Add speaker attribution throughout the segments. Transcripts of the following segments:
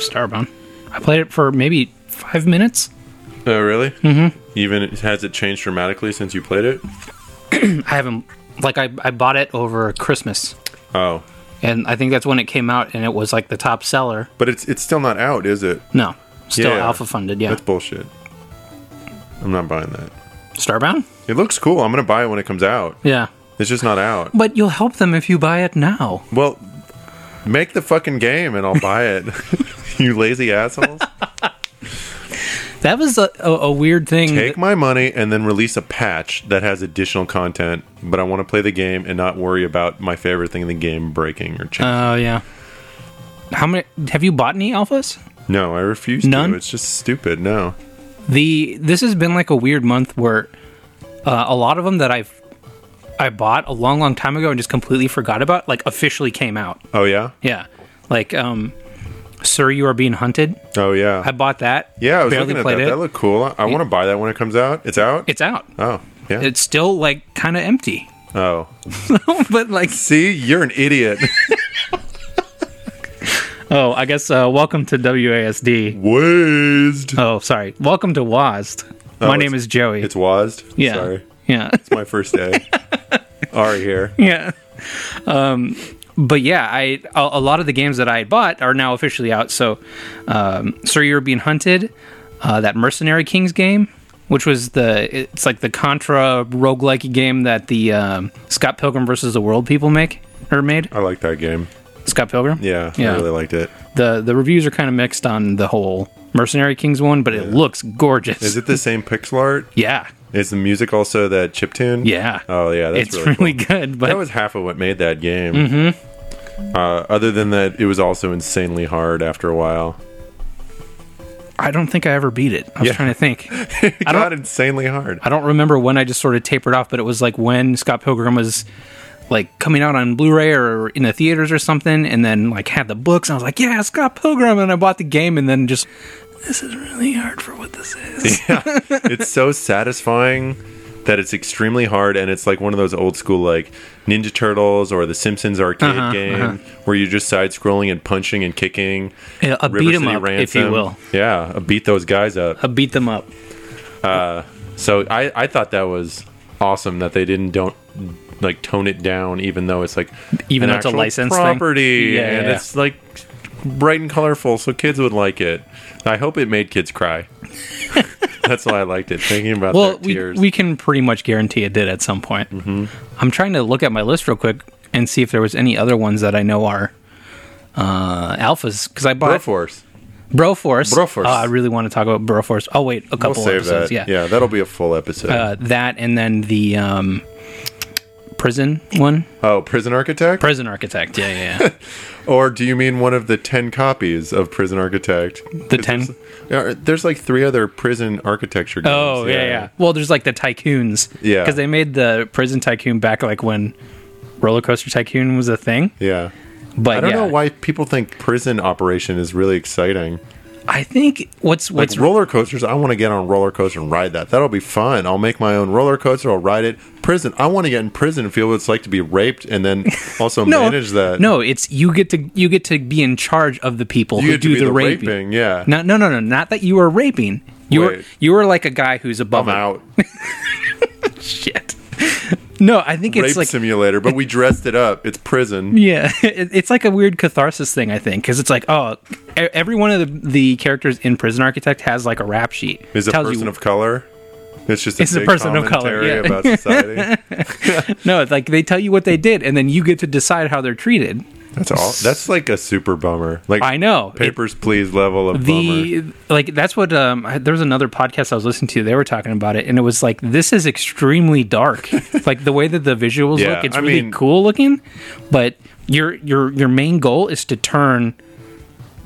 Speaker 1: Starbone. I played it for maybe five minutes.
Speaker 2: Oh, really? Mm-hmm. Even has it changed dramatically since you played it?
Speaker 1: I haven't like I, I bought it over Christmas,
Speaker 2: Oh,
Speaker 1: and I think that's when it came out, and it was like the top seller.
Speaker 2: but it's it's still not out, is it?
Speaker 1: No, still
Speaker 2: Yeah.
Speaker 1: alpha funded. Yeah,
Speaker 2: That's bullshit. I'm not buying that.
Speaker 1: Starbound.
Speaker 2: It looks cool. I'm gonna buy it when it comes out.
Speaker 1: Yeah,
Speaker 2: It's just not out.
Speaker 1: but you'll help them if you buy it now.
Speaker 2: Well, make the fucking game and I'll buy it. you lazy assholes.
Speaker 1: That was a, a, a weird thing.
Speaker 2: Take my money and then release a patch that has additional content, but I want to play the game and not worry about my favorite thing in the game breaking or changing.
Speaker 1: Oh yeah. How many have you bought any alphas?
Speaker 2: no, I refuse
Speaker 1: none?
Speaker 2: to. It's just stupid. No.
Speaker 1: The this has been like a weird month where uh, a lot of them that I've I bought a long long time ago and just completely forgot about like officially came out.
Speaker 2: Oh yeah.
Speaker 1: Yeah. Like um Sir You Are Being Hunted.
Speaker 2: Oh yeah.
Speaker 1: I bought that.
Speaker 2: yeah, I was
Speaker 1: barely
Speaker 2: looking at
Speaker 1: played
Speaker 2: that.
Speaker 1: it.
Speaker 2: That looked cool. I, I want to buy that when it comes out. It's out.
Speaker 1: it's out.
Speaker 2: oh yeah.
Speaker 1: It's still like kind of empty.
Speaker 2: oh,
Speaker 1: but like
Speaker 2: see, you're an idiot.
Speaker 1: oh, I guess uh welcome to WASD.
Speaker 2: Wazed.
Speaker 1: Oh, sorry. Welcome to WASD. My name
Speaker 2: Oh, it's-
Speaker 1: is Joey.
Speaker 2: It's Wazed.
Speaker 1: yeah.
Speaker 2: Sorry.
Speaker 1: Yeah.
Speaker 2: It's my first day. Ari here.
Speaker 1: yeah. Um, but yeah, I a, a lot of the games that I had bought are now officially out. So, um, Sir, you're being hunted. Uh, that Mercenary Kings game, which was the it's like the Contra roguelike game that the um, Scott Pilgrim versus the World people make or made.
Speaker 2: I like that game.
Speaker 1: Scott Pilgrim.
Speaker 2: Uh, Yeah,
Speaker 1: yeah.
Speaker 2: I really liked it.
Speaker 1: the the reviews are kind of mixed on the whole Mercenary Kings one, but it looks gorgeous.
Speaker 2: Is it the same pixel art?
Speaker 1: Yeah,
Speaker 2: Is the music also that chiptune?
Speaker 1: yeah.
Speaker 2: Oh yeah, that's
Speaker 1: it's
Speaker 2: really,
Speaker 1: really,
Speaker 2: cool.
Speaker 1: good. But
Speaker 2: That was half of what made that game. Mm-hmm. Uh, other than that, it was also insanely hard after a while.
Speaker 1: I don't think I ever beat it. I was
Speaker 2: Yeah.
Speaker 1: trying to think.
Speaker 2: It
Speaker 1: I don't-
Speaker 2: got insanely hard.
Speaker 1: I don't remember when I just sort of tapered off, but it was like when Scott Pilgrim was like coming out on Blu-ray or in the theaters or something, and then like had the books, and I was like, yeah, Scott Pilgrim, and I bought the game, and then just this is really hard for what this is.
Speaker 2: it's so satisfying that it's extremely hard and it's like one of those old school like ninja turtles or the simpsons arcade
Speaker 1: Uh-huh,
Speaker 2: game where you're just side scrolling and punching and kicking
Speaker 1: Yeah, a
Speaker 2: River
Speaker 1: beat 'em
Speaker 2: City
Speaker 1: up, if you
Speaker 2: Ransom.
Speaker 1: will.
Speaker 2: yeah a beat those guys up
Speaker 1: I beat them up.
Speaker 2: so i i thought that was awesome that they didn't don't like tone it down even though it's like
Speaker 1: Even
Speaker 2: an
Speaker 1: though it's a
Speaker 2: actual
Speaker 1: licensed thing?
Speaker 2: property
Speaker 1: Yeah,
Speaker 2: and
Speaker 1: yeah, yeah.
Speaker 2: it's like bright and colorful so kids would like it i hope it made kids cry that's why i liked it thinking about
Speaker 1: Well,
Speaker 2: their
Speaker 1: we,
Speaker 2: tears
Speaker 1: we can pretty much guarantee it did at some point.
Speaker 2: Mm-hmm.
Speaker 1: I'm trying to look at my list real quick and see if there was any other ones that I know are uh, alphas because I bought
Speaker 2: Broforce.
Speaker 1: Broforce.
Speaker 2: Broforce.
Speaker 1: Oh, I really want to talk about Broforce. Oh wait, a couple
Speaker 2: We'll save
Speaker 1: episodes.
Speaker 2: that. yeah, that'll be a full episode.
Speaker 1: uh, that and then the um, prison one
Speaker 2: oh, Prison Architect?
Speaker 1: prison architect yeah yeah, yeah.
Speaker 2: or do you mean one of the 10 copies of Prison Architect?
Speaker 1: the 10
Speaker 2: Yeah, There's like three other prison architecture games.
Speaker 1: oh yeah yeah well there's like the tycoons
Speaker 2: Yeah.
Speaker 1: because they made the prison tycoon back like when roller coaster tycoon was a thing
Speaker 2: Yeah.
Speaker 1: but
Speaker 2: I don't
Speaker 1: yeah,
Speaker 2: know why people think prison operation is really exciting.
Speaker 1: i think what's what's
Speaker 2: It's roller coasters. I want to get on a roller coaster and ride that. That'll be fun. I'll make my own roller coaster. I'll ride it. Prison. I want to get in prison and feel what it's like to be raped and then also manage that.
Speaker 1: no it's you get to you get to be in charge of the people
Speaker 2: you
Speaker 1: who
Speaker 2: get to
Speaker 1: do
Speaker 2: be
Speaker 1: the,
Speaker 2: the
Speaker 1: raping.
Speaker 2: raping. Yeah.
Speaker 1: no no no no not that you are raping you were
Speaker 2: Wait.
Speaker 1: you were like a guy who's above
Speaker 2: I'm
Speaker 1: it.
Speaker 2: out.
Speaker 1: shit no i think
Speaker 2: Rape
Speaker 1: it's like
Speaker 2: simulator, but we dressed it up. It's prison.
Speaker 1: Yeah, it, it's like a weird catharsis thing, I think, because it's like, oh, e- every one of the, the characters in Prison Architect has like a rap sheet.
Speaker 2: is a
Speaker 1: Tells you-
Speaker 2: person of color. It's just a,
Speaker 1: It's a
Speaker 2: big
Speaker 1: person of color,
Speaker 2: commentary
Speaker 1: yeah.
Speaker 2: about society.
Speaker 1: no, it's like they tell you what they did, and then you get to decide how they're treated.
Speaker 2: That's all. That's like a super bummer. Like
Speaker 1: I know.
Speaker 2: papers, please level of bummer.
Speaker 1: the like that's what um I- there was another podcast I was listening to they were talking about it and it was like this is extremely dark like the way that the visuals
Speaker 2: Yeah,
Speaker 1: look it's
Speaker 2: I
Speaker 1: really
Speaker 2: mean-
Speaker 1: cool looking but your your your main goal is to turn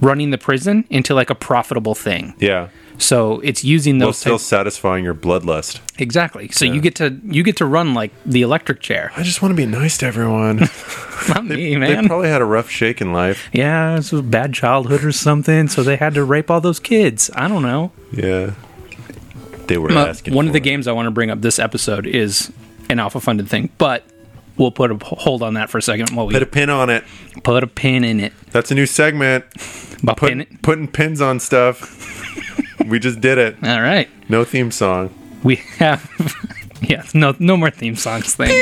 Speaker 1: running the prison into like a profitable thing
Speaker 2: Yeah,
Speaker 1: so it's using
Speaker 2: while
Speaker 1: those
Speaker 2: still
Speaker 1: types-
Speaker 2: satisfying your bloodlust.
Speaker 1: Exactly. So you get to you get to run like the electric chair.
Speaker 2: I just want to be nice to everyone.
Speaker 1: Not me,
Speaker 2: they
Speaker 1: man.
Speaker 2: probably had a rough shake in life.
Speaker 1: yeah, this was bad childhood or something, so they had to rape all those kids. I don't know.
Speaker 2: Yeah, they were
Speaker 1: Uh,
Speaker 2: asking.
Speaker 1: one
Speaker 2: for
Speaker 1: of the
Speaker 2: it.
Speaker 1: games I want to bring up this episode is an alpha funded thing, but we'll put a hold on that for a second while we
Speaker 2: Put a pin on it.
Speaker 1: put a pin in it.
Speaker 2: That's a new segment.
Speaker 1: About
Speaker 2: Put,
Speaker 1: pin-
Speaker 2: Putting pins on stuff. we just did it.
Speaker 1: All right.
Speaker 2: No theme song.
Speaker 1: We have. yeah, no, no more theme songs things.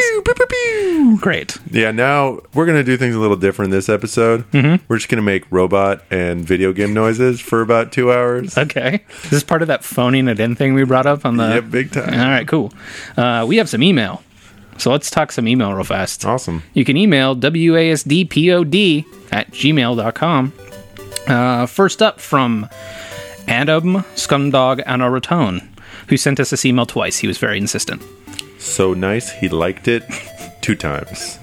Speaker 1: Great.
Speaker 2: Yeah, now we're going to do things a little different this episode. Mm-hmm. We're just going to make robot and video game noises for about two hours.
Speaker 1: Okay. This is part of that phoning it in thing we brought up on the.
Speaker 2: yeah, big time.
Speaker 1: All right, cool. Uh, we have some email. So let's talk some email real fast.
Speaker 2: Awesome.
Speaker 1: You can email WASDPOD at gmail.com. Uh, first up from Adam Scumdog Anarotone, who sent us this email twice. He was very insistent.
Speaker 2: So nice. He liked it two times.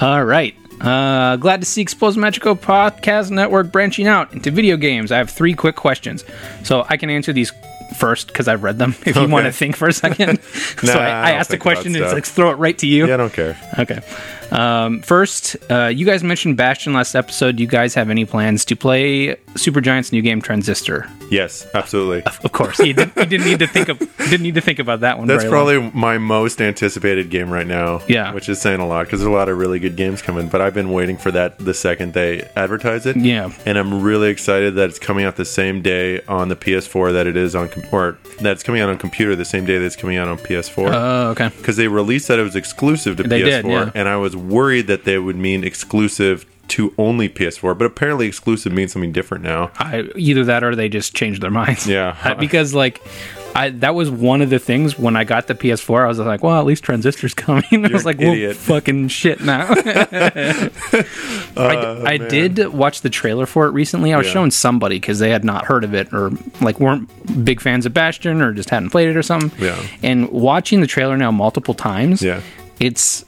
Speaker 1: All right. Uh, glad to see Explosive Magico Podcast Network branching out into video games. I have three quick questions. So I can answer these first because I've read them if you want to think for a second. so
Speaker 2: Nah,
Speaker 1: I,
Speaker 2: I
Speaker 1: I,
Speaker 2: don't
Speaker 1: asked a
Speaker 2: think about
Speaker 1: question and it's
Speaker 2: stuff.
Speaker 1: like throw it right to you.
Speaker 2: Yeah, I don't care.
Speaker 1: Okay. Um, first, uh, you guys mentioned Bastion last episode. Do you guys have any plans to play Supergiant's new game Transistor?
Speaker 2: Yes, absolutely.
Speaker 1: Of course, you, did, you didn't need to think of didn't need to think about that one.
Speaker 2: That's
Speaker 1: very long.
Speaker 2: probably my most anticipated game right now.
Speaker 1: Yeah.
Speaker 2: Which is saying a lot because there's a lot of really good games coming, but I've been waiting for that the second they advertise it.
Speaker 1: Yeah.
Speaker 2: And I'm really excited that it's coming out the same day on the PS4 that it is on, com- or that it's coming out on computer the same day that it's coming out on PS4.
Speaker 1: Oh, okay.
Speaker 2: because they released that it was exclusive to
Speaker 1: They
Speaker 2: PS4,
Speaker 1: did, yeah.
Speaker 2: and I was worried that they would mean exclusive to only PS4, but apparently exclusive means something different now.
Speaker 1: I either that or they just changed their minds.
Speaker 2: Yeah.
Speaker 1: Uh, because like I that was one of the things when I got the PS4, I was like, well, at least Transistor's coming. I was like,
Speaker 2: an
Speaker 1: well,
Speaker 2: idiot.
Speaker 1: fucking shit now. I, I did watch the trailer for it recently. I was
Speaker 2: Oh, Yeah.
Speaker 1: showing somebody because they had not heard of it or like weren't big fans of Bastion or just hadn't played it or something.
Speaker 2: Yeah.
Speaker 1: And watching the trailer now multiple times,
Speaker 2: Yeah.
Speaker 1: it's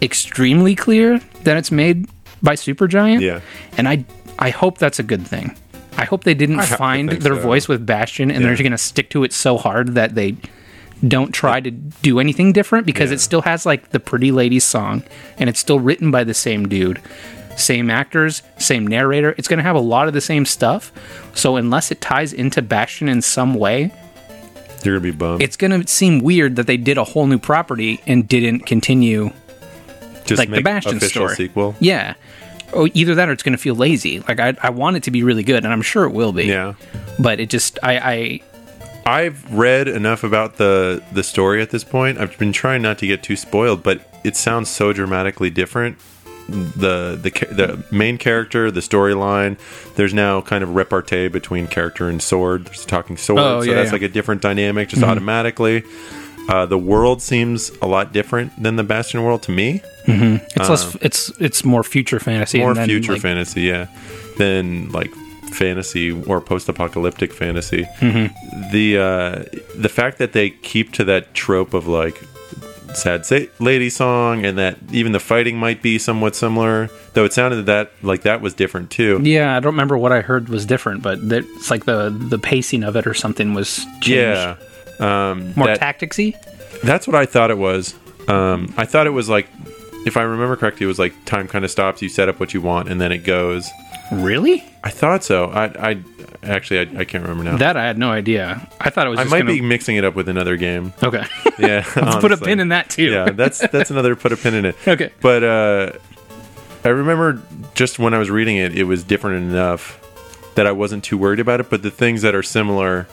Speaker 1: extremely clear that it's made by Supergiant.
Speaker 2: Yeah.
Speaker 1: And I I hope that's a good thing. I hope they didn't
Speaker 2: have to
Speaker 1: find
Speaker 2: think
Speaker 1: their
Speaker 2: so.
Speaker 1: voice with Bastion and they're just going to stick to it so hard that they don't try to do anything different because it still has like the pretty lady song and it's still written by the same dude same actors same narrator it's going to have a lot of the same stuff so unless it ties into bastion in some way
Speaker 2: You're gonna be bummed.
Speaker 1: it's going to seem weird that they did a whole new property and didn't continue
Speaker 2: Just
Speaker 1: like the
Speaker 2: make
Speaker 1: Bastion
Speaker 2: official
Speaker 1: story.
Speaker 2: sequel.
Speaker 1: yeah or either that or it's going to feel lazy like I, I want it to be really good and i'm sure it will be
Speaker 2: Yeah.
Speaker 1: but it just i i
Speaker 2: I've read enough about the the story at this point. I've been trying not to get too spoiled, but it sounds so dramatically different. The the cha- the main character, the storyline. There's now kind of repartee between character and sword. There's talking sword,
Speaker 1: Oh,
Speaker 2: so
Speaker 1: yeah,
Speaker 2: that's
Speaker 1: yeah. Mm-hmm.
Speaker 2: like a different dynamic just automatically. Uh, the world seems a lot different than the Bastion world to me.
Speaker 1: it's less it's it's more future fantasy
Speaker 2: Uh. More
Speaker 1: and then,
Speaker 2: future
Speaker 1: like,
Speaker 2: fantasy, yeah, than like fantasy or post-apocalyptic fantasy.
Speaker 1: Mm-hmm.
Speaker 2: The uh, the fact that they keep to that trope of like sad sa- lady song, and that even the fighting might be somewhat similar, though it sounded that like that was different too.
Speaker 1: Yeah, I don't remember what I heard was different, but that, it's like the the pacing of it or something was changed.
Speaker 2: Yeah, um,
Speaker 1: more
Speaker 2: that-
Speaker 1: tacticsy.
Speaker 2: That's what I thought it was. Um, I thought it was like, if I remember correctly, it was like time kind of stops. You set up what you want, and then it goes.
Speaker 1: Really?
Speaker 2: I thought so. I, I actually I, I can't remember now.
Speaker 1: That I had no idea. I thought it was.
Speaker 2: I
Speaker 1: just
Speaker 2: might
Speaker 1: gonna,
Speaker 2: be mixing it up with another game.
Speaker 1: okay.
Speaker 2: Yeah,
Speaker 1: Let's put a pin in that too.
Speaker 2: Yeah, that's that's another put a pin in it.
Speaker 1: Okay.
Speaker 2: but uh, I remember just when I was reading it, it was different enough that I wasn't too worried about it. But the things that are similar,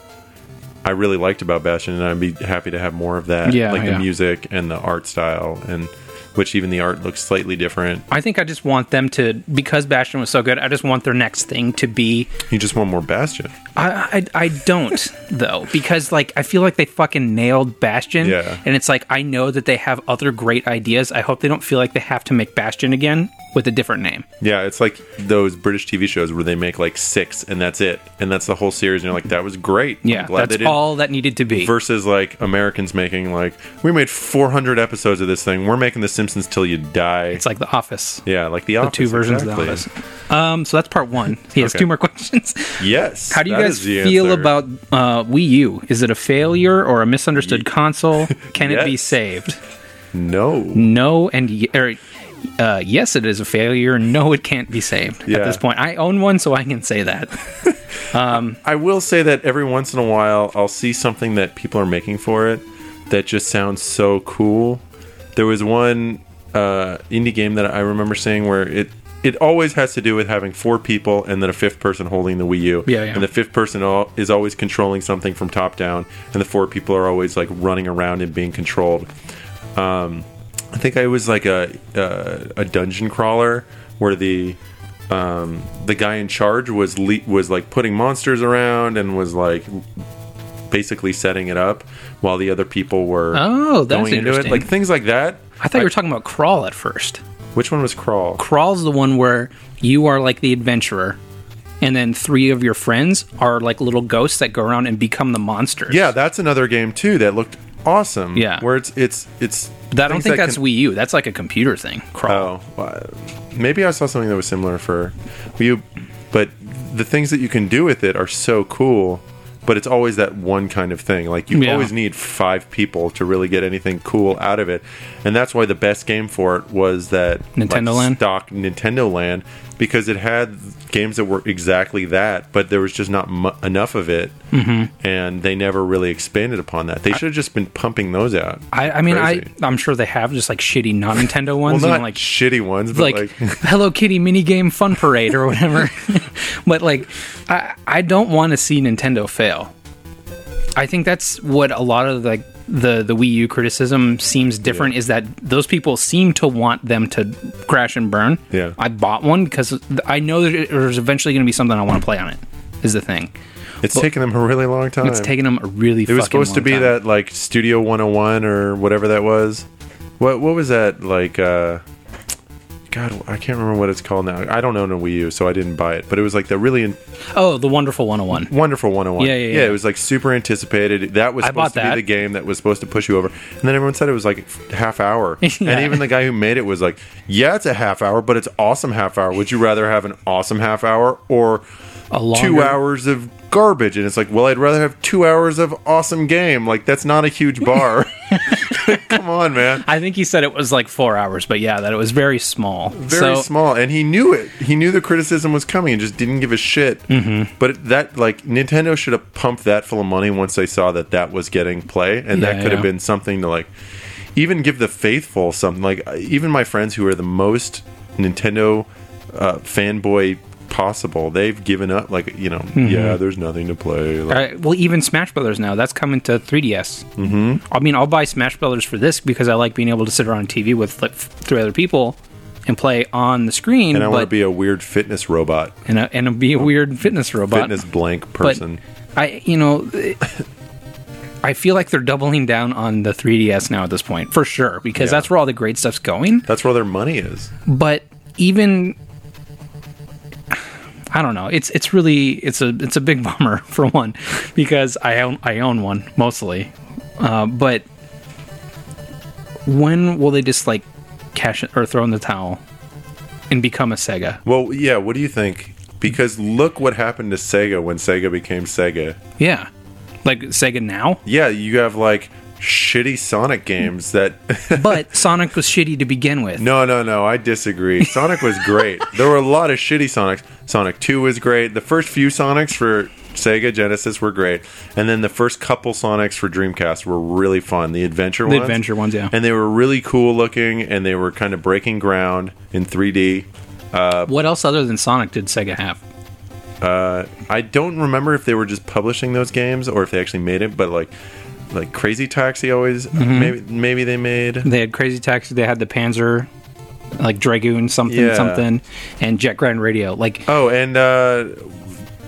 Speaker 2: I really liked about Bastion, and I'd be happy to have more of that.
Speaker 1: Yeah,
Speaker 2: like
Speaker 1: yeah.
Speaker 2: the music and the art style, and which even the art looks slightly different.
Speaker 1: I think I just want them to because Bastion was so good. I just want their next thing to be.
Speaker 2: You just want more Bastion.
Speaker 1: I I, I don't though because like I feel like they fucking nailed Bastion.
Speaker 2: Yeah.
Speaker 1: And it's like I know that they have other great ideas. I hope they don't feel like they have to make Bastion again with a different name.
Speaker 2: Yeah, it's like those British TV shows where they make like six, and that's it, and that's the whole series. And you're like, that was great. I'm
Speaker 1: Yeah, that's
Speaker 2: didn't-
Speaker 1: all that needed to be.
Speaker 2: versus like Americans making like we made 400 episodes of this thing. We're making The Simpsons till you die.
Speaker 1: it's like The Office.
Speaker 2: yeah, like the, Office,
Speaker 1: two versions
Speaker 2: exactly.
Speaker 1: of the office. Um, so that's part one. He has
Speaker 2: Okay.
Speaker 1: two more questions.
Speaker 2: Yes.
Speaker 1: How do you
Speaker 2: that
Speaker 1: guys
Speaker 2: is the
Speaker 1: feel
Speaker 2: answer.
Speaker 1: about uh, Wii U? Is it a failure or a misunderstood console? Can it be
Speaker 2: Yes.
Speaker 1: saved?
Speaker 2: no?
Speaker 1: No, and y- er, uh, yes, it is a failure. No, it can't be saved at
Speaker 2: Yeah.
Speaker 1: this point. I own one, so I can say that.
Speaker 2: I will say that every once in a while I'll see something that people are making for it that just sounds so cool. There was one uh, indie game that I remember seeing where it it always has to do with having four people and then a fifth person holding the Wii U.
Speaker 1: Yeah, yeah.
Speaker 2: And the fifth person al- is always controlling something from top down, and the four people are always like running around and being controlled. Um, I think I was like a a, a dungeon crawler where the um, the guy in charge was le- was like putting monsters around and was like basically setting it up while the other people were
Speaker 1: Oh, that's
Speaker 2: going into it
Speaker 1: interesting.
Speaker 2: like things like that.
Speaker 1: I thought you were talking about Crawl at first.
Speaker 2: Which one was crawl?
Speaker 1: Crawl's the one where you are like the adventurer, and then three of your friends are like little ghosts that go around and become the monsters.
Speaker 2: Yeah, that's another game too that looked awesome.
Speaker 1: Yeah.
Speaker 2: where it's it's it's.
Speaker 1: But I don't
Speaker 2: things
Speaker 1: think
Speaker 2: that
Speaker 1: that's
Speaker 2: can-
Speaker 1: Wii U. That's like a computer thing. Crawl.
Speaker 2: Oh, well, maybe I saw something that was similar for you, but the things that you can do with it are so cool. But it's always that one kind of thing. Like you
Speaker 1: Yeah.
Speaker 2: always need five people to really get anything cool out of it, and that's why the best game for it was that like,
Speaker 1: Nintendo Land?
Speaker 2: stock Nintendo Land because it had games that were exactly that, but there was just not mu- enough of it,
Speaker 1: Mm-hmm.
Speaker 2: and they never really expanded upon that. They should have just been pumping those out.
Speaker 1: I, I mean,
Speaker 2: Crazy.
Speaker 1: I I'm sure they have just like shitty non Nintendo
Speaker 2: well,
Speaker 1: ones,
Speaker 2: not
Speaker 1: and like
Speaker 2: shitty ones, but
Speaker 1: like,
Speaker 2: like
Speaker 1: Hello Kitty minigame fun parade or whatever. but like, I I don't want to see Nintendo fail. I think that's what a lot of like the the Wii U criticism seems different is that those people seem to want them to crash and burn.
Speaker 2: Yeah.
Speaker 1: I bought one because I know that there's eventually going to be something I want to play on it. Is the thing.
Speaker 2: It's taken them a really long time.
Speaker 1: It's taken them a really.
Speaker 2: it was supposed to be that like Studio 101 or whatever that was. What what was that like uh God, I can't remember what it's called now. I don't own a Wii U, so I didn't buy it. But it was like the really in-
Speaker 1: Oh, the wonderful 101.
Speaker 2: wonderful 101.
Speaker 1: Yeah, yeah, yeah.
Speaker 2: it was like super anticipated. That was
Speaker 1: I bought
Speaker 2: supposed to
Speaker 1: that.
Speaker 2: be the game that was supposed to push you over. And then everyone said it was like f- half hour.
Speaker 1: Yeah.
Speaker 2: And even the guy who made it was like, "Yeah, it's a half hour, but it's awesome half hour. Would you rather have an awesome half hour or
Speaker 1: A longer-
Speaker 2: two hours of garbage?" And it's like, "Well, I'd rather have two hours of awesome game. Like that's not a huge bar. Come on, man."
Speaker 1: I think he said it was like four hours, but yeah, that it was very small.
Speaker 2: very
Speaker 1: so,
Speaker 2: small and he knew it he knew the criticism was coming and just didn't give a shit mm-hmm. but that like nintendo should have pumped that full of money once they saw that that was getting play and that
Speaker 1: Yeah,
Speaker 2: could have
Speaker 1: yeah.
Speaker 2: been something to like even give the faithful something like even my friends who are the most nintendo uh, fanboy possible they've given up like you know
Speaker 1: Mm-hmm.
Speaker 2: yeah there's nothing to play like,
Speaker 1: Uh, well, even Smash Brothers now. That's coming to 3DS. Mm-hmm. I mean, I'll buy Smash Brothers for this because I like being able to sit around TV with like f- three other people and play on the screen.
Speaker 2: and i want to
Speaker 1: but,
Speaker 2: be a weird fitness robot
Speaker 1: and, a, and be a weird fitness robot.
Speaker 2: fitness blank
Speaker 1: but
Speaker 2: person
Speaker 1: I, you know, I feel like they're doubling down on the 3DS now at this point for sure because
Speaker 2: Yeah.
Speaker 1: that's where all the great stuff's going.
Speaker 2: that's where their money is
Speaker 1: but even I don't know. It's it's really it's a it's a big bummer for one because I own I own one mostly, uh, but when will they just like cash it or throw in the towel and become a Sega?
Speaker 2: Well, yeah, what do you think? Because look what happened to Sega when Sega became Sega.
Speaker 1: Yeah, like Sega now.
Speaker 2: Yeah, you have like shitty Sonic games that
Speaker 1: But Sonic was shitty to begin with.
Speaker 2: No, no, no, I disagree. Sonic was great. there were a lot of shitty Sonics. Sonic 2 was great. The first few Sonics for Sega Genesis were great. And then the first couple Sonics for Dreamcast were really fun. The adventure ones.
Speaker 1: adventure ones, yeah.
Speaker 2: And they were really cool looking and they were kind of breaking ground in 3D.
Speaker 1: What else other than Sonic did Sega have?
Speaker 2: I don't remember if they were just publishing those games or if they actually made it, but like like Crazy Taxi always uh,
Speaker 1: Mm-hmm.
Speaker 2: maybe maybe they made
Speaker 1: They had Crazy Taxi. They had the Panzer, like Dragoon something
Speaker 2: Yeah.
Speaker 1: something, and Jet Grind Radio. Like
Speaker 2: Oh, and uh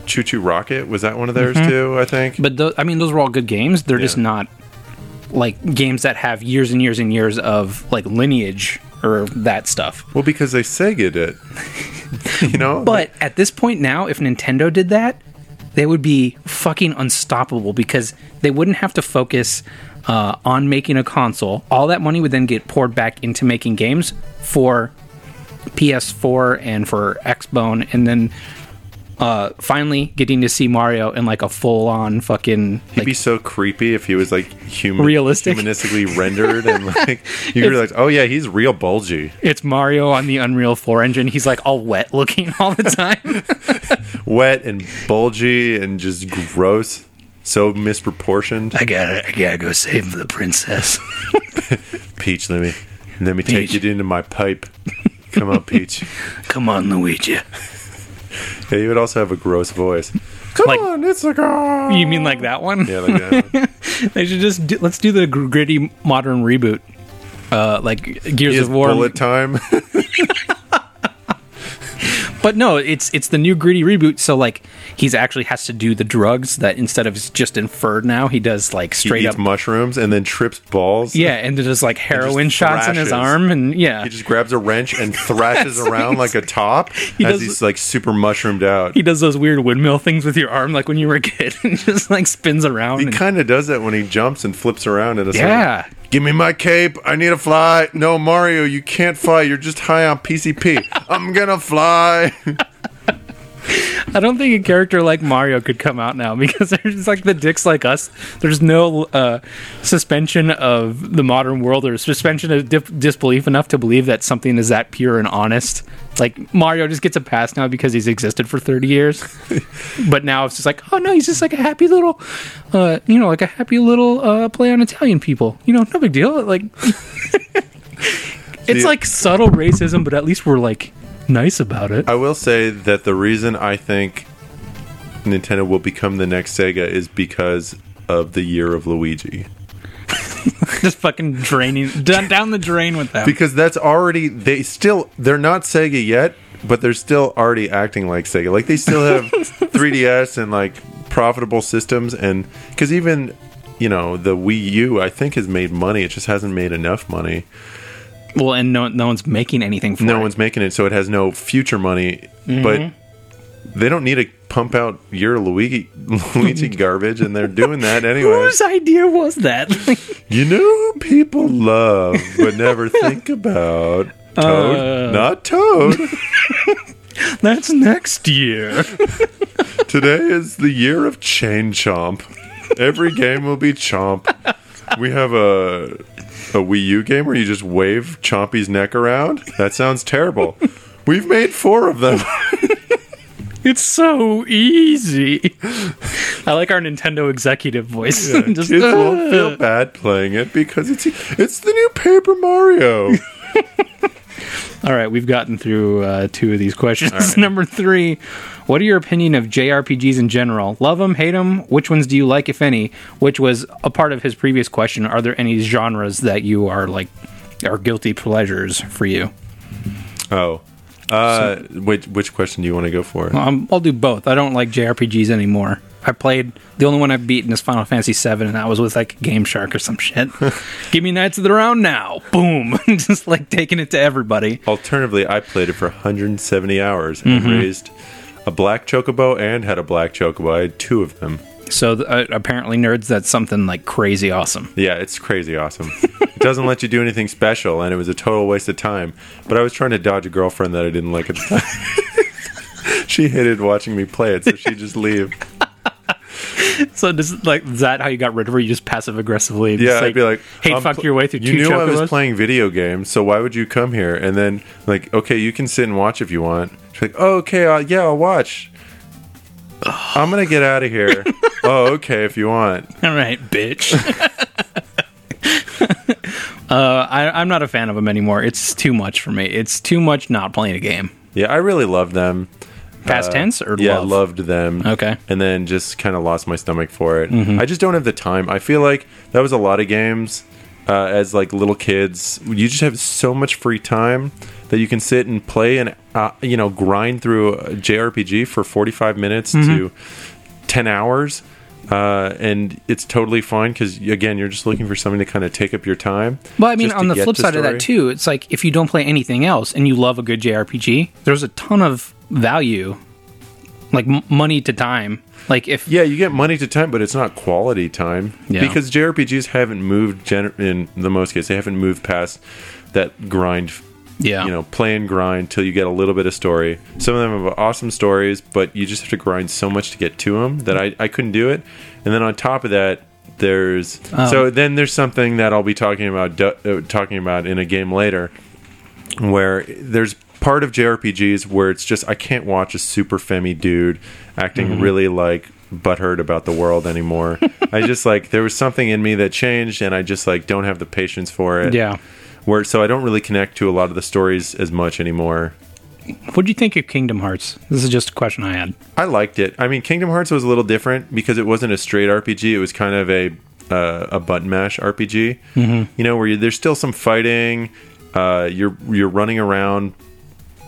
Speaker 2: Choo Choo Rocket was that one of theirs too, I think.
Speaker 1: Mm-hmm. But tho- I mean, those were all good games. They're just
Speaker 2: Yeah.
Speaker 1: not like games that have years and years and years of like lineage or that stuff.
Speaker 2: Well, because they Sega it. you know?
Speaker 1: But at this point now, if Nintendo did that, they would be fucking unstoppable because they wouldn't have to focus uh, on making a console. All that money would then get poured back into making games for PS4 and for Xbone, and then uh, finally getting to see Mario in like a full-on fucking
Speaker 2: It'd
Speaker 1: like
Speaker 2: be so creepy if he was like human,
Speaker 1: Realistic.
Speaker 2: humanistically rendered, and like you realize, oh yeah, he's real bulgy.
Speaker 1: it's Mario on the Unreal 4 engine. He's like all wet looking all the time.
Speaker 2: wet and bulgy and just gross, so misproportioned.
Speaker 1: I gotta, I gotta go save the princess.
Speaker 2: Peach, let me let me
Speaker 1: Peach.
Speaker 2: take it into my pipe. Come on, Peach.
Speaker 1: Come on, Luigi.
Speaker 2: Yeah, you would also have a gross voice. Come
Speaker 1: Like-
Speaker 2: on, it's a girl.
Speaker 1: You mean like that one?
Speaker 2: Yeah, like that. one.
Speaker 1: They should just do, let's do the gr- gritty modern reboot, uh, like Gears
Speaker 2: Is
Speaker 1: of War.
Speaker 2: bullet time?
Speaker 1: But no, it's it's the new gritty reboot. So like he's actually has to do the drugs that instead of it's just inferred now he does like
Speaker 2: he
Speaker 1: straight
Speaker 2: eats
Speaker 1: up
Speaker 2: mushrooms and then trips balls.
Speaker 1: yeah, and there's like heroin shots in his
Speaker 2: thrashes.
Speaker 1: arm and yeah.
Speaker 2: He just grabs a wrench and thrashes around like a top as
Speaker 1: does-
Speaker 2: he's like super mushroomed out.
Speaker 1: he does those weird windmill things with your arm, like when you were a kid, and just like spins around.
Speaker 2: He
Speaker 1: and-
Speaker 2: kind of does that when he jumps and flips around in a circle.
Speaker 1: Yeah.
Speaker 2: Give me my cape. I need to fly. No, Mario, you can't fly. You're just high on PCP. I'm gonna fly.
Speaker 1: I don't think a character like Mario could come out now because there's like the dicks like us. There's no uh, suspension of the modern world or suspension of dif- disbelief enough to believe that something is that pure and honest. Like Mario just gets a pass now because he's existed for 30 years. but now it's just like, oh no, he's just like a happy little, uh, you know, like a happy little uh, play on Italian people. You know, no big deal. Like, it's
Speaker 2: See-
Speaker 1: like subtle racism, but at least we're like nice about it.
Speaker 2: I will say that the reason I think Nintendo will become the next Sega is because of the year of Luigi.
Speaker 1: just fucking draining down, down the drain with them.
Speaker 2: Because that's already they still they're not Sega yet, but they're still already acting like Sega. Like they still have 3DS and like profitable systems and cuz even you know, the Wii U I think has made money. It just hasn't made enough money.
Speaker 1: well, and no, no one's making anything for
Speaker 2: No
Speaker 1: it.
Speaker 2: one's making it so it has no future money, but they don't need to pump out your Luigi Luigi garbage and they're doing that anyway.
Speaker 1: Whose idea was that?
Speaker 2: You know who people love but never think about? Toad? Not Toad.
Speaker 1: That's next year.
Speaker 2: Today is the year of Chain Chomp. Every game will be Chomp. We have a a Wii U game where you just wave Chompy's neck around. That sounds terrible. We've made four of them.
Speaker 1: It's so easy. I like our Nintendo executive voice. Just,
Speaker 2: Kids
Speaker 1: "Uh,
Speaker 2: won't feel bad playing it because it's it's the new Paper Mario.
Speaker 1: All right, we've gotten through uh, two of these questions. Number three, what are your opinion of JRPGs in general? Love them, hate them? Which ones do you like, if any? Which was a part of his previous question. Are there any genres that you are like are guilty pleasures for you?
Speaker 2: Oh. Uh, which which question do you want to go for?
Speaker 1: Um, I'll do both. I don't like JRPGs anymore. I played the only one I've beaten is Final Fantasy VII, and that was with like Game Shark or some shit. Give me Knights of the Round now, boom! Just like taking it to everybody.
Speaker 2: Alternatively, I played it for 170 hours and raised a black chocobo and had a black chocobo. I had two of them.
Speaker 1: So th- uh, apparently, nerds, that's something like crazy awesome.
Speaker 2: Yeah, it's crazy awesome. it doesn't let you do anything special, and it was a total waste of time. But I was trying to dodge a girlfriend that I didn't like at the time. she hated watching me play it, so she'd just leave.
Speaker 1: So does like is that how you got rid of her? You just passive aggressively,
Speaker 2: Yeah,
Speaker 1: just,
Speaker 2: I'd be like,
Speaker 1: hate
Speaker 2: I'm
Speaker 1: fuck
Speaker 2: pl-
Speaker 1: your way through
Speaker 2: You
Speaker 1: two
Speaker 2: knew I was
Speaker 1: chocobos?
Speaker 2: playing video games, so why would you come here? And then, like, okay, you can sit and watch if you want. She's like, oh, okay, uh, yeah, I'll watch. I'm gonna get out of here. oh, okay, if you want.
Speaker 1: All right, bitch. uh, I, I'm not a fan of them anymore. It's too much for me. It's too much not playing a game.
Speaker 2: Yeah, I really loved them.
Speaker 1: Past tense or
Speaker 2: Uh, Yeah,
Speaker 1: love?
Speaker 2: loved them.
Speaker 1: Okay. Mm-hmm.
Speaker 2: and then just kind of lost my stomach for it. I just don't have the time. I feel like that was a lot of games uh, as like little kids. You just have so much free time that you can sit and play and uh, you know grind through a JRPG for forty five minutes
Speaker 1: Mm-hmm.
Speaker 2: to ten hours. Uh, and it's totally fine because again, you're just looking for something to kind of take up your time.
Speaker 1: Well, I mean,
Speaker 2: just to
Speaker 1: on the
Speaker 2: get
Speaker 1: flip
Speaker 2: to
Speaker 1: side of that
Speaker 2: story.
Speaker 1: too, it's like if you don't play anything else and you love a good JRPG, there's a ton of value, like m- money to time. Like if
Speaker 2: Yeah, you get money to time, but it's not quality time
Speaker 1: Yeah.
Speaker 2: because JRPGs haven't moved. Gen- in the most cases, they haven't moved past that grind.
Speaker 1: Yeah.
Speaker 2: you know, play and grind till you get a little bit of story. Some of them have awesome stories, but you just have to grind so much to get to them that I, I couldn't do it. And then on top of that, there's
Speaker 1: Oh.
Speaker 2: so then there's something that I'll be talking about du- uh, talking about in a game later where there's part of JRPGs where it's just I can't watch a super femmy dude acting
Speaker 1: Mm-hmm.
Speaker 2: really like butthurt about the world anymore. I just like there was something in me that changed, and I just like don't have the patience for it.
Speaker 1: yeah,
Speaker 2: Where so I don't really connect to a lot of the stories as much anymore.
Speaker 1: What do you think of Kingdom Hearts? This is just a question I had.
Speaker 2: I liked it. I mean, Kingdom Hearts was a little different because it wasn't a straight RPG. It was kind of a uh, a button mash RPG. You know, where you, there's still some fighting. Uh, you're you're running around.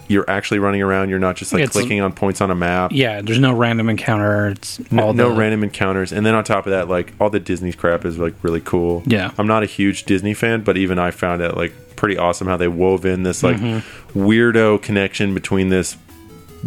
Speaker 2: You're actually running around. You're not just like
Speaker 1: It's-
Speaker 2: clicking on points on a map.
Speaker 1: Yeah, there's no random encounter. It's all
Speaker 2: no
Speaker 1: the,
Speaker 2: random encounters. And then on top of that, like all the Disney crap is like really cool.
Speaker 1: Yeah.
Speaker 2: I'm not a huge Disney fan, but even I found it like pretty awesome how they wove in this like
Speaker 1: Mm-hmm.
Speaker 2: weirdo connection between this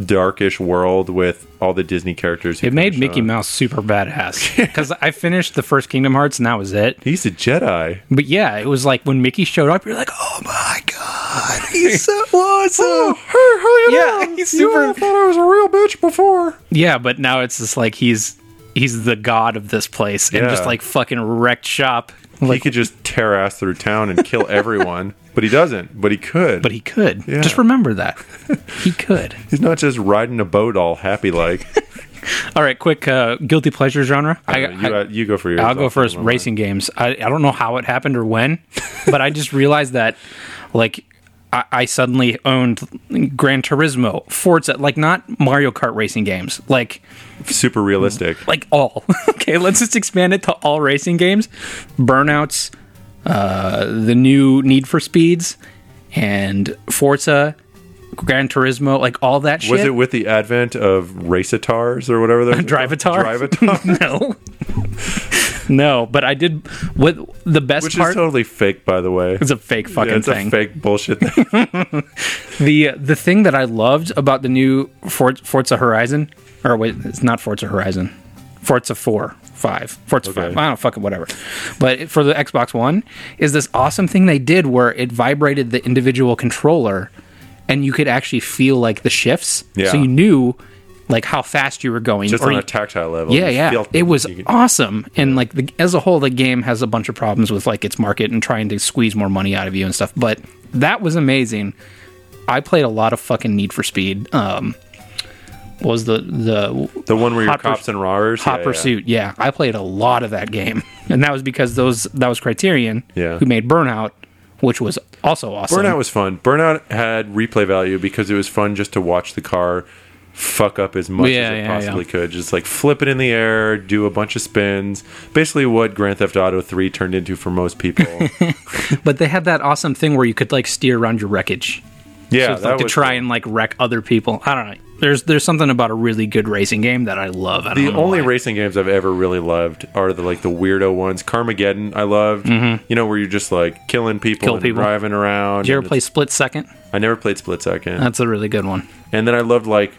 Speaker 2: darkish world with all the Disney characters. who
Speaker 1: It made
Speaker 2: finish
Speaker 1: Mickey
Speaker 2: on.
Speaker 1: Mouse super badass because I finished the first Kingdom Hearts and that was it.
Speaker 2: He's a Jedi.
Speaker 1: But yeah, it was like when Mickey showed up, you're like, oh my god, he's so awesome.
Speaker 2: hey, you
Speaker 1: Yeah, doing? he's You super- all
Speaker 2: thought I was a real bitch before.
Speaker 1: yeah, but now it's just like he's he's the god of this place and
Speaker 2: Yeah.
Speaker 1: just like fucking wrecked shop. Like,
Speaker 2: he could just tear ass through town and kill everyone, but he doesn't. But he could.
Speaker 1: but he could. Just remember that he could.
Speaker 2: he's not just riding a boat all happy like.
Speaker 1: All right, quick uh, guilty pleasure genre. I,
Speaker 2: Uh, you, uh, you go for yours.
Speaker 1: I'll go
Speaker 2: I'll
Speaker 1: first.
Speaker 2: think about mine.
Speaker 1: Racing games. I, I don't know how it happened or when, but I just realized that, like, I, I suddenly owned Gran Turismo, Forza, like not Mario Kart racing games, like
Speaker 2: Super realistic.
Speaker 1: like all. okay, let's just expand it to all racing games, Burnouts, uh, the new Need for Speeds, and Forza, Gran Turismo, like all that shit.
Speaker 2: Was it with the advent of racetars or whatever those
Speaker 1: Drivatar?
Speaker 2: Drivatar,
Speaker 1: no. no, but I did. What the best
Speaker 2: which
Speaker 1: part?
Speaker 2: is totally fake, by the way.
Speaker 1: It's a fake fucking
Speaker 2: Yeah, it's
Speaker 1: thing.
Speaker 2: a fake bullshit thing.
Speaker 1: The the thing that I loved about the new For- Forza Horizon, or wait, it's not Forza Horizon, Forza Four, Five, Forza Five. I don't fucking whatever. But for the Xbox One, is this awesome thing they did where it vibrated the individual controller, and you could actually feel like the shifts,
Speaker 2: Yeah.
Speaker 1: so you knew like how fast you were going.
Speaker 2: Just
Speaker 1: or
Speaker 2: on
Speaker 1: you-
Speaker 2: a tactile level.
Speaker 1: yeah,
Speaker 2: You
Speaker 1: yeah.
Speaker 2: feel-
Speaker 1: it was
Speaker 2: you can-
Speaker 1: awesome. And like the, as a whole, the game has a bunch of problems with like its market and trying to squeeze more money out of you and stuff. But that was amazing. I played a lot of fucking Need for Speed. Um, what was the the
Speaker 2: the one where you're
Speaker 1: Hot
Speaker 2: cops
Speaker 1: pursuit-
Speaker 2: and robbers.
Speaker 1: Hot
Speaker 2: Yeah, yeah.
Speaker 1: Pursuit? Yeah. I played a lot of that game, and that was because those that was Criterion
Speaker 2: Yeah.
Speaker 1: who made Burnout, which was also awesome.
Speaker 2: Burnout was fun. Burnout had replay value because it was fun just to watch the car fuck up as much
Speaker 1: Yeah,
Speaker 2: as it
Speaker 1: yeah,
Speaker 2: possibly could. Just like flip it in the air, do a bunch of spins. Basically, what Grand Theft Auto 3 turned into for most people.
Speaker 1: but they had that awesome thing where you could like steer around your wreckage.
Speaker 2: yeah,
Speaker 1: so it's like to try and like wreck other people. I don't know. There's there's something about a really good racing game that I love. I don't
Speaker 2: the
Speaker 1: know
Speaker 2: only
Speaker 1: why.
Speaker 2: racing games I've ever really loved are the like the weirdo ones. Carmageddon, I loved. You know, where you're just like killing people,
Speaker 1: Mm-hmm. Kill
Speaker 2: and
Speaker 1: people.
Speaker 2: driving around.
Speaker 1: Did you ever
Speaker 2: and
Speaker 1: play Uh-huh. Split Second?
Speaker 2: it's- I never played Split Second.
Speaker 1: That's a really good one.
Speaker 2: and then I loved like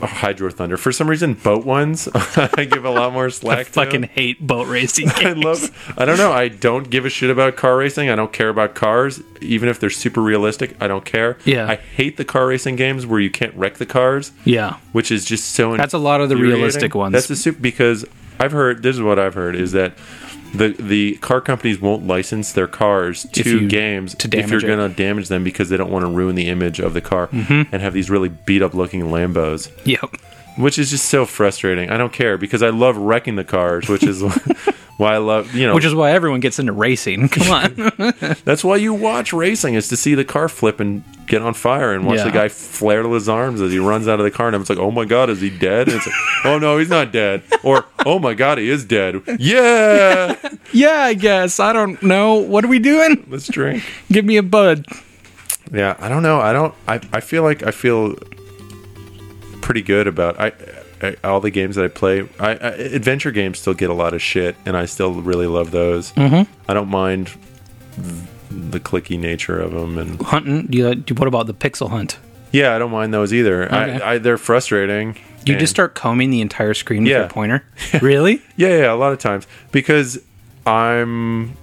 Speaker 2: Hydro Thunder. For some reason, boat ones I give a lot more slack. to
Speaker 1: Fucking hate boat racing
Speaker 2: I
Speaker 1: games.
Speaker 2: love. I don't know. I don't give a shit about car racing. I don't care about cars, even if they're super realistic. I don't care.
Speaker 1: Yeah.
Speaker 2: I hate the car racing games where you can't wreck the cars,
Speaker 1: yeah,
Speaker 2: which is just so.
Speaker 1: That's a lot of the
Speaker 2: infuriating.
Speaker 1: realistic ones.
Speaker 2: That's the super because I've heard. This is what I've heard is that the the car companies won't license their cars
Speaker 1: If
Speaker 2: to
Speaker 1: you-
Speaker 2: games
Speaker 1: to
Speaker 2: if you're
Speaker 1: damage it.
Speaker 2: going to damage them because they don't want to ruin the image of the car
Speaker 1: Mm-hmm.
Speaker 2: and have these really beat up looking Lambos
Speaker 1: yep.
Speaker 2: which is just so frustrating. I don't care because I love wrecking the cars, which is why I love you know.
Speaker 1: Which is why everyone gets into racing. Come on,
Speaker 2: that's why you watch racing is to see the car flip and get on fire and watch
Speaker 1: Yeah.
Speaker 2: the guy flail his arms as he runs out of the car and I'm just like, oh my god, is he dead? And it's like, oh no, he's not dead. Or oh my god, he is dead. Yeah,
Speaker 1: yeah, I guess I don't know. What are we doing?
Speaker 2: let's drink.
Speaker 1: Give me a bud.
Speaker 2: Yeah, I don't know. I don't. I I feel like I feel pretty good about I. I, all the games that I play, I, I adventure games still get a lot of shit, and I still really love those. Mm-hmm. I don't mind th- the clicky nature of them, and
Speaker 1: Hunting? Do you, do what about the pixel hunt?
Speaker 2: yeah, I don't mind those either.
Speaker 1: Okay.
Speaker 2: I, I they're frustrating.
Speaker 1: You
Speaker 2: and-
Speaker 1: just start combing the entire screen with
Speaker 2: Yeah.
Speaker 1: your pointer. really?
Speaker 2: Yeah, yeah, a lot of times because I'm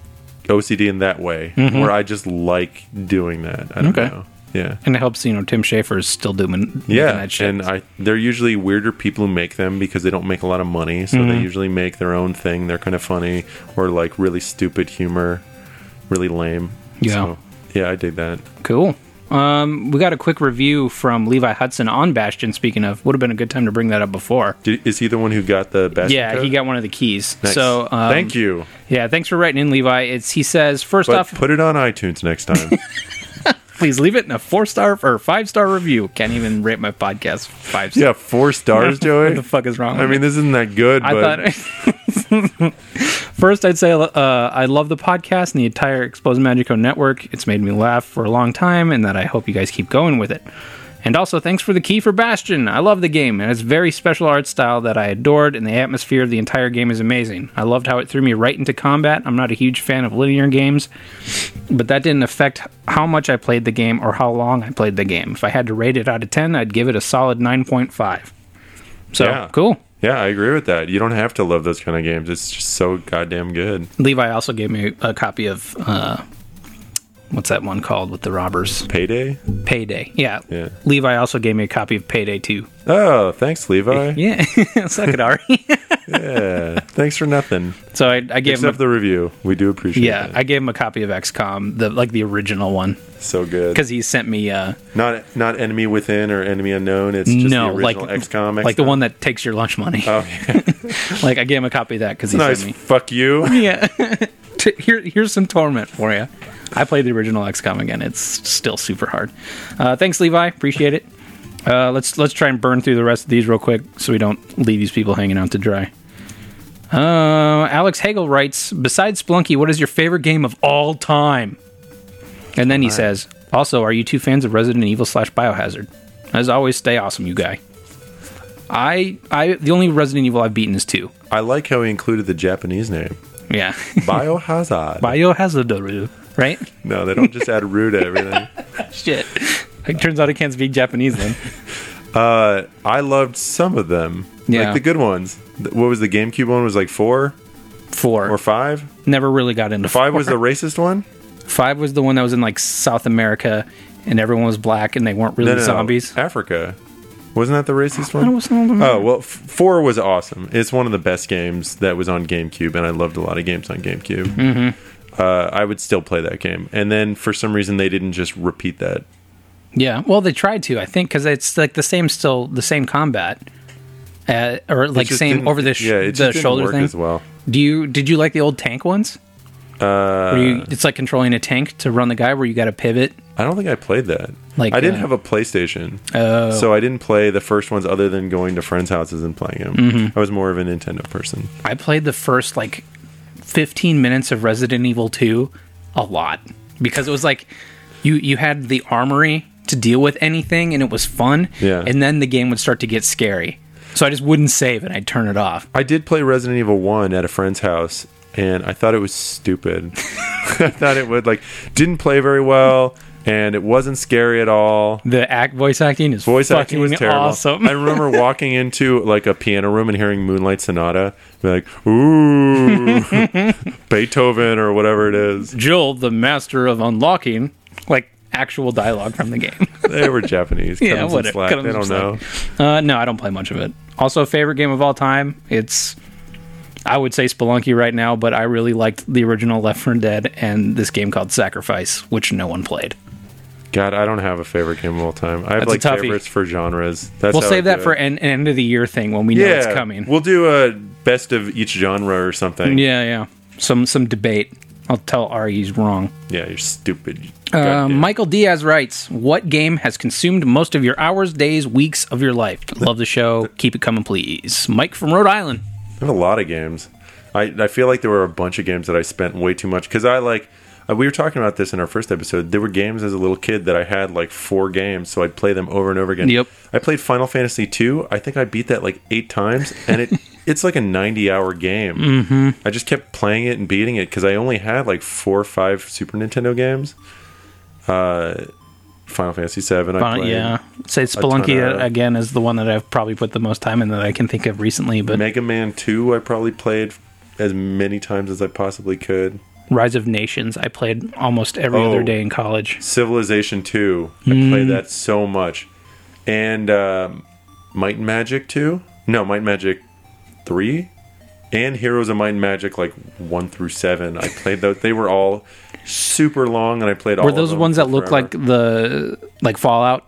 Speaker 2: OCD in that way, where I just like doing that. I don't
Speaker 1: Mm-hmm. Okay.
Speaker 2: know. Yeah,
Speaker 1: And it helps. You know, Tim Schafer is still doing making
Speaker 2: yeah
Speaker 1: that shit.
Speaker 2: and i they're usually weirder people who make them because they don't make a lot of money so
Speaker 1: Mm-hmm.
Speaker 2: they usually make their own thing they're kind of funny or like really stupid humor really lame
Speaker 1: Yeah.
Speaker 2: so, yeah i dig that
Speaker 1: cool. Um, we got a quick review from Levi Hudson on Bastion. Speaking of, would have been a good time to bring that up before.
Speaker 2: Did, is he the one who got the best?
Speaker 1: yeah, he got one of the keys. So um,
Speaker 2: thank you.
Speaker 1: Yeah, thanks for writing in, Levi. It's he says first
Speaker 2: But
Speaker 1: off,
Speaker 2: put it on iTunes next time.
Speaker 1: please leave it in a four star or five star review. Can't even rate my podcast five. stars.
Speaker 2: yeah, four stars, Joey.
Speaker 1: what the fuck is wrong?
Speaker 2: I
Speaker 1: with
Speaker 2: mean, this isn't that good,
Speaker 1: I
Speaker 2: but
Speaker 1: thought. First, I'd say uh, I love the podcast and the entire Explosive Magico network. It's made me laugh for a long time, and that I hope you guys keep going with it. And also, thanks for the key for Bastion. I love the game, and its very special art style that I adored, and the atmosphere of the entire game is amazing. I loved how it threw me right into combat. I'm not a huge fan of linear games, but that didn't affect how much I played the game or how long I played the game. If I had to rate it out of 10, I'd give it a solid 9.5. So,
Speaker 2: Yeah.
Speaker 1: cool.
Speaker 2: yeah, I agree with that. You don't have to love those kind of games. It's just so goddamn good.
Speaker 1: Levi also gave me a copy of uh, what's that one called with the robbers?
Speaker 2: Payday.
Speaker 1: Payday. Yeah.
Speaker 2: Yeah.
Speaker 1: Levi also gave me a copy of Payday too.
Speaker 2: Oh, thanks, Levi.
Speaker 1: Yeah. Suck it, Ari.
Speaker 2: Yeah, thanks for nothing
Speaker 1: so I, I gave him.
Speaker 2: except
Speaker 1: A,
Speaker 2: the review. We do appreciate.
Speaker 1: yeah,
Speaker 2: it.
Speaker 1: I gave him a copy of XCOM, the like the original one,
Speaker 2: so good.
Speaker 1: because he sent me uh,
Speaker 2: Not not enemy within or enemy unknown. It's just
Speaker 1: no,
Speaker 2: the
Speaker 1: like
Speaker 2: original XCOM,
Speaker 1: like the one that takes your lunch money.
Speaker 2: Oh, yeah.
Speaker 1: like I gave him a copy of that because he
Speaker 2: nice.
Speaker 1: sent me.
Speaker 2: Fuck you.
Speaker 1: Yeah. T- Here, here's some torment for you. I played the original XCOM again. It's still super hard. Uh, thanks, Levi. Appreciate it. Uh, let's let's try and burn through the rest of these real quick so we don't leave these people hanging out to dry. Uh, Alex Hagel writes: Besides Splunky, what is your favorite game of all time? And then he says, "Also, are you two fans of Resident Evil slash Biohazard? As always, stay awesome, you guy." I I the only Resident Evil I've beaten is two.
Speaker 2: I like how he included the Japanese name
Speaker 1: Yeah,
Speaker 2: Biohazard.
Speaker 1: Biohazard, right?
Speaker 2: no, they don't just add "ru" to everything.
Speaker 1: Shit. It turns out I can't speak Japanese then.
Speaker 2: Uh, I loved some of them.
Speaker 1: Yeah.
Speaker 2: Like the good ones. Th- What was the GameCube one? Was like four
Speaker 1: Four.
Speaker 2: or five?
Speaker 1: Never really got into
Speaker 2: Five was the racist one?
Speaker 1: Five was the one that was in like South America and everyone was black and they weren't really
Speaker 2: No, no, no.
Speaker 1: zombies.
Speaker 2: Africa. Wasn't that the racist
Speaker 1: I
Speaker 2: one?
Speaker 1: was in South
Speaker 2: Oh, well, f- four was awesome. It's one of the best games that was on GameCube, and I loved a lot of games on GameCube. Mm-hmm. Uh, I would still play that game. And then for some reason, they didn't just repeat that.
Speaker 1: Yeah. Well, they tried to, I think, because it's like the same, still the same combat. Uh, or
Speaker 2: It
Speaker 1: like
Speaker 2: just
Speaker 1: same
Speaker 2: didn't-
Speaker 1: over the, sh-
Speaker 2: yeah, it just
Speaker 1: the
Speaker 2: didn't
Speaker 1: shoulder
Speaker 2: work
Speaker 1: thing.
Speaker 2: as well.
Speaker 1: Do you did you like the old tank ones? Uh, you, it's like controlling a tank to run the guy where you got to pivot.
Speaker 2: I don't think I played that.
Speaker 1: Like,
Speaker 2: I didn't
Speaker 1: uh, oh.
Speaker 2: have a PlayStation, so I didn't play the first ones other than going to friends' houses and playing them.
Speaker 1: Mm-hmm.
Speaker 2: I was more of a Nintendo person.
Speaker 1: I played the first like 15 minutes of Resident Evil 2 a lot because it was like you you had the armory to deal with anything and it was fun.
Speaker 2: Yeah.
Speaker 1: And then the game would start to get scary. So I just wouldn't save and I'd turn it off.
Speaker 2: I did play Resident Evil 1 at a friend's house and I thought it was stupid. I thought it would like didn't play very well and it wasn't scary at all.
Speaker 1: The act voice acting is
Speaker 2: Voice
Speaker 1: fucking
Speaker 2: acting was terrible.
Speaker 1: awesome.
Speaker 2: I remember walking into like a piano room and hearing Moonlight Sonata, be like, "Ooh, Beethoven or whatever it is."
Speaker 1: Jill, the master of unlocking, like actual dialogue from the game.
Speaker 2: They were Japanese. Cut
Speaker 1: yeah,
Speaker 2: 'em some
Speaker 1: whatever.
Speaker 2: slack.
Speaker 1: Cut 'em
Speaker 2: They
Speaker 1: some
Speaker 2: don't know.
Speaker 1: slack. Uh, no, I don't play much of it. Also, favorite game of all time. It's I would say Spelunky right now, but I really liked the original Left 4 Dead and this game called Sacrifice, which no one played.
Speaker 2: God, I don't have a favorite game of all time. I
Speaker 1: That's
Speaker 2: have
Speaker 1: a
Speaker 2: like
Speaker 1: toughie.
Speaker 2: favorites for genres. That's
Speaker 1: We'll
Speaker 2: how I
Speaker 1: save
Speaker 2: do
Speaker 1: that
Speaker 2: it.
Speaker 1: for an, an end of the year thing when we know it's coming.
Speaker 2: We'll do a best of each genre or something.
Speaker 1: yeah, yeah. Some some debate. I'll tell Ari he's wrong.
Speaker 2: Yeah, you're stupid. you
Speaker 1: Uh,
Speaker 2: goddamn-
Speaker 1: Michael Diaz writes, "What game has consumed most of your hours, days, weeks of your life? Love the show. Keep it coming, please." Mike from Rhode Island.
Speaker 2: I have a lot of games. I, I feel like there were a bunch of games that I spent way too much because I like. uh, We were talking about this in our first episode. There were games as a little kid that I had like four games, so I'd play them over and over again.
Speaker 1: Yep.
Speaker 2: I played Final Fantasy two. I think I beat that like eight times, and it it's like a ninety hour game. Mm-hmm. I just kept playing it and beating it because I only had like four or five Super Nintendo games. Uh, Final Fantasy seven. I
Speaker 1: Fun-
Speaker 2: played.
Speaker 1: yeah. Say
Speaker 2: ton
Speaker 1: Spelunky
Speaker 2: of-
Speaker 1: uh, again is the one that I've probably put the most time in that I can think of recently, but
Speaker 2: Mega Man 2, I probably played as many times as I possibly could.
Speaker 1: Rise of Nations I played almost every
Speaker 2: Oh.
Speaker 1: other day in college.
Speaker 2: Civilization 2, I
Speaker 1: Hmm.
Speaker 2: played that so much. And um, Might and Magic 2? No, Might and Magic 3? And Heroes of Might and Magic, like 1 through 7. I played those. They were all super long, and I played all.
Speaker 1: Were
Speaker 2: of
Speaker 1: those
Speaker 2: them
Speaker 1: ones
Speaker 2: for
Speaker 1: that look
Speaker 2: forever.
Speaker 1: like the like Fallout?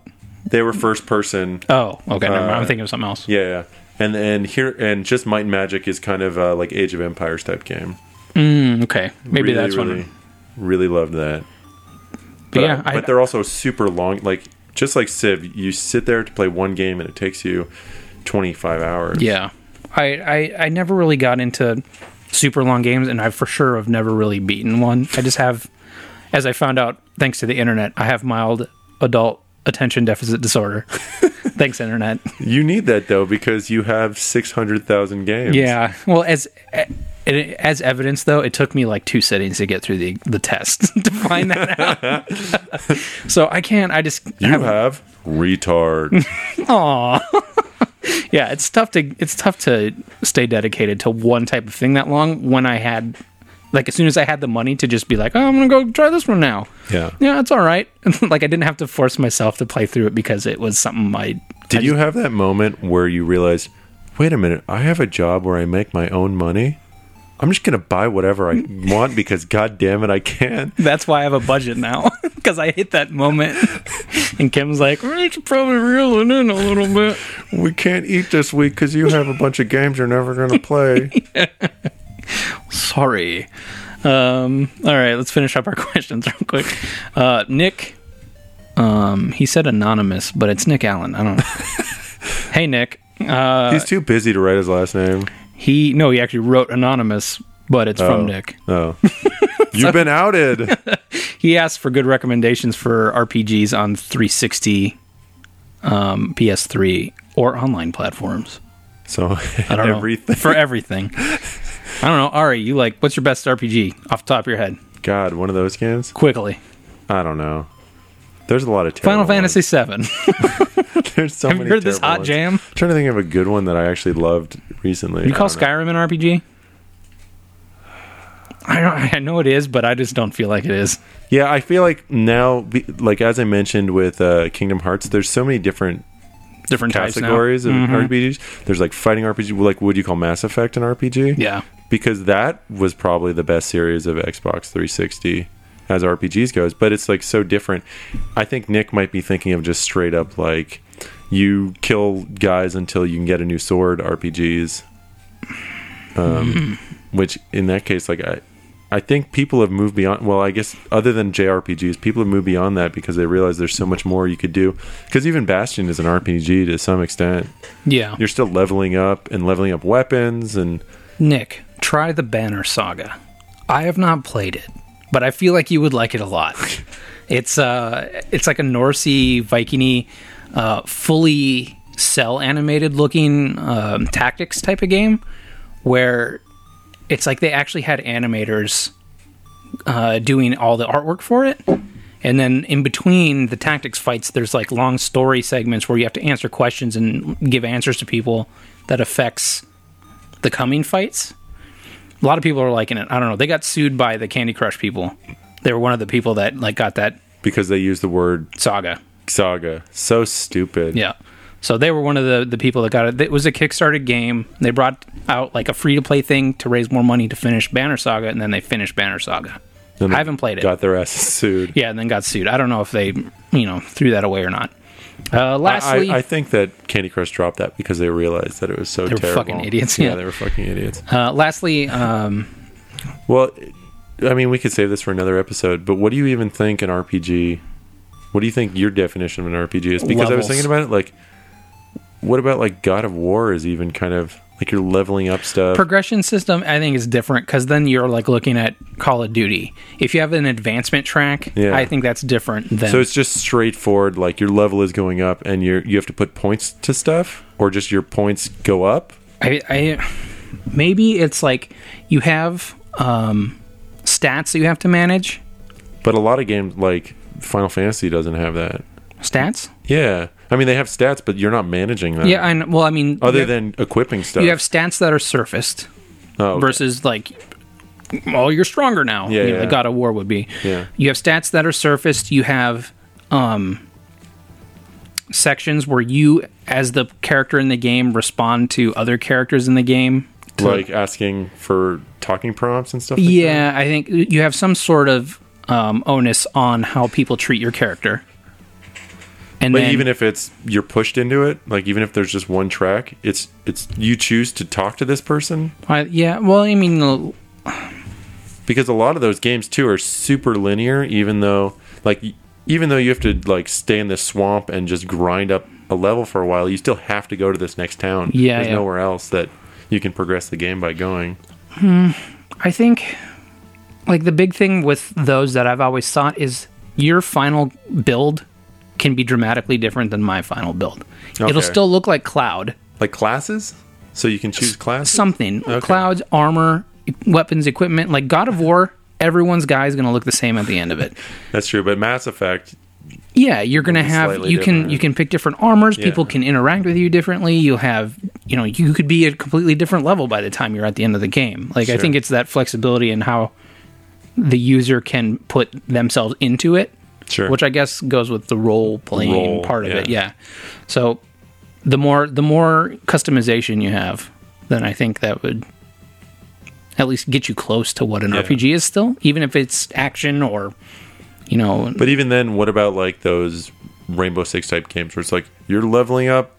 Speaker 2: they were first person?
Speaker 1: Oh, okay, never mind. I'm thinking of something else.
Speaker 2: Uh, Yeah, yeah. And and here and just Might and Magic is kind of uh, like Age of Empires type game.
Speaker 1: Mm, Okay, maybe
Speaker 2: really,
Speaker 1: that's
Speaker 2: really,
Speaker 1: one.
Speaker 2: really loved that.
Speaker 1: But,
Speaker 2: But,
Speaker 1: yeah,
Speaker 2: but
Speaker 1: I,
Speaker 2: they're also super long. Like just like Civ, you sit there to play one game and it takes you twenty five hours.
Speaker 1: yeah, I, I I never really got into super long games, and I for sure have never really beaten one. I just have, as I found out thanks to the internet, I have mild adult attention deficit disorder. thanks, internet.
Speaker 2: You need that though because you have six hundred thousand games.
Speaker 1: Yeah. Well, as it- as evidence though, it took me like two sittings to get through the the test to find that out. so I can't. I just
Speaker 2: You have retard.
Speaker 1: yeah. It's tough to it's tough to stay dedicated to one type of thing that long. When I had like as soon as I had the money to just be like, oh, I'm gonna go try this one now.
Speaker 2: Yeah.
Speaker 1: Yeah, it's all right. like I didn't have to force myself to play through it because it was something I.
Speaker 2: Did you have that moment where you realized, wait a minute, I have a job where I make my own money? I'm just going to buy whatever I want because god damn it, I can.
Speaker 1: That's why I have a budget now because I hit that moment. and Kim's like, we should probably reel it in a little bit.
Speaker 2: We can't eat this week because you have a bunch of games you're never going to play.
Speaker 1: sorry. Um, all right, let's finish up our questions real quick. Uh, Nick, um, he said anonymous, but it's Nick Allen. I don't know. hey, Nick. Uh,
Speaker 2: He's too busy to write his last name.
Speaker 1: he no, he actually wrote anonymous, but it's
Speaker 2: Oh.
Speaker 1: from Nick.
Speaker 2: Oh. You've been outed.
Speaker 1: He asked for good recommendations for RPGs on 360, um, PS3, or online platforms.
Speaker 2: So,
Speaker 1: I don't know.
Speaker 2: everything.
Speaker 1: for everything. I don't know, Ari. You like what's your best RPG off the top of your head?
Speaker 2: God, one of those games?
Speaker 1: Quickly,
Speaker 2: I don't know. There's a lot of
Speaker 1: Final
Speaker 2: terrible
Speaker 1: Fantasy VII.
Speaker 2: ones. There's so
Speaker 1: Have you
Speaker 2: many
Speaker 1: heard this
Speaker 2: terrible
Speaker 1: hot
Speaker 2: ones.
Speaker 1: jam?
Speaker 2: I'm trying to think of a good one that I actually loved recently.
Speaker 1: You
Speaker 2: I
Speaker 1: call
Speaker 2: don't know.
Speaker 1: Skyrim an RPG? I don't, I know it is, but I just don't feel like it is.
Speaker 2: Yeah, I feel like now, be- like as I mentioned with uh, Kingdom Hearts, there's so many different
Speaker 1: Different types now. Hmm. Mm-hmm.
Speaker 2: categories of RPGs. There's like fighting RPG, well, like would you call Mass Effect an RPG?
Speaker 1: Yeah,
Speaker 2: because that was probably the best series of Xbox 360 as RPGs goes. But it's like so different. I think Nick might be thinking of just straight up like you kill guys until you can get a new sword RPGs. Um, which in that case, like I. I think people have moved beyond. Well, I guess other than JRPGs, people have moved beyond that because they realize there's so much more you could do. Because even Bastion is an RPG to some extent.
Speaker 1: yeah.
Speaker 2: You're still leveling up and leveling up weapons, and
Speaker 1: Nick, try the Banner Saga. I have not played it, but I feel like you would like it a lot. it's uh, it's like a Norse-y, Vikingy, uh, fully cell animated looking um, tactics type of game, where it's like they actually had animators uh, doing all the artwork for it. And then in between the tactics fights, there's like long story segments where you have to answer questions and give answers to people that affects the coming fights. A lot of people are liking it. I don't know. They got sued by the Candy Crush people. They were one of the people that like got that
Speaker 2: because they use the word
Speaker 1: saga.
Speaker 2: saga. So stupid.
Speaker 1: Yeah. So they were one of the, the people that got it. It was a Kickstarter game. They brought out like a free to play thing to raise more money to finish Banner Saga, and then they finished Banner Saga.
Speaker 2: And
Speaker 1: I haven't played it.
Speaker 2: Got their asses sued.
Speaker 1: Yeah, and then got sued. I don't know if they, you know, threw that away or not. Uh, lastly,
Speaker 2: I, I think that Candy Crush dropped that because they realized that it was so they
Speaker 1: were
Speaker 2: terrible.
Speaker 1: fucking idiots, yeah.
Speaker 2: they were fucking idiots.
Speaker 1: uh, lastly, um,
Speaker 2: Well, I mean, we could save this for another episode. But what do you even think an RPG? What do you think your definition of an RPG is? Because I
Speaker 1: Levels.
Speaker 2: was thinking about it, like, what about like God of War is even kind of like you're leveling up stuff.
Speaker 1: progression system i think is different because then you're like looking at call of duty if you have an advancement track
Speaker 2: Yeah.
Speaker 1: i think that's different than
Speaker 2: so it's just straightforward. Like your level is going up, and you are you have to put points to stuff, or just your points go up.
Speaker 1: I, I maybe it's like you have um stats that you have to manage
Speaker 2: But a lot of games like Final Fantasy doesn't have that.
Speaker 1: stats
Speaker 2: Yeah. I mean they have stats, but you're not managing them.
Speaker 1: yeah i know well i mean you
Speaker 2: Other
Speaker 1: have,
Speaker 2: than equipping stuff.
Speaker 1: you have stats that are surfaced
Speaker 2: oh, okay.
Speaker 1: versus like oh you're stronger now
Speaker 2: Yeah,
Speaker 1: you know,
Speaker 2: yeah.
Speaker 1: the god of war would be
Speaker 2: Yeah.
Speaker 1: you have stats that are surfaced you have um sections where you as the character in the game respond to other characters in the game to-
Speaker 2: like asking for talking prompts and stuff. like
Speaker 1: yeah i think you have some sort of um, onus on how people treat your character. And
Speaker 2: But
Speaker 1: then,
Speaker 2: even if it's you're pushed into it, like even if there's just one track, it's it's you choose to talk to this person
Speaker 1: I, yeah, well, I mean, uh, l-
Speaker 2: because a lot of those games too are super linear. Even though like y- even though you have to like stay in this swamp and just grind up a level for a while, you still have to go to this next town.
Speaker 1: Yeah,
Speaker 2: there's
Speaker 1: yeah.
Speaker 2: nowhere else that you can progress the game by going.
Speaker 1: I think like the big thing with those that I've always thought is your final build can be dramatically different than my final build. It'll
Speaker 2: Okay.
Speaker 1: still look like cloud,
Speaker 2: Like classes, so you can choose classes.
Speaker 1: something,
Speaker 2: Okay.
Speaker 1: clouds, armor, e- weapons, equipment. Like God of War, everyone's guy is going to look the same at the end of it.
Speaker 2: That's true, but Mass Effect,
Speaker 1: Yeah, you're going to have
Speaker 2: slightly
Speaker 1: you can
Speaker 2: different.
Speaker 1: you can pick different armors.
Speaker 2: Yeah.
Speaker 1: People can interact with you differently. You'll have you know you could be at a completely different level by the time you're at the end of the game. Like I
Speaker 2: Sure.
Speaker 1: think it's that flexibility in how the user can put themselves into it,
Speaker 2: sure.
Speaker 1: which I guess goes with the role playing
Speaker 2: Role,
Speaker 1: part of it.
Speaker 2: yeah.
Speaker 1: Yeah. So the more the more customization you have, then I think that would at least get you close to what an
Speaker 2: Yeah.
Speaker 1: RPG is still, even if it's action or you know
Speaker 2: But even then, what about like those Rainbow Six type games where it's like you're leveling up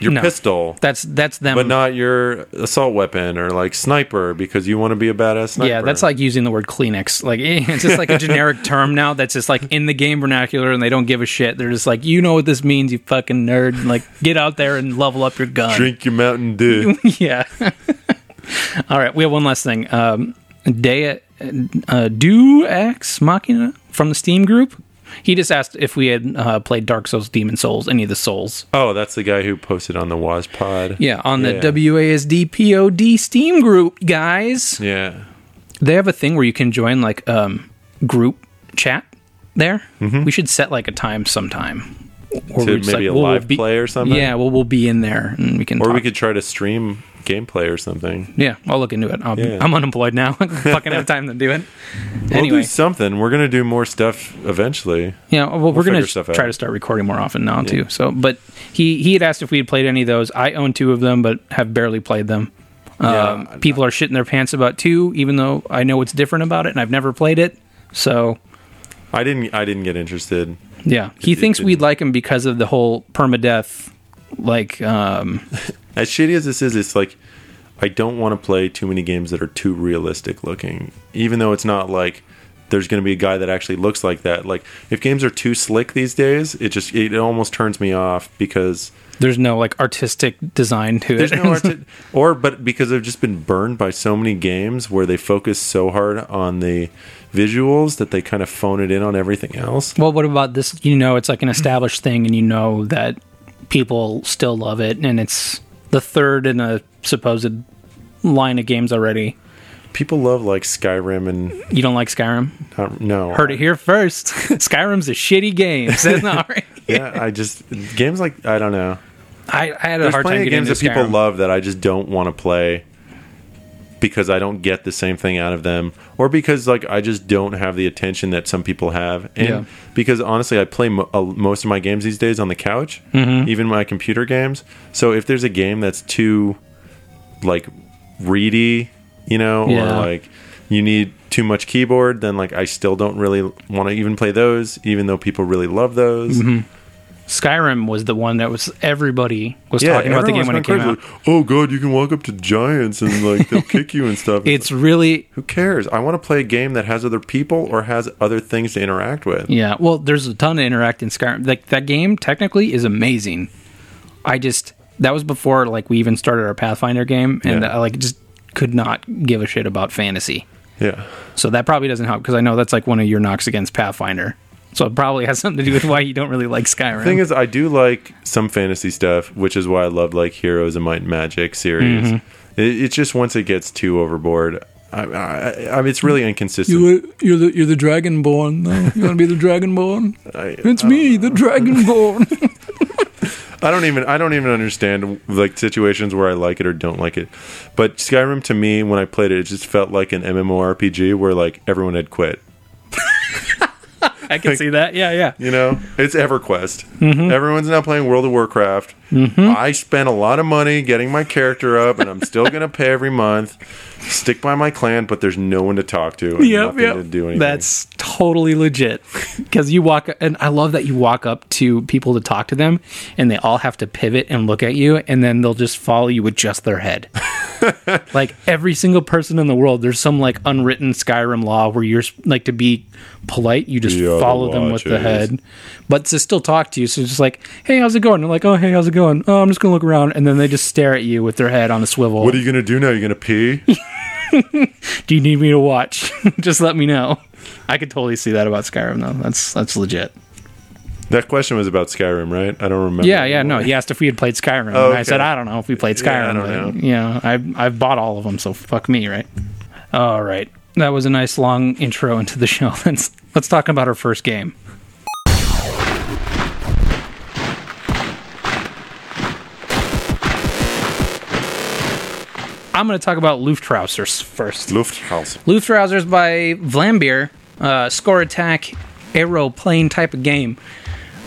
Speaker 2: your
Speaker 1: No.
Speaker 2: pistol,
Speaker 1: that's that's them
Speaker 2: but not your assault weapon or like sniper because you want to be a badass sniper.
Speaker 1: Yeah, that's like using the word Kleenex. Like eh, it's just like a generic term now that's just like in the game vernacular, and they don't give a shit. They're just like, you know what this means, you fucking nerd. Like get out there and level up your gun.
Speaker 2: drink your Mountain Dew.
Speaker 1: Yeah. All right, we have one last thing. Um, Dea uh, Do Ex Machina from the Steam group. He just asked if we had uh, played Dark Souls, Demon Souls, any of the Souls.
Speaker 2: oh, that's the guy who posted on the Waz Pod.
Speaker 1: Yeah, on the
Speaker 2: Yeah.
Speaker 1: WASDPOD Steam group, guys.
Speaker 2: Yeah.
Speaker 1: they have a thing where you can join like um group chat there we should set like a time sometime or
Speaker 2: Mm-hmm. To
Speaker 1: we just,
Speaker 2: maybe a
Speaker 1: we'll
Speaker 2: live play or something?
Speaker 1: yeah well we'll be in there and we can
Speaker 2: Or we
Speaker 1: talk.
Speaker 2: could try to stream gameplay or something.
Speaker 1: yeah i'll look into it I'll,
Speaker 2: Yeah.
Speaker 1: i'm unemployed now i don't fucking have time to do it
Speaker 2: We'll
Speaker 1: anyway
Speaker 2: do something. We're gonna do more stuff eventually.
Speaker 1: yeah well, we're gonna
Speaker 2: figure stuff out.
Speaker 1: try to start recording more often now too so but he he had asked if we had played any of those i own two of them but have barely played them um,
Speaker 2: Yeah.
Speaker 1: people are shitting their pants about two even though i know what's different about it and i've never played it so
Speaker 2: I didn't. I didn't get interested.
Speaker 1: Yeah, he
Speaker 2: it
Speaker 1: thinks we'd
Speaker 2: didn't-
Speaker 1: like him because of the whole permadeath. Like, um,
Speaker 2: As shitty as this is, it's like I don't want to play too many games that are too realistic looking. Even though it's not like there's going to be a guy that actually looks like that. Like if games are too slick these days, it just it almost turns me off because
Speaker 1: there's no like artistic design to
Speaker 2: there's
Speaker 1: it.
Speaker 2: no art or but because I've just been burned by so many games where they focus so hard on the visuals that they kind of phone it in on everything else.
Speaker 1: well, what about this? You know, it's like an established thing, and you know that people still love it, and it's the third in a supposed line of games already.
Speaker 2: People love like Skyrim and
Speaker 1: You don't like Skyrim?
Speaker 2: not, no.
Speaker 1: Heard it here first. Skyrim's a shitty game. Says not right.
Speaker 2: Yeah, I just games like I don't know.
Speaker 1: I, I had a
Speaker 2: There's
Speaker 1: hard
Speaker 2: plenty
Speaker 1: time
Speaker 2: of
Speaker 1: getting
Speaker 2: games
Speaker 1: into
Speaker 2: that people
Speaker 1: Skyrim.
Speaker 2: love that I just don't want to play because I don't get the same thing out of them, or because like I just don't have the attention that some people have, and
Speaker 1: Yeah.
Speaker 2: because honestly, I play mo- uh, most of my games these days on the couch,
Speaker 1: Mm-hmm.
Speaker 2: even my computer games. So if there's a game that's too like reedy, you know,
Speaker 1: Yeah.
Speaker 2: or like you need too much keyboard, then like I still don't really want to even play those, even though people really love those.
Speaker 1: Skyrim was the one that was everybody was talking about the game
Speaker 2: everyone's
Speaker 1: when it
Speaker 2: going
Speaker 1: came out.
Speaker 2: crazy, like, oh god, you can walk up to giants and like they'll kick you and stuff.
Speaker 1: It's really
Speaker 2: who cares? I want to play a game that has other people or has other things to interact with.
Speaker 1: Yeah, well, there's a ton to interact in Skyrim. Like that game technically is amazing. I just that was before like we even started our Pathfinder game, and
Speaker 2: Yeah.
Speaker 1: I like just could not give a shit about fantasy.
Speaker 2: Yeah.
Speaker 1: So that probably doesn't help because I know that's like one of your knocks against Pathfinder. So it probably has something to do with why you don't really like Skyrim.
Speaker 2: Thing is, I do like some fantasy stuff, which is why I love like Heroes and Might and Magic series.
Speaker 1: Mm-hmm.
Speaker 2: It, it's just once it gets too overboard, I, I, I, I mean, it's really inconsistent.
Speaker 1: you're the you're the Dragonborn. Though. You want to be the Dragonborn?
Speaker 2: I-
Speaker 1: me, the Dragonborn.
Speaker 2: I don't even I don't even understand like situations where I like it or don't like it. But Skyrim to me, when I played it, it just felt like an MMORPG where like everyone had quit.
Speaker 1: I can see that. Yeah, yeah.
Speaker 2: You know, it's EverQuest.
Speaker 1: Mm-hmm.
Speaker 2: Everyone's now playing World of Warcraft. I spent a lot of money getting my character up, and I'm still going to pay every month. Stick by my clan, but there's no one to talk to. And
Speaker 1: Yep,
Speaker 2: nothing
Speaker 1: yep.
Speaker 2: To do anything.
Speaker 1: That's totally legit. Because you walk, and I love that you walk up to people to talk to them, and they all have to pivot and look at you, and then they'll just follow you with just their head. like every single person in the world, there's some like unwritten Skyrim law where you're like to be polite, you just
Speaker 2: Yeah, the
Speaker 1: follow them
Speaker 2: law
Speaker 1: with the
Speaker 2: changes.
Speaker 1: head, but to still talk to you. So it's just like, hey, how's it going? They're like, oh, hey, how's it going? Oh, I'm just gonna look around, and then they just stare at you with their head on a swivel.
Speaker 2: What are you going to do now? You're going to pee?
Speaker 1: Do you need me to watch? Just let me know. I could totally see that about Skyrim though. That's that's legit.
Speaker 2: that question was about Skyrim, right? I don't remember.
Speaker 1: Yeah, yeah, no. He asked if we had played Skyrim. and I
Speaker 2: okay.
Speaker 1: said I don't know if we played Skyrim.
Speaker 2: Yeah, I don't
Speaker 1: but, You know, I've I've bought all of them, so fuck me, right? All right. That was a nice long intro into the show. Let's let's talk about our first game. I'm going to talk about Luftrausers first.
Speaker 2: Lufthouse.
Speaker 1: Luftrausers by Vlambeer, uh, score attack, aeroplane type of game.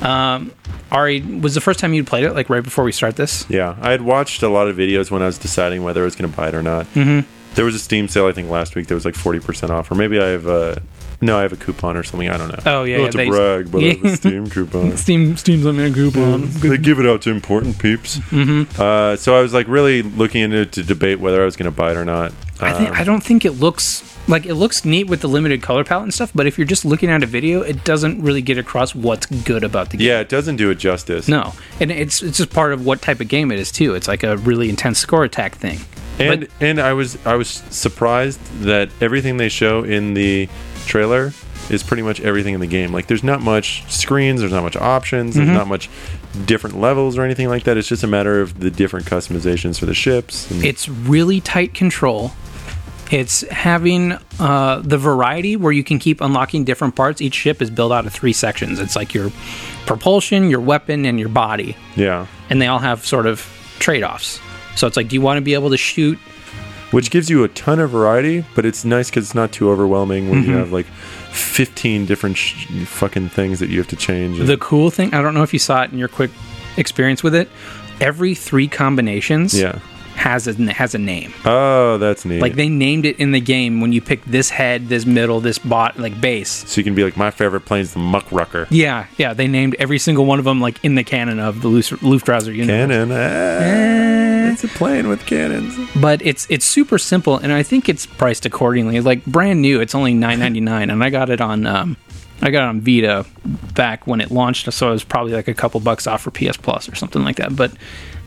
Speaker 1: Um, Ari, was the first time you played it, like right before we start this?
Speaker 2: Yeah, I had watched a lot of videos when I was deciding whether I was going to buy it or not. Mm-hmm. There was a Steam sale, I think, last week. There was like forty percent off, or maybe I have a no, I have a coupon or something. I don't know.
Speaker 1: Oh, yeah,
Speaker 2: not
Speaker 1: yeah,
Speaker 2: to
Speaker 1: they-
Speaker 2: brag, but I have
Speaker 1: Yeah.
Speaker 2: a Steam coupon.
Speaker 1: Steam, Steam's on a coupon.
Speaker 2: They give it out to important peeps. Mm-hmm. Uh, so I was like really looking into it to debate whether I was going to buy it or not. Uh,
Speaker 1: I, thi- I don't think it looks like it looks neat with the limited color palette and stuff, but if you're just looking at a video, it doesn't really get across what's good about the game.
Speaker 2: yeah, it doesn't do it justice.
Speaker 1: No, and it's it's just part of what type of game it is too. It's like a really intense score attack thing.
Speaker 2: and and I was I was surprised that everything they show in the trailer is pretty much everything in the game. Like there's not much screens, there's not much options,
Speaker 1: Mm-hmm.
Speaker 2: there's not much different levels or anything like that. It's just a matter of the different customizations for the ships. And
Speaker 1: it's really tight control. It's having uh, the variety where you can keep unlocking different parts. Each ship is built out of three sections. It's like your propulsion, your weapon, and your body,
Speaker 2: yeah.
Speaker 1: and they all have sort of trade offs. So it's like, do you want to be able to shoot?
Speaker 2: Which gives you a ton of variety, but it's nice cuz it's not too overwhelming when
Speaker 1: Mm-hmm.
Speaker 2: you have like 15 different sh- fucking things that you have to change. and-
Speaker 1: The cool thing, I don't know if you saw it in your quick experience with it. Every three combinations
Speaker 2: yeah.
Speaker 1: has a has a name.
Speaker 2: Oh, that's neat.
Speaker 1: Like they named it in the game when you pick this head, this middle, this bot, like base.
Speaker 2: so you can be like my favorite plane's the Muckrucker.
Speaker 1: Yeah, yeah. They named every single one of them like in the canon of the Luf- Luftrauser universe.
Speaker 2: Cannon. Ah, it's a plane with cannons.
Speaker 1: But Eh. it's it's super simple, and I think it's priced accordingly. Like brand new, it's only nine ninety nine, and I got it on um, I got it on Vita back when it launched, so it was probably like a couple bucks off for PS Plus or something like that. But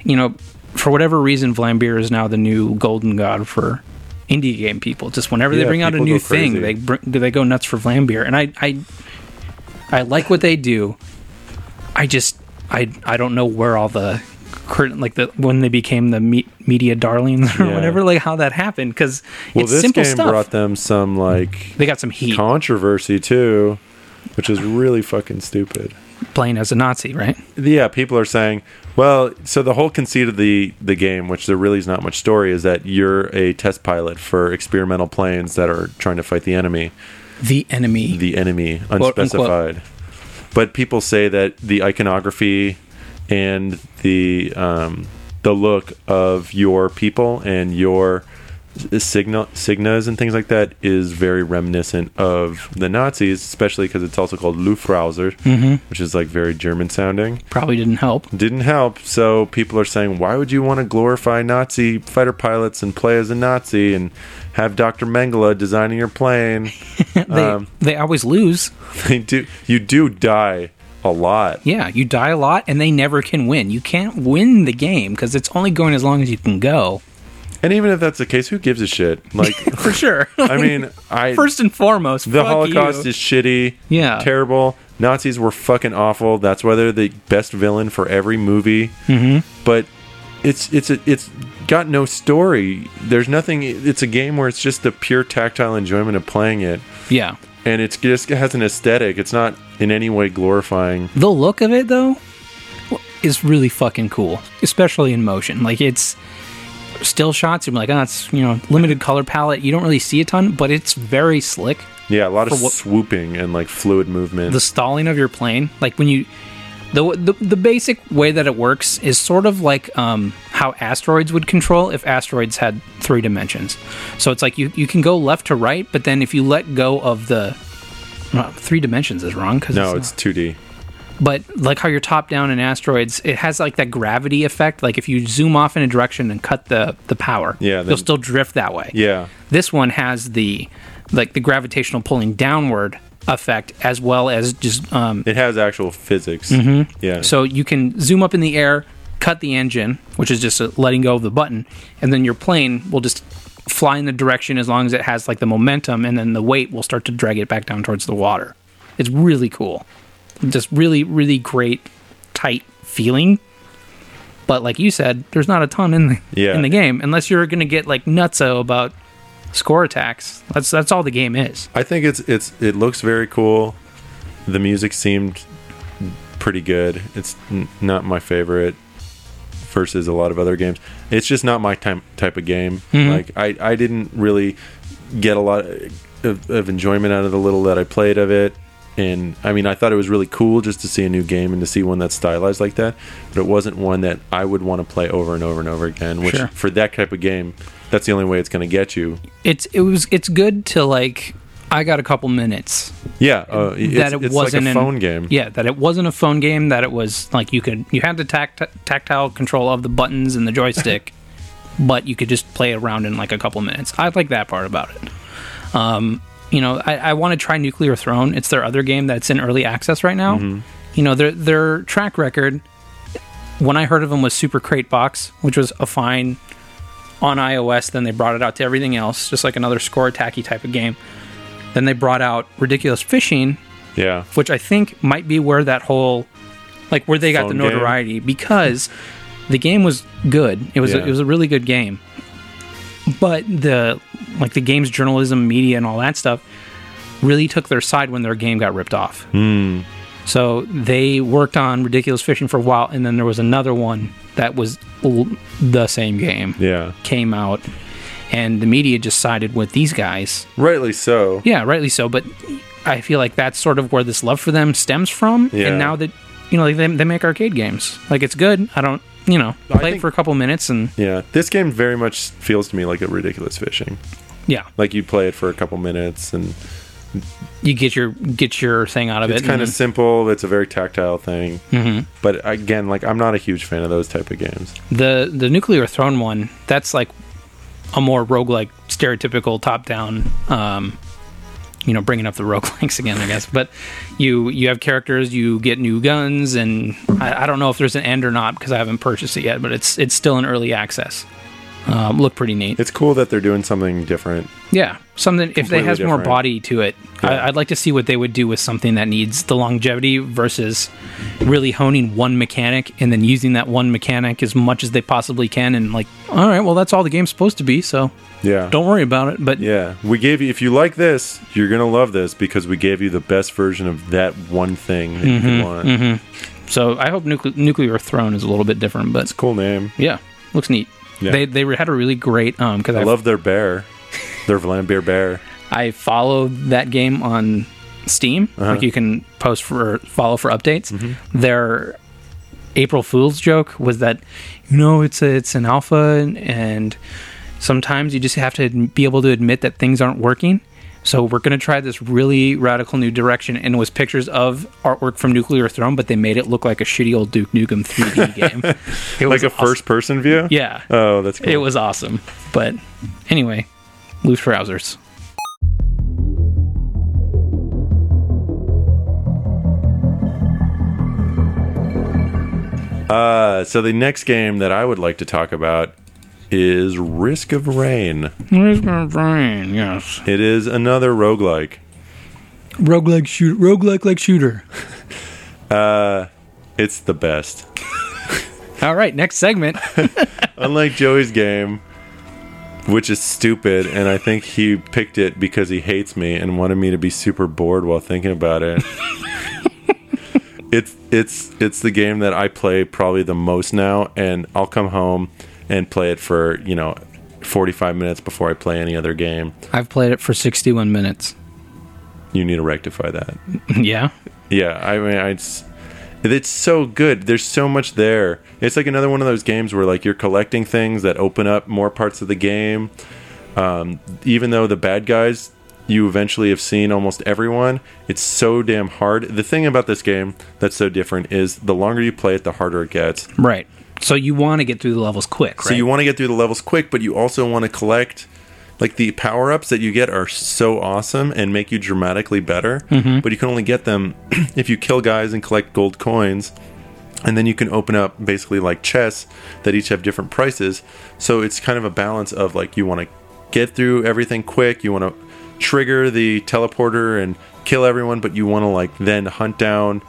Speaker 1: you know, for whatever reason, Vlambeer is now the new golden god for indie game people. Just whenever they
Speaker 2: Yeah,
Speaker 1: bring out a
Speaker 2: people
Speaker 1: new
Speaker 2: go
Speaker 1: thing,
Speaker 2: crazy.
Speaker 1: they br- they go nuts for Vlambeer, and I I I like what they do. I just I I don't know where all the current like the when they became the me- media darlings or
Speaker 2: Yeah.
Speaker 1: whatever like how that happened because
Speaker 2: Well,
Speaker 1: it's
Speaker 2: this
Speaker 1: simple
Speaker 2: game
Speaker 1: stuff.
Speaker 2: brought them some like
Speaker 1: they got some heat
Speaker 2: controversy too, which is really fucking stupid.
Speaker 1: playing as a Nazi, right?
Speaker 2: Yeah, people are saying, well, so the whole conceit of the the game, which there really is not much story, is that you're a test pilot for experimental planes that are trying to fight the enemy,
Speaker 1: The enemy.
Speaker 2: the enemy
Speaker 1: unquote.
Speaker 2: unspecified. But people say that the iconography and the um, the look of your people and your signal signas and things like that is very reminiscent of the Nazis, especially because it's also called Luftrauser, which is like very German sounding.
Speaker 1: Probably didn't help.
Speaker 2: Didn't help, so people are saying, why would you want to glorify Nazi fighter pilots and play as a Nazi and have Dr. Mengele designing your plane?
Speaker 1: they
Speaker 2: Um,
Speaker 1: they always lose.
Speaker 2: they do you do die a lot
Speaker 1: Yeah, you die a lot, and they never can win. You can't win the game because it's only going as long as you can go.
Speaker 2: and even if that's the case who gives a shit like
Speaker 1: For sure.
Speaker 2: i mean i
Speaker 1: First and foremost,
Speaker 2: the
Speaker 1: fuck
Speaker 2: holocaust
Speaker 1: you.
Speaker 2: is shitty
Speaker 1: Yeah.
Speaker 2: terrible nazis were fucking awful that's why they're the best villain for every movie mm-hmm. but it's it's a, it's got no story there's nothing it's a game where it's just the pure tactile enjoyment of playing it
Speaker 1: yeah.
Speaker 2: and it's just it has an aesthetic it's not in any way glorifying
Speaker 1: The look of it though is really fucking cool, especially in motion. Like it's still shots. You're like, ah, it's you know limited color palette. You don't really see a ton, but it's very slick.
Speaker 2: Yeah, a lot of
Speaker 1: For what-
Speaker 2: swooping and like fluid movement.
Speaker 1: the stalling of your plane like when you the, the the basic way that it works is sort of like um how asteroids would control if asteroids had three dimensions so it's like you you can go left to right but then if you let go of the uh, three dimensions is wrong because
Speaker 2: no, it's 2D.
Speaker 1: but like how you're top down in asteroids it has like that gravity effect like if you zoom off in a direction and cut the the power
Speaker 2: Yeah, then-
Speaker 1: you'll still drift that way
Speaker 2: Yeah.
Speaker 1: this one has the like the gravitational pulling downward effect as well as just um
Speaker 2: It has actual physics. Yeah.
Speaker 1: Mm-hmm. so you can zoom up in the air, cut the engine, which is just uh, letting go of the button, and then your plane will just fly in the direction as long as it has like the momentum, and then the weight will start to drag it back down towards the water. It's really cool. Just really, really great, tight feeling. But like you said, there's not a ton in the
Speaker 2: Yeah.
Speaker 1: in the game unless you're gonna get like nutso about score attacks. That's that's all the game is.
Speaker 2: I think it's it's it looks very cool. The music seemed pretty good. It's n- not my favorite versus a lot of other games. It's just not my type type of game.
Speaker 1: Mm-hmm.
Speaker 2: Like I I didn't really get a lot of, of enjoyment out of the little that I played of it. And I mean, I thought it was really cool just to see a new game and to see one that's stylized like that. But it wasn't one that I would want to play over and over and over again. Which
Speaker 1: Sure.
Speaker 2: for that type of game, that's the only way it's going to get you.
Speaker 1: It's it was it's good to like I got a couple minutes
Speaker 2: Yeah, uh, it's,
Speaker 1: that it
Speaker 2: it's
Speaker 1: wasn't
Speaker 2: like
Speaker 1: an-
Speaker 2: a phone game.
Speaker 1: Yeah, that it wasn't a phone game. That it was like you could you had the tact- tactile control of the buttons and the joystick, but you could just play around in like a couple minutes. I like that part about it. Um, you know, I, I want to try Nuclear Throne. It's their other game that's in early access right now. You know, their their track record. When I heard of them was Super Crate Box, which was a fine on iOS. Then they brought it out to everything else, just like another score attacky type of game. Then they brought out Ridiculous Fishing,
Speaker 2: Yeah.
Speaker 1: which I think might be where that whole like where they got the
Speaker 2: Phone game?
Speaker 1: notoriety because the game was good. It was
Speaker 2: Yeah.
Speaker 1: a, it was a really good game. But the like the game's journalism, media and all that stuff really took their side when their game got ripped off.
Speaker 2: Hmm.
Speaker 1: Hmm. So they worked on Ridiculous Fishing for a while and then there was another one that was l- the same game.
Speaker 2: Yeah.
Speaker 1: Came out and the media just sided with these guys
Speaker 2: Rightly so.
Speaker 1: yeah, rightly so. But I feel like that's sort of where this love for them stems from.
Speaker 2: Yeah.
Speaker 1: And now that you know, like they, they make arcade games. Like it's good. I don't, you know,
Speaker 2: I
Speaker 1: play
Speaker 2: think-
Speaker 1: it for a couple minutes and
Speaker 2: Yeah. This game very much feels to me like a ridiculous fishing.
Speaker 1: yeah,
Speaker 2: Like you play it for a couple minutes and
Speaker 1: you get your get your thing out of
Speaker 2: it's
Speaker 1: it.
Speaker 2: kind of
Speaker 1: and-
Speaker 2: simple. It's a very tactile thing. Mm-hmm. But again, like I'm not a huge fan of those type of games.
Speaker 1: the the nuclear throne one. That's like a more roguelike, stereotypical top down. Um, you know, bringing up the roguelikes again, I guess. But you you have characters, you get new guns, and I, I don't know if there's an end or not because I haven't purchased it yet. But it's it's still in early access. Um, look pretty neat.
Speaker 2: It's cool that they're doing something different.
Speaker 1: Yeah, something if they
Speaker 2: Completely
Speaker 1: has more
Speaker 2: different.
Speaker 1: body to it.
Speaker 2: Yeah.
Speaker 1: I, I'd like to see what they would do with something that needs the longevity versus really honing one mechanic and then using that one mechanic as much as they possibly can. And like, all right, well, that's all the game's supposed to be, so
Speaker 2: Yeah.
Speaker 1: don't worry about it. But
Speaker 2: Yeah. We gave you if you like this, you're gonna love this because we gave you the best version of that one thing that you
Speaker 1: Mm-hmm.
Speaker 2: could want.
Speaker 1: so I hope Nucle- Nuclear Throne is a little bit different, but
Speaker 2: Cool name.
Speaker 1: yeah, looks neat.
Speaker 2: Yeah.
Speaker 1: They they had a really great um because
Speaker 2: I
Speaker 1: I,
Speaker 2: love their bear. their Vlambeer bear.
Speaker 1: I followed that game on Steam.
Speaker 2: Uh-huh.
Speaker 1: Like you can post for follow for updates.
Speaker 2: Mm-hmm.
Speaker 1: Their April Fool's joke was that you know it's a, it's an alpha and, and sometimes you just have to adm- be able to admit that things aren't working. So we're going to try this really radical new direction, and it was pictures of artwork from Nuclear Throne, but they made it look like a shitty old Duke Nukem 3D game. It
Speaker 2: Like
Speaker 1: was
Speaker 2: a
Speaker 1: awesome.
Speaker 2: first person view?
Speaker 1: yeah.
Speaker 2: Oh, that's cool.
Speaker 1: It was awesome. But anyway, loose trousers.
Speaker 2: Uh, so the next game that I would like to talk about is Risk of Rain.
Speaker 1: Where's my brain? Yes.
Speaker 2: It is another roguelike.
Speaker 1: roguelike shooter roguelike like shooter
Speaker 2: It's the best.
Speaker 1: all right next segment
Speaker 2: Unlike Joey's game, which is stupid, and I think he picked it because he hates me and wanted me to be super bored while thinking about it. it's it's it's the game that I play probably the most now, and I'll come home and play it for, you know, 45 minutes before I play any other game.
Speaker 1: i've played it for 61 minutes
Speaker 2: you need to rectify that.
Speaker 1: yeah.
Speaker 2: Yeah, I mean, I, it's it's so good. There's so much there. It's like another one of those games where like you're collecting things that open up more parts of the game. Um, even though the bad guys you eventually have seen almost everyone, it's so damn hard. The thing about this game that's so different is the longer you play it, the harder it gets.
Speaker 1: Right. So you want to get through the levels quick, right?
Speaker 2: So you want to get through the levels quick, but you also want to collect like the power ups that you get are so awesome and make you dramatically better. But you can only get them if you kill guys and collect gold coins. And then you can open up basically like chests that each have different prices. So it's kind of a balance of like you want to get through everything quick, you want to trigger the teleporter and kill everyone, but you want to like then hunt down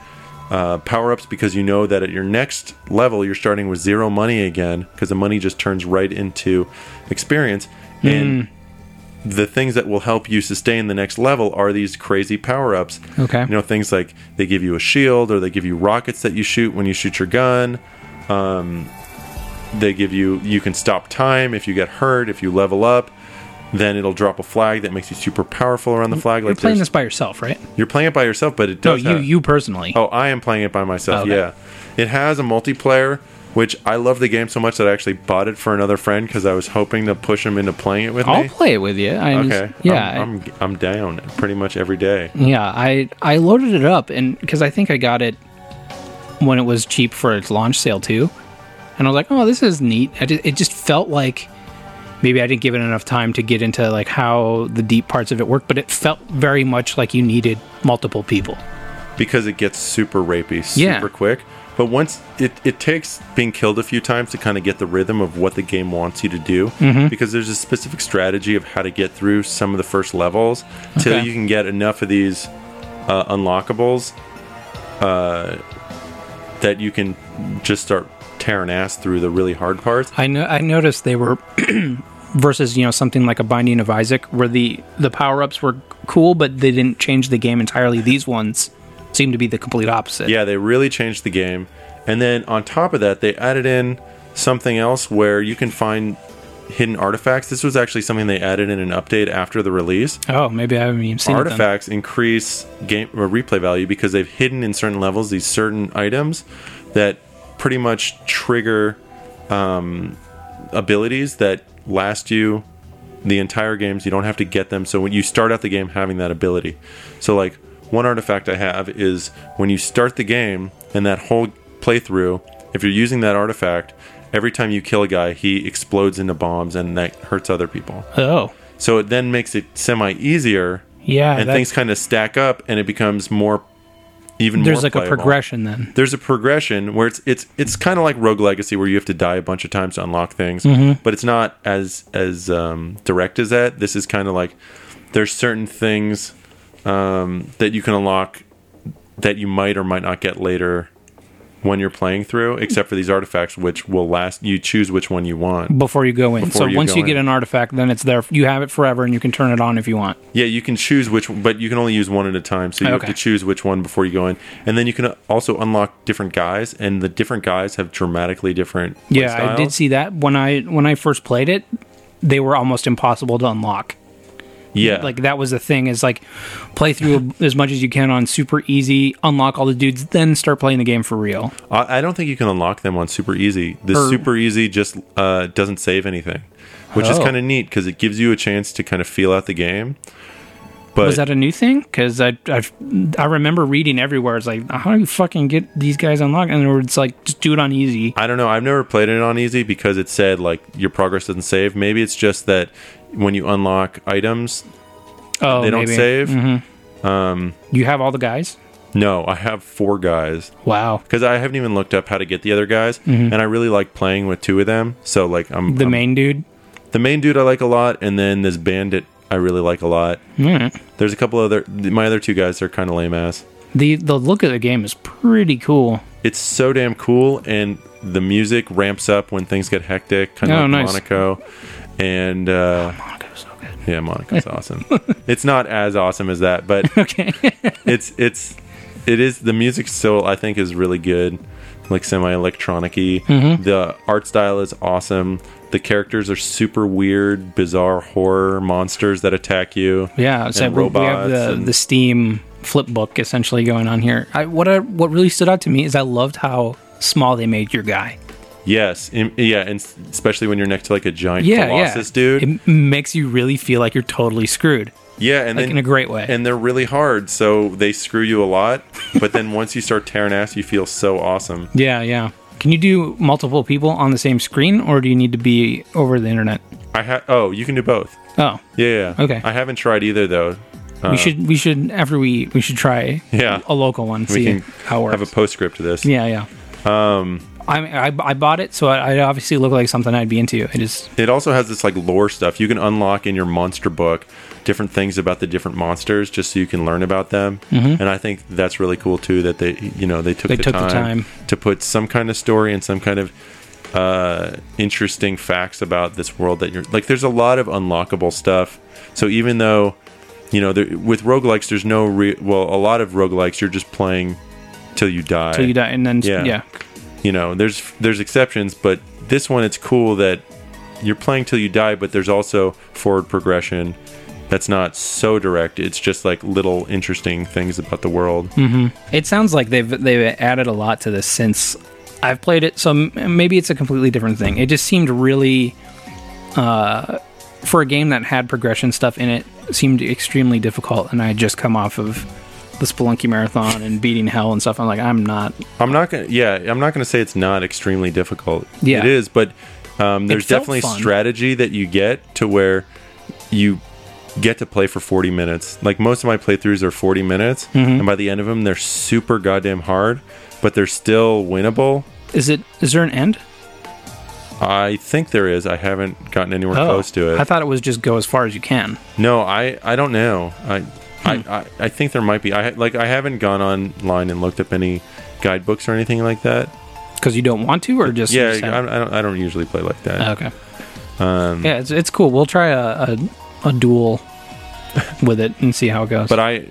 Speaker 2: uh, power ups because you know that at your next level you're starting with zero money again because the money just turns right into experience. And the things that will help you sustain the next level are these crazy power ups.
Speaker 1: Okay.
Speaker 2: You know, things like they give you a shield or they give you rockets that you shoot when you shoot your gun. Um, they give you, you can stop time if you get hurt, if you level up. Then it'll drop a flag that makes you super powerful around the flag.
Speaker 1: You're
Speaker 2: Like
Speaker 1: playing this
Speaker 2: there's-
Speaker 1: by yourself, right?
Speaker 2: you're playing it by yourself, but it
Speaker 1: No,
Speaker 2: does.
Speaker 1: you
Speaker 2: have-
Speaker 1: you personally.
Speaker 2: Oh, I am playing it by myself.
Speaker 1: Okay.
Speaker 2: Yeah, it has a multiplayer, which I love the game so much that I actually bought it for another friend because I was hoping to push him into playing it with
Speaker 1: I'll
Speaker 2: me.
Speaker 1: play it with you. I
Speaker 2: Okay.
Speaker 1: yeah. I-
Speaker 2: I'm, I'm I'm down pretty much every day.
Speaker 1: Yeah, I I loaded it up and because I think I got it when it was cheap for its launch sale too, and I was like, oh, this is neat. I ju- it just felt like maybe I didn't give it enough time to get into like how the deep parts of it work, but it felt very much like you needed multiple people.
Speaker 2: because it gets super rapey super
Speaker 1: Yeah.
Speaker 2: quick. But once it, it takes being killed a few times to kind of get the rhythm of what the game wants you to do
Speaker 1: Mm-hmm.
Speaker 2: because there's a specific strategy of how to get through some of the first levels till
Speaker 1: Okay.
Speaker 2: you can get enough of these uh, unlockables uh, that you can just start tearing ass through the really hard parts.
Speaker 1: I know I noticed they were versus you know something like a Binding of Isaac where the the power ups were cool, but they didn't change the game entirely. These ones seem to be the complete opposite.
Speaker 2: Yeah, they really changed the game. And then on top of that, they added in something else where you can find hidden artifacts. This was actually something they added in an update after the release.
Speaker 1: Oh, maybe I haven't even seen it. then.
Speaker 2: Artifacts increase game or replay value because they've hidden in certain levels these certain items that pretty much trigger um, abilities that last you the entire games. You don't have to get them. So when you start out the game having that ability, so like one artifact I have is when you start the game and that whole playthrough, if you're using that artifact, every time you kill a guy, he explodes into bombs and that hurts other people.
Speaker 1: Oh,
Speaker 2: So it then makes it semi easier
Speaker 1: yeah.
Speaker 2: and
Speaker 1: Ah, that-
Speaker 2: things kind of stack up and it becomes more even
Speaker 1: there's
Speaker 2: more
Speaker 1: like
Speaker 2: playable.
Speaker 1: a progression then
Speaker 2: there's a progression where it's it's it's kind of like rogue legacy where you have to die a bunch of times to unlock things
Speaker 1: Mm-hmm.
Speaker 2: but it's not as as um, direct as that this is kind of like there's certain things um, that you can unlock that you might or might not get later when you're playing through except for these artifacts which will last you choose which one you want
Speaker 1: before you go in.
Speaker 2: Before
Speaker 1: so
Speaker 2: you
Speaker 1: once
Speaker 2: go
Speaker 1: you get
Speaker 2: in.
Speaker 1: an artifact, then it's there. You have it forever, and you can turn it on if you want.
Speaker 2: Yeah, you can choose which, but you can only use one at a time. So you
Speaker 1: Okay.
Speaker 2: have to choose which one before you go in, and then you can also unlock different guys, and the different guys have dramatically different. play
Speaker 1: Yeah, I did
Speaker 2: styles.
Speaker 1: see that when I when I first played it. They were almost impossible to unlock.
Speaker 2: Yeah,
Speaker 1: Like that was the thing is like play through as much as you can on super easy, unlock all the dudes, then start playing the game for real.
Speaker 2: I, I don't think you can unlock them on super easy. The
Speaker 1: Or-
Speaker 2: super easy just uh, doesn't save anything, which is
Speaker 1: Oh.
Speaker 2: kind of neat because it gives you a chance to kind of feel out the game. But
Speaker 1: Was that a new thing? Because I I I remember reading everywhere. It's like how do you fucking get these guys unlocked? And it's like just do it on easy.
Speaker 2: I don't know. I've never played it on easy because it said like your progress doesn't save. Maybe it's just that when you unlock items,
Speaker 1: Oh,
Speaker 2: they don't
Speaker 1: maybe. Mm-hmm.
Speaker 2: save.
Speaker 1: You have all the guys.
Speaker 2: No, I have four guys.
Speaker 1: Wow.
Speaker 2: because I haven't even looked up how to get the other guys, and I really like playing with two of them. So like I'm
Speaker 1: The
Speaker 2: I'm-
Speaker 1: main dude.
Speaker 2: the main dude I like a lot, and then this bandit I really like a lot. There's a couple other my other two guys are kind of lame ass.
Speaker 1: the the look of the game is pretty cool.
Speaker 2: It's so damn cool, and the music ramps up when things get hectic, kind of
Speaker 1: Oh,
Speaker 2: like
Speaker 1: nice. Oh,
Speaker 2: Monaco. And uh, yeah, Monaco's awesome. It's not as awesome as that, but
Speaker 1: Okay.
Speaker 2: it's it's it is the music still I think is really good. like semi electronic y.
Speaker 1: Mm-hmm.
Speaker 2: The art style is awesome. The characters are super weird, bizarre horror monsters that attack you.
Speaker 1: Yeah, so
Speaker 2: and
Speaker 1: we, we have
Speaker 2: robots
Speaker 1: the,
Speaker 2: and-
Speaker 1: the Steam flip book essentially going on here. I, what I, what really stood out to me is I loved how small they made your guy.
Speaker 2: Yes, im- yeah, and s- especially when you're next to like a giant
Speaker 1: Yeah,
Speaker 2: colossus
Speaker 1: yeah.
Speaker 2: dude.
Speaker 1: It makes you really feel like you're totally screwed.
Speaker 2: yeah, and
Speaker 1: like
Speaker 2: then
Speaker 1: in a great way.
Speaker 2: And they're really hard, so they screw you a lot. But then once you start tearing ass, you feel so awesome.
Speaker 1: Yeah, yeah. Can you do multiple people on the same screen, or do you need to be over the internet?
Speaker 2: I ha- oh, you can do both.
Speaker 1: Oh,
Speaker 2: Yeah, yeah.
Speaker 1: Okay.
Speaker 2: I haven't tried either though.
Speaker 1: we should we should after we we should try
Speaker 2: Uh, Yeah.
Speaker 1: a local one see
Speaker 2: can
Speaker 1: how it works.
Speaker 2: Have a postscript to this.
Speaker 1: yeah, yeah. Um, I, I I bought it, so I, I obviously look like something I'd be into. It is
Speaker 2: It also has this like lore stuff. You can unlock in your monster book different things about the different monsters just so you can learn about them. And I think that's really cool too that they you know they
Speaker 1: Mm-hmm.
Speaker 2: took,
Speaker 1: They
Speaker 2: the,
Speaker 1: took the
Speaker 2: time
Speaker 1: time.
Speaker 2: to put some kind of story and some kind of uh, interesting facts about this world that you're like there's a lot of unlockable stuff. So even though you know there, with roguelikes there's no re- well a lot of roguelikes you're just playing till you die
Speaker 1: till you die, and then yeah.
Speaker 2: Yeah. you know there's there's exceptions but this one it's cool that you're playing till you die but there's also forward progression that's not so direct it's just like little interesting things about the world
Speaker 1: Hmm. It sounds like they've they've added a lot to this since I've played it. So m- maybe it's a completely different thing. It just seemed really, uh, for a game that had progression stuff in it, seemed extremely difficult. And I had just come off of the Spelunky marathon and beating hell and stuff. I'm like, I'm not.
Speaker 2: i'm not gonna yeah i'm not gonna say it's not extremely difficult
Speaker 1: Yeah.
Speaker 2: it is but um, there's
Speaker 1: felt
Speaker 2: definitely
Speaker 1: fun.
Speaker 2: strategy that you get to where you get to play for 40 minutes like most of my playthroughs are 40 minutes
Speaker 1: Mm-hmm.
Speaker 2: and by the end of them they're super goddamn hard but they're still winnable
Speaker 1: Is it? Is there an end?
Speaker 2: I think there is. I haven't gotten anywhere close to it.
Speaker 1: Oh, I thought it was just go as far as you can.
Speaker 2: no, I, I don't know. I,
Speaker 1: Hmm.
Speaker 2: I, I, I think there might be. I like I haven't gone online and looked up any guidebooks or anything like that.
Speaker 1: Because you don't want to, or just
Speaker 2: yeah,
Speaker 1: just
Speaker 2: I,
Speaker 1: have-
Speaker 2: I don't. I don't usually play like that. Um,
Speaker 1: okay. yeah, it's it's cool. We'll try a a, a duel with it and see how it goes.
Speaker 2: but I,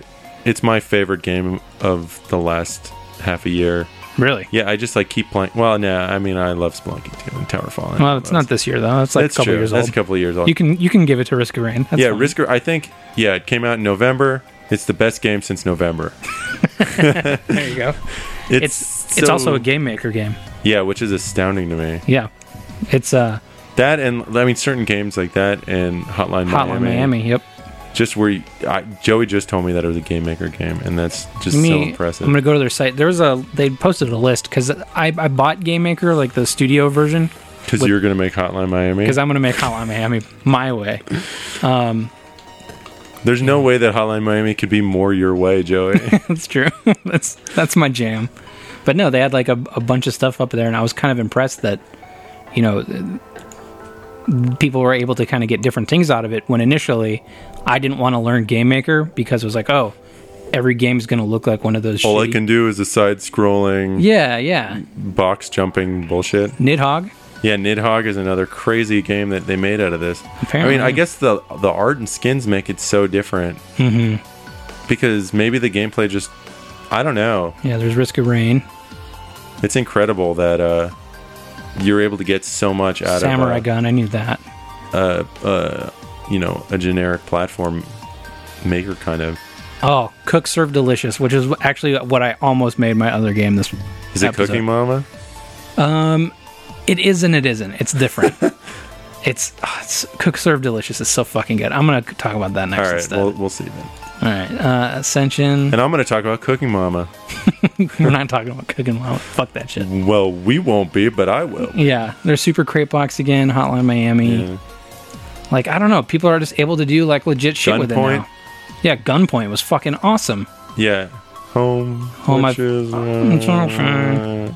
Speaker 2: it's my favorite game of the last half a year.
Speaker 1: really,
Speaker 2: Yeah, I just like keep playing. Well, nah, I mean I love Splunky too and Tower Fallen.
Speaker 1: Well, it's not this year though. It's like a
Speaker 2: That's
Speaker 1: couple
Speaker 2: true.
Speaker 1: years
Speaker 2: That's a
Speaker 1: old.
Speaker 2: couple years old.
Speaker 1: You can you can give it to Risk of Rain. That's
Speaker 2: yeah,
Speaker 1: fine.
Speaker 2: Risker. I think. Yeah, it came out in November. It's the best game since November.
Speaker 1: There you go.
Speaker 2: It's
Speaker 1: It's it's
Speaker 2: so-
Speaker 1: also a game maker game.
Speaker 2: Yeah, which is astounding to me.
Speaker 1: Yeah, it's uh
Speaker 2: That and I mean certain games like that and Hotline Miami.
Speaker 1: Hotline Miami. Yep.
Speaker 2: Just where you, I, Joey just told me that it was a game maker game, and that's just
Speaker 1: Let
Speaker 2: so
Speaker 1: me-
Speaker 2: impressive.
Speaker 1: I'm gonna go to their site. There was a they posted a list because I I bought Game Maker like the studio version
Speaker 2: Because you're gonna make Hotline Miami.
Speaker 1: because I'm gonna make Hotline Miami my way.
Speaker 2: There's no way that Hotline Miami could be more your way, Joey.
Speaker 1: that's true. that's that's my jam. But no, they had like a, a bunch of stuff up there, and I was kind of impressed that you know th- people were able to kind of get different things out of it. When initially, I didn't want to learn Game Maker because it was like, oh, every game's going to look like one of those.
Speaker 2: All I
Speaker 1: shitty-
Speaker 2: can do is a side-scrolling,
Speaker 1: Yeah, yeah.
Speaker 2: box jumping bullshit.
Speaker 1: Nidhogg.
Speaker 2: Yeah, Nidhogg is another crazy game that they made out of this. I
Speaker 1: Apparently.
Speaker 2: mean, I guess the the art and skins make it so different. Mm-hmm. Because maybe the gameplay just, I don't know.
Speaker 1: Yeah, there's Risk of Rain,
Speaker 2: It's incredible that uh, you're able to get so much out
Speaker 1: Samurai
Speaker 2: of
Speaker 1: Gun. I knew that.
Speaker 2: uh, uh, uh, you know a generic platform maker kind of.
Speaker 1: Oh, Cook Serve Delicious, which is actually what I almost made my other game this.
Speaker 2: Is it
Speaker 1: episode.
Speaker 2: Cooking Mama?
Speaker 1: It is and it isn't. It's different. it's, ah, it's cook serve delicious. It's so fucking good. I'm gonna talk about that next
Speaker 2: All right,
Speaker 1: instead.
Speaker 2: we'll, we'll see then.
Speaker 1: All right, uh, Ascension.
Speaker 2: And I'm going to talk about Cooking Mama.
Speaker 1: We're not talking about cooking well. Fuck that shit.
Speaker 2: Well, we won't be, but I will.
Speaker 1: Yeah, there's Super Crate Box again. Hotline Miami. Like I don't know. People are just able to do like legit shit with it
Speaker 2: Gunpoint?
Speaker 1: now. Yeah, Gunpoint was fucking awesome.
Speaker 2: Yeah. Home.
Speaker 1: Home, Um.
Speaker 2: which
Speaker 1: I-
Speaker 2: is,
Speaker 1: Mm,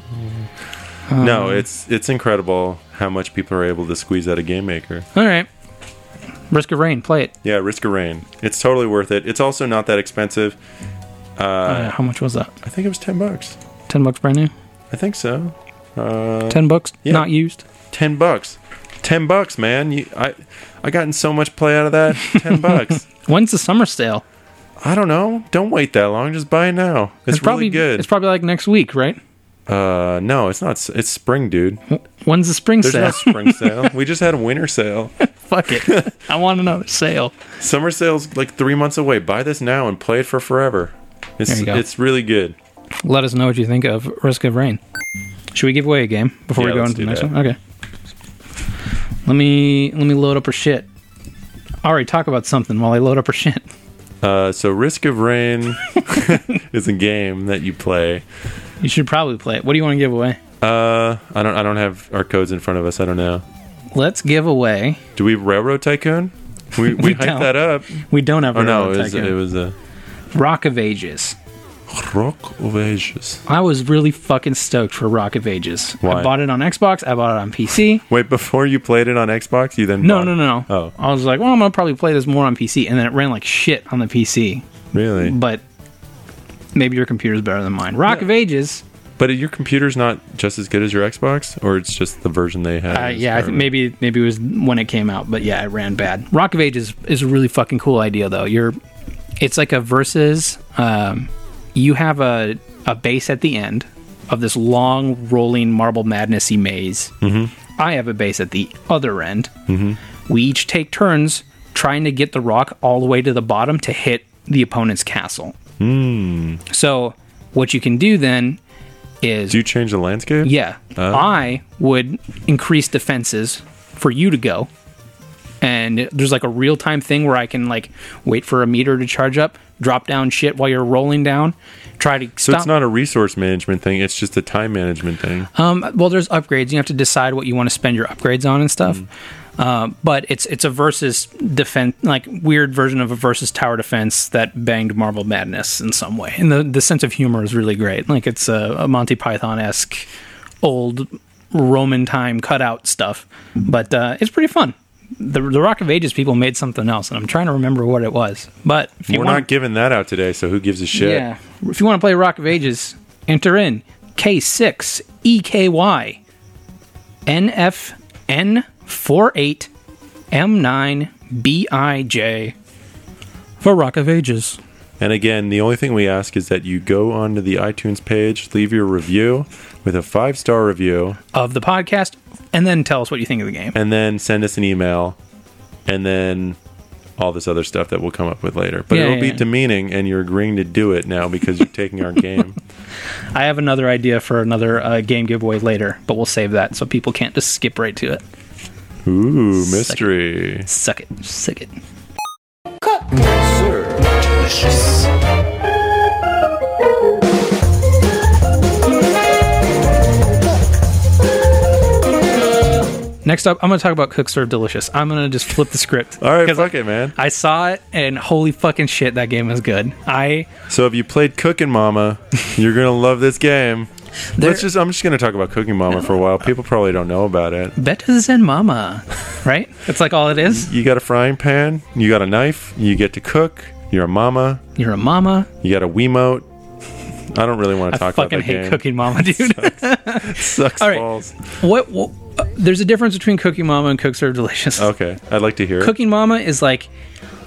Speaker 2: no, it's it's incredible how much people are able to squeeze out of Game Maker.
Speaker 1: All right, Risk of Rain. Play it.
Speaker 2: Yeah, Risk of Rain. It's totally worth it. It's also not that expensive.
Speaker 1: Uh, how much was that?
Speaker 2: I think it was ten bucks.
Speaker 1: Ten bucks brand new.
Speaker 2: I think so. Uh,
Speaker 1: Ten bucks
Speaker 2: yeah.
Speaker 1: not used.
Speaker 2: 10 bucks 10 bucks man you, i i gotten so much play out of that 10 bucks
Speaker 1: When's the summer sale?
Speaker 2: i don't know don't wait that long just buy it now it's, really
Speaker 1: probably
Speaker 2: good
Speaker 1: It's probably like next week, right?
Speaker 2: Uh, no, it's not. s- It's spring, dude.
Speaker 1: When's the spring
Speaker 2: There's
Speaker 1: sale?
Speaker 2: no spring sale. We just had a winter sale.
Speaker 1: Fuck it. I want another sale.
Speaker 2: Summer sale's like three months away. Buy this now and play it for forever. It's
Speaker 1: There you go.
Speaker 2: it's really good.
Speaker 1: Let us know what you think of Risk of Rain. Should we give away a game before
Speaker 2: Yeah,
Speaker 1: we go
Speaker 2: let's
Speaker 1: into the next
Speaker 2: do that.
Speaker 1: one? Okay. Let me let me load up her shit. Alright, talk about something while I load up her shit.
Speaker 2: Uh, so Risk of Rain is a game that you play.
Speaker 1: You should probably play it. What do you want to give away?
Speaker 2: Uh, I don't I don't have our codes in front of us. I don't know.
Speaker 1: Let's give away.
Speaker 2: Do we Railroad Tycoon? We
Speaker 1: We
Speaker 2: we, hyped
Speaker 1: don't.
Speaker 2: that up.
Speaker 1: We don't have
Speaker 2: Oh no,
Speaker 1: Railroad
Speaker 2: it was,
Speaker 1: Tycoon.
Speaker 2: it was a
Speaker 1: Rock of Ages.
Speaker 2: Rock of Ages.
Speaker 1: I was really fucking stoked for Rock of Ages. I
Speaker 2: Why?
Speaker 1: bought it on Xbox. I bought it on PC.
Speaker 2: Wait, before you played it on Xbox, you then
Speaker 1: No,
Speaker 2: bought
Speaker 1: no,
Speaker 2: it.
Speaker 1: no, no.
Speaker 2: Oh.
Speaker 1: I was like, well, I'm gonna probably play this more on PC, and then it ran like shit on the PC.
Speaker 2: really?
Speaker 1: But maybe your computer's better than mine. Rock of Ages.
Speaker 2: But your computer's not just as good as your Xbox, or it's just the version they had.
Speaker 1: Uh,
Speaker 2: is
Speaker 1: yeah, I think
Speaker 2: better?
Speaker 1: maybe maybe it was when it came out, but yeah, it ran bad. Rock of Ages is a really fucking cool idea though. You're, it's like a versus. Um, you have a a base at the end of this long rolling marble madnessy maze. Mm-hmm. I have a base at the other end. Mm-hmm. We each take turns trying to get the rock all the way to the bottom to hit the opponent's castle. Mm. So what you can do then is
Speaker 2: Do you change the landscape?
Speaker 1: yeah. I would increase defenses for you to go. And there's like a real time thing where I can like wait for a meter to charge up, drop down shit while you're rolling down, try to
Speaker 2: So
Speaker 1: stop.
Speaker 2: it's not a resource management thing; it's just a time management thing.
Speaker 1: um, well, there's upgrades. You have to decide what you want to spend your upgrades on and stuff.
Speaker 2: Mm-hmm.
Speaker 1: Uh, but it's it's a versus defense, like weird version of a versus tower defense that banged Marvel Madness in some way. And the the sense of humor is really great. Like it's a, a Monty Python esque old Roman time cutout stuff,
Speaker 2: Mm-hmm.
Speaker 1: but uh, it's pretty fun. The, the Rock of Ages people made something else, and I'm trying to remember what it was. But if you
Speaker 2: We're
Speaker 1: want,
Speaker 2: not giving that out today, so who gives a shit?
Speaker 1: yeah. If you want to play Rock of Ages, enter in E K6 EKY NFN48 M9 BIJ for Rock of Ages.
Speaker 2: And again, the only thing we ask is that you go onto the iTunes page, leave your review with a five star review,
Speaker 1: Of the podcast, and then tell us what you think of the game.
Speaker 2: and then send us an email, and then all this other stuff that we'll come up with later. But
Speaker 1: Yeah,
Speaker 2: it'll
Speaker 1: yeah,
Speaker 2: be
Speaker 1: yeah.
Speaker 2: demeaning, and you're agreeing to do it now because you're taking our game.
Speaker 1: I have another idea for another uh, game giveaway later, but we'll save that so people can't just skip right to it.
Speaker 2: Ooh, mystery.
Speaker 1: Suck it. Suck it. Next up, I'm going to talk about Cook Serve Delicious. I'm going to just flip the script.
Speaker 2: All right,
Speaker 1: 'Cause
Speaker 2: fuck it, man.
Speaker 1: I saw it, and holy fucking shit, that game is good. I
Speaker 2: So if you played Cooking Mama, you're gonna love this game.
Speaker 1: There-
Speaker 2: Let's just I'm just gonna talk about Cooking Mama for a while. People probably don't know about it.
Speaker 1: Betta Zen Mama, right? That's like all it is.
Speaker 2: You got a frying pan, you got a knife, you get to cook, you're a mama,
Speaker 1: You're a mama.
Speaker 2: you got a Wiimote. I don't really want to
Speaker 1: I
Speaker 2: talk
Speaker 1: fucking
Speaker 2: about that
Speaker 1: hate
Speaker 2: game.
Speaker 1: Cooking Mama, dude.
Speaker 2: Sucks
Speaker 1: All right.
Speaker 2: balls.
Speaker 1: what? what uh, there's a difference between Cooking Mama and Cook Serve Delicious.
Speaker 2: Okay, I'd like to hear it.
Speaker 1: Cooking Mama is like,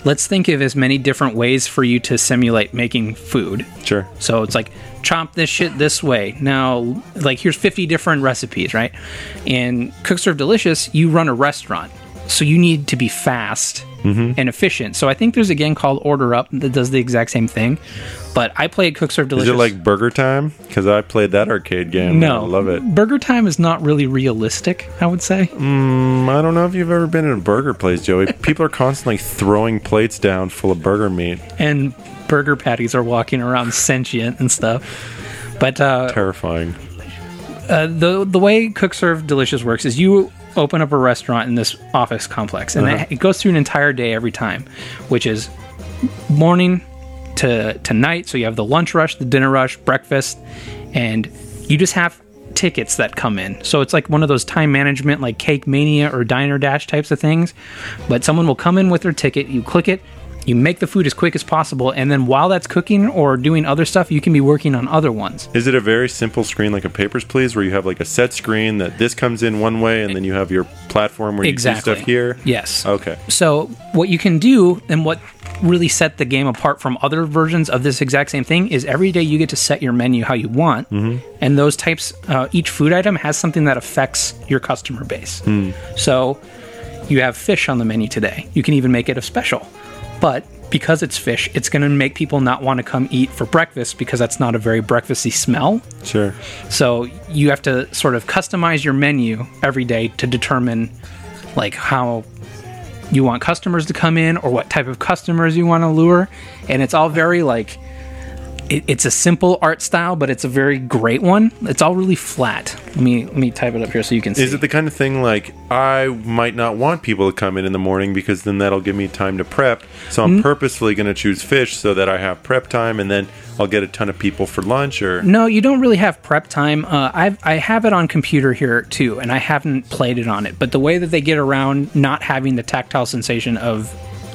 Speaker 1: let's think of as many different ways for you to simulate making food.
Speaker 2: Sure.
Speaker 1: So it's like, chomp this shit this way. Now, like, here's 50 different recipes, right? In Cook Serve Delicious, you run a restaurant. So you need to be fast
Speaker 2: Mm-hmm.
Speaker 1: and efficient. So I think there's a game called Order Up that does the exact same thing. But I played Cook Serve
Speaker 2: Is
Speaker 1: Delicious.
Speaker 2: it like Burger Time? Because I played that arcade game.
Speaker 1: no,
Speaker 2: and I love it.
Speaker 1: Burger Time is not really realistic, I would say.
Speaker 2: Mm, I don't know if you've ever been in a burger place, Joey. People are constantly throwing plates down full of burger meat.
Speaker 1: And burger patties are walking around sentient and stuff. But uh,
Speaker 2: Terrifying.
Speaker 1: uh, the the way Cook Serve Delicious works is you open up a restaurant in this office complex, and
Speaker 2: Uh-huh.
Speaker 1: it, it goes through an entire day every time, which is morning to to night. So you have the lunch rush, the dinner rush, breakfast, and you just have tickets that come in. So it's like one of those time management, like Cake Mania or Diner Dash types of things. But someone will come in with their ticket, you click it, You make the food as quick as possible, and then while that's cooking or doing other stuff, you can be working on other ones.
Speaker 2: Is it a very simple screen like a Papers, Please, where you have like a set screen that this comes in one way, and then you have your platform where you
Speaker 1: Exactly.
Speaker 2: do stuff here?
Speaker 1: Yes.
Speaker 2: Okay.
Speaker 1: So what you can do and what really set the game apart from other versions of this exact same thing is every day you get to set your menu how you want, and those types, uh, each food item has something that affects your customer base. So you have fish on the menu today. You can even make it a special, but because it's fish, it's going to make people not want to come eat for breakfast because that's not a very breakfasty smell.
Speaker 2: Sure.
Speaker 1: So you have to sort of customize your menu every day to determine like how you want customers to come in or what type of customers you want to lure and it's all very like it, it's a simple art style but it's a very great one it's all really flat let me let me type it up here so you can see
Speaker 2: Is it the kind of thing like I might not want people to come in in the morning because then that'll give me time to prep. So
Speaker 1: Mm-hmm.
Speaker 2: I'm purposefully going to choose fish so that I have prep time, and then I'll get a ton of people for lunch. Or
Speaker 1: No, you don't really have prep time. Uh, I've I have it on computer here too, and I haven't played it on it. But the way that they get around not having the tactile sensation of,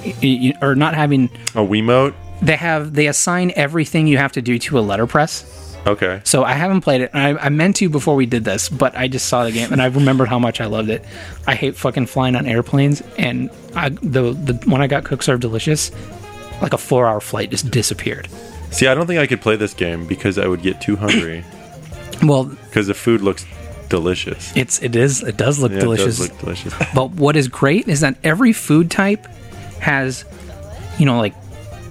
Speaker 1: y- y- or not having,
Speaker 2: a Wiimote.
Speaker 1: they have they assign everything you have to do to a letterpress.
Speaker 2: Okay.
Speaker 1: So I haven't played it. And I, I meant to before we did this, but I just saw the game and I remembered how much I loved it. I hate fucking flying on airplanes, and I, the the when I got cook served delicious, like a four hour flight just disappeared.
Speaker 2: See, I don't think I could play this game because I would get too hungry
Speaker 1: Well,
Speaker 2: because the food looks delicious.
Speaker 1: it's it is it does look
Speaker 2: Yeah,
Speaker 1: delicious.
Speaker 2: It does look delicious.
Speaker 1: But what is great is that every food type has, you know, like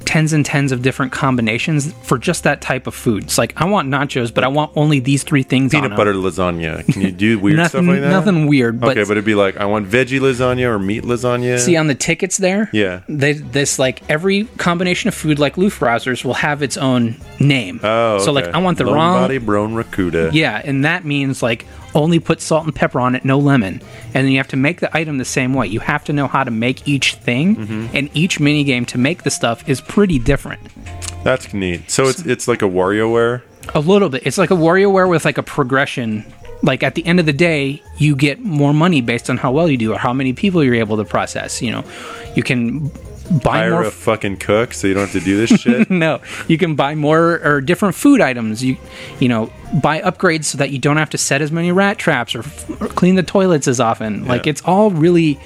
Speaker 1: tens and tens of different combinations for just that type of food. It's like I want nachos, but I want only these three things. on
Speaker 2: Peanut
Speaker 1: 'em.
Speaker 2: butter lasagna. Can you do weird
Speaker 1: Nothing,
Speaker 2: stuff like that?
Speaker 1: nothing weird. But,
Speaker 2: okay, but it'd be like I want veggie lasagna or meat lasagna.
Speaker 1: see on the tickets there.
Speaker 2: Yeah.
Speaker 1: They, this like every combination of food, like Lufrausers, will have its own name.
Speaker 2: Oh,
Speaker 1: so like
Speaker 2: okay.
Speaker 1: I want the
Speaker 2: Lone
Speaker 1: wrong
Speaker 2: body brown racuda.
Speaker 1: Yeah, and that means like only put salt and pepper on it, no lemon. And then you have to make the item the same way. You have to know how to make each thing,
Speaker 2: Mm-hmm.
Speaker 1: and each minigame to make the stuff is pretty different.
Speaker 2: That's neat. So it's it's like a WarioWare.
Speaker 1: A little bit. It's like a WarioWare with like a progression. Like at the end of the day, you get more money based on how well you do or how many people you're able to process. You know, you can buy
Speaker 2: Hire
Speaker 1: more.
Speaker 2: a fucking cook so you don't have to do this shit.
Speaker 1: no, you can buy more or different food items. You, you know, buy upgrades so that you don't have to set as many rat traps or, f- or clean the toilets as often. Like
Speaker 2: Yeah.
Speaker 1: it's all really.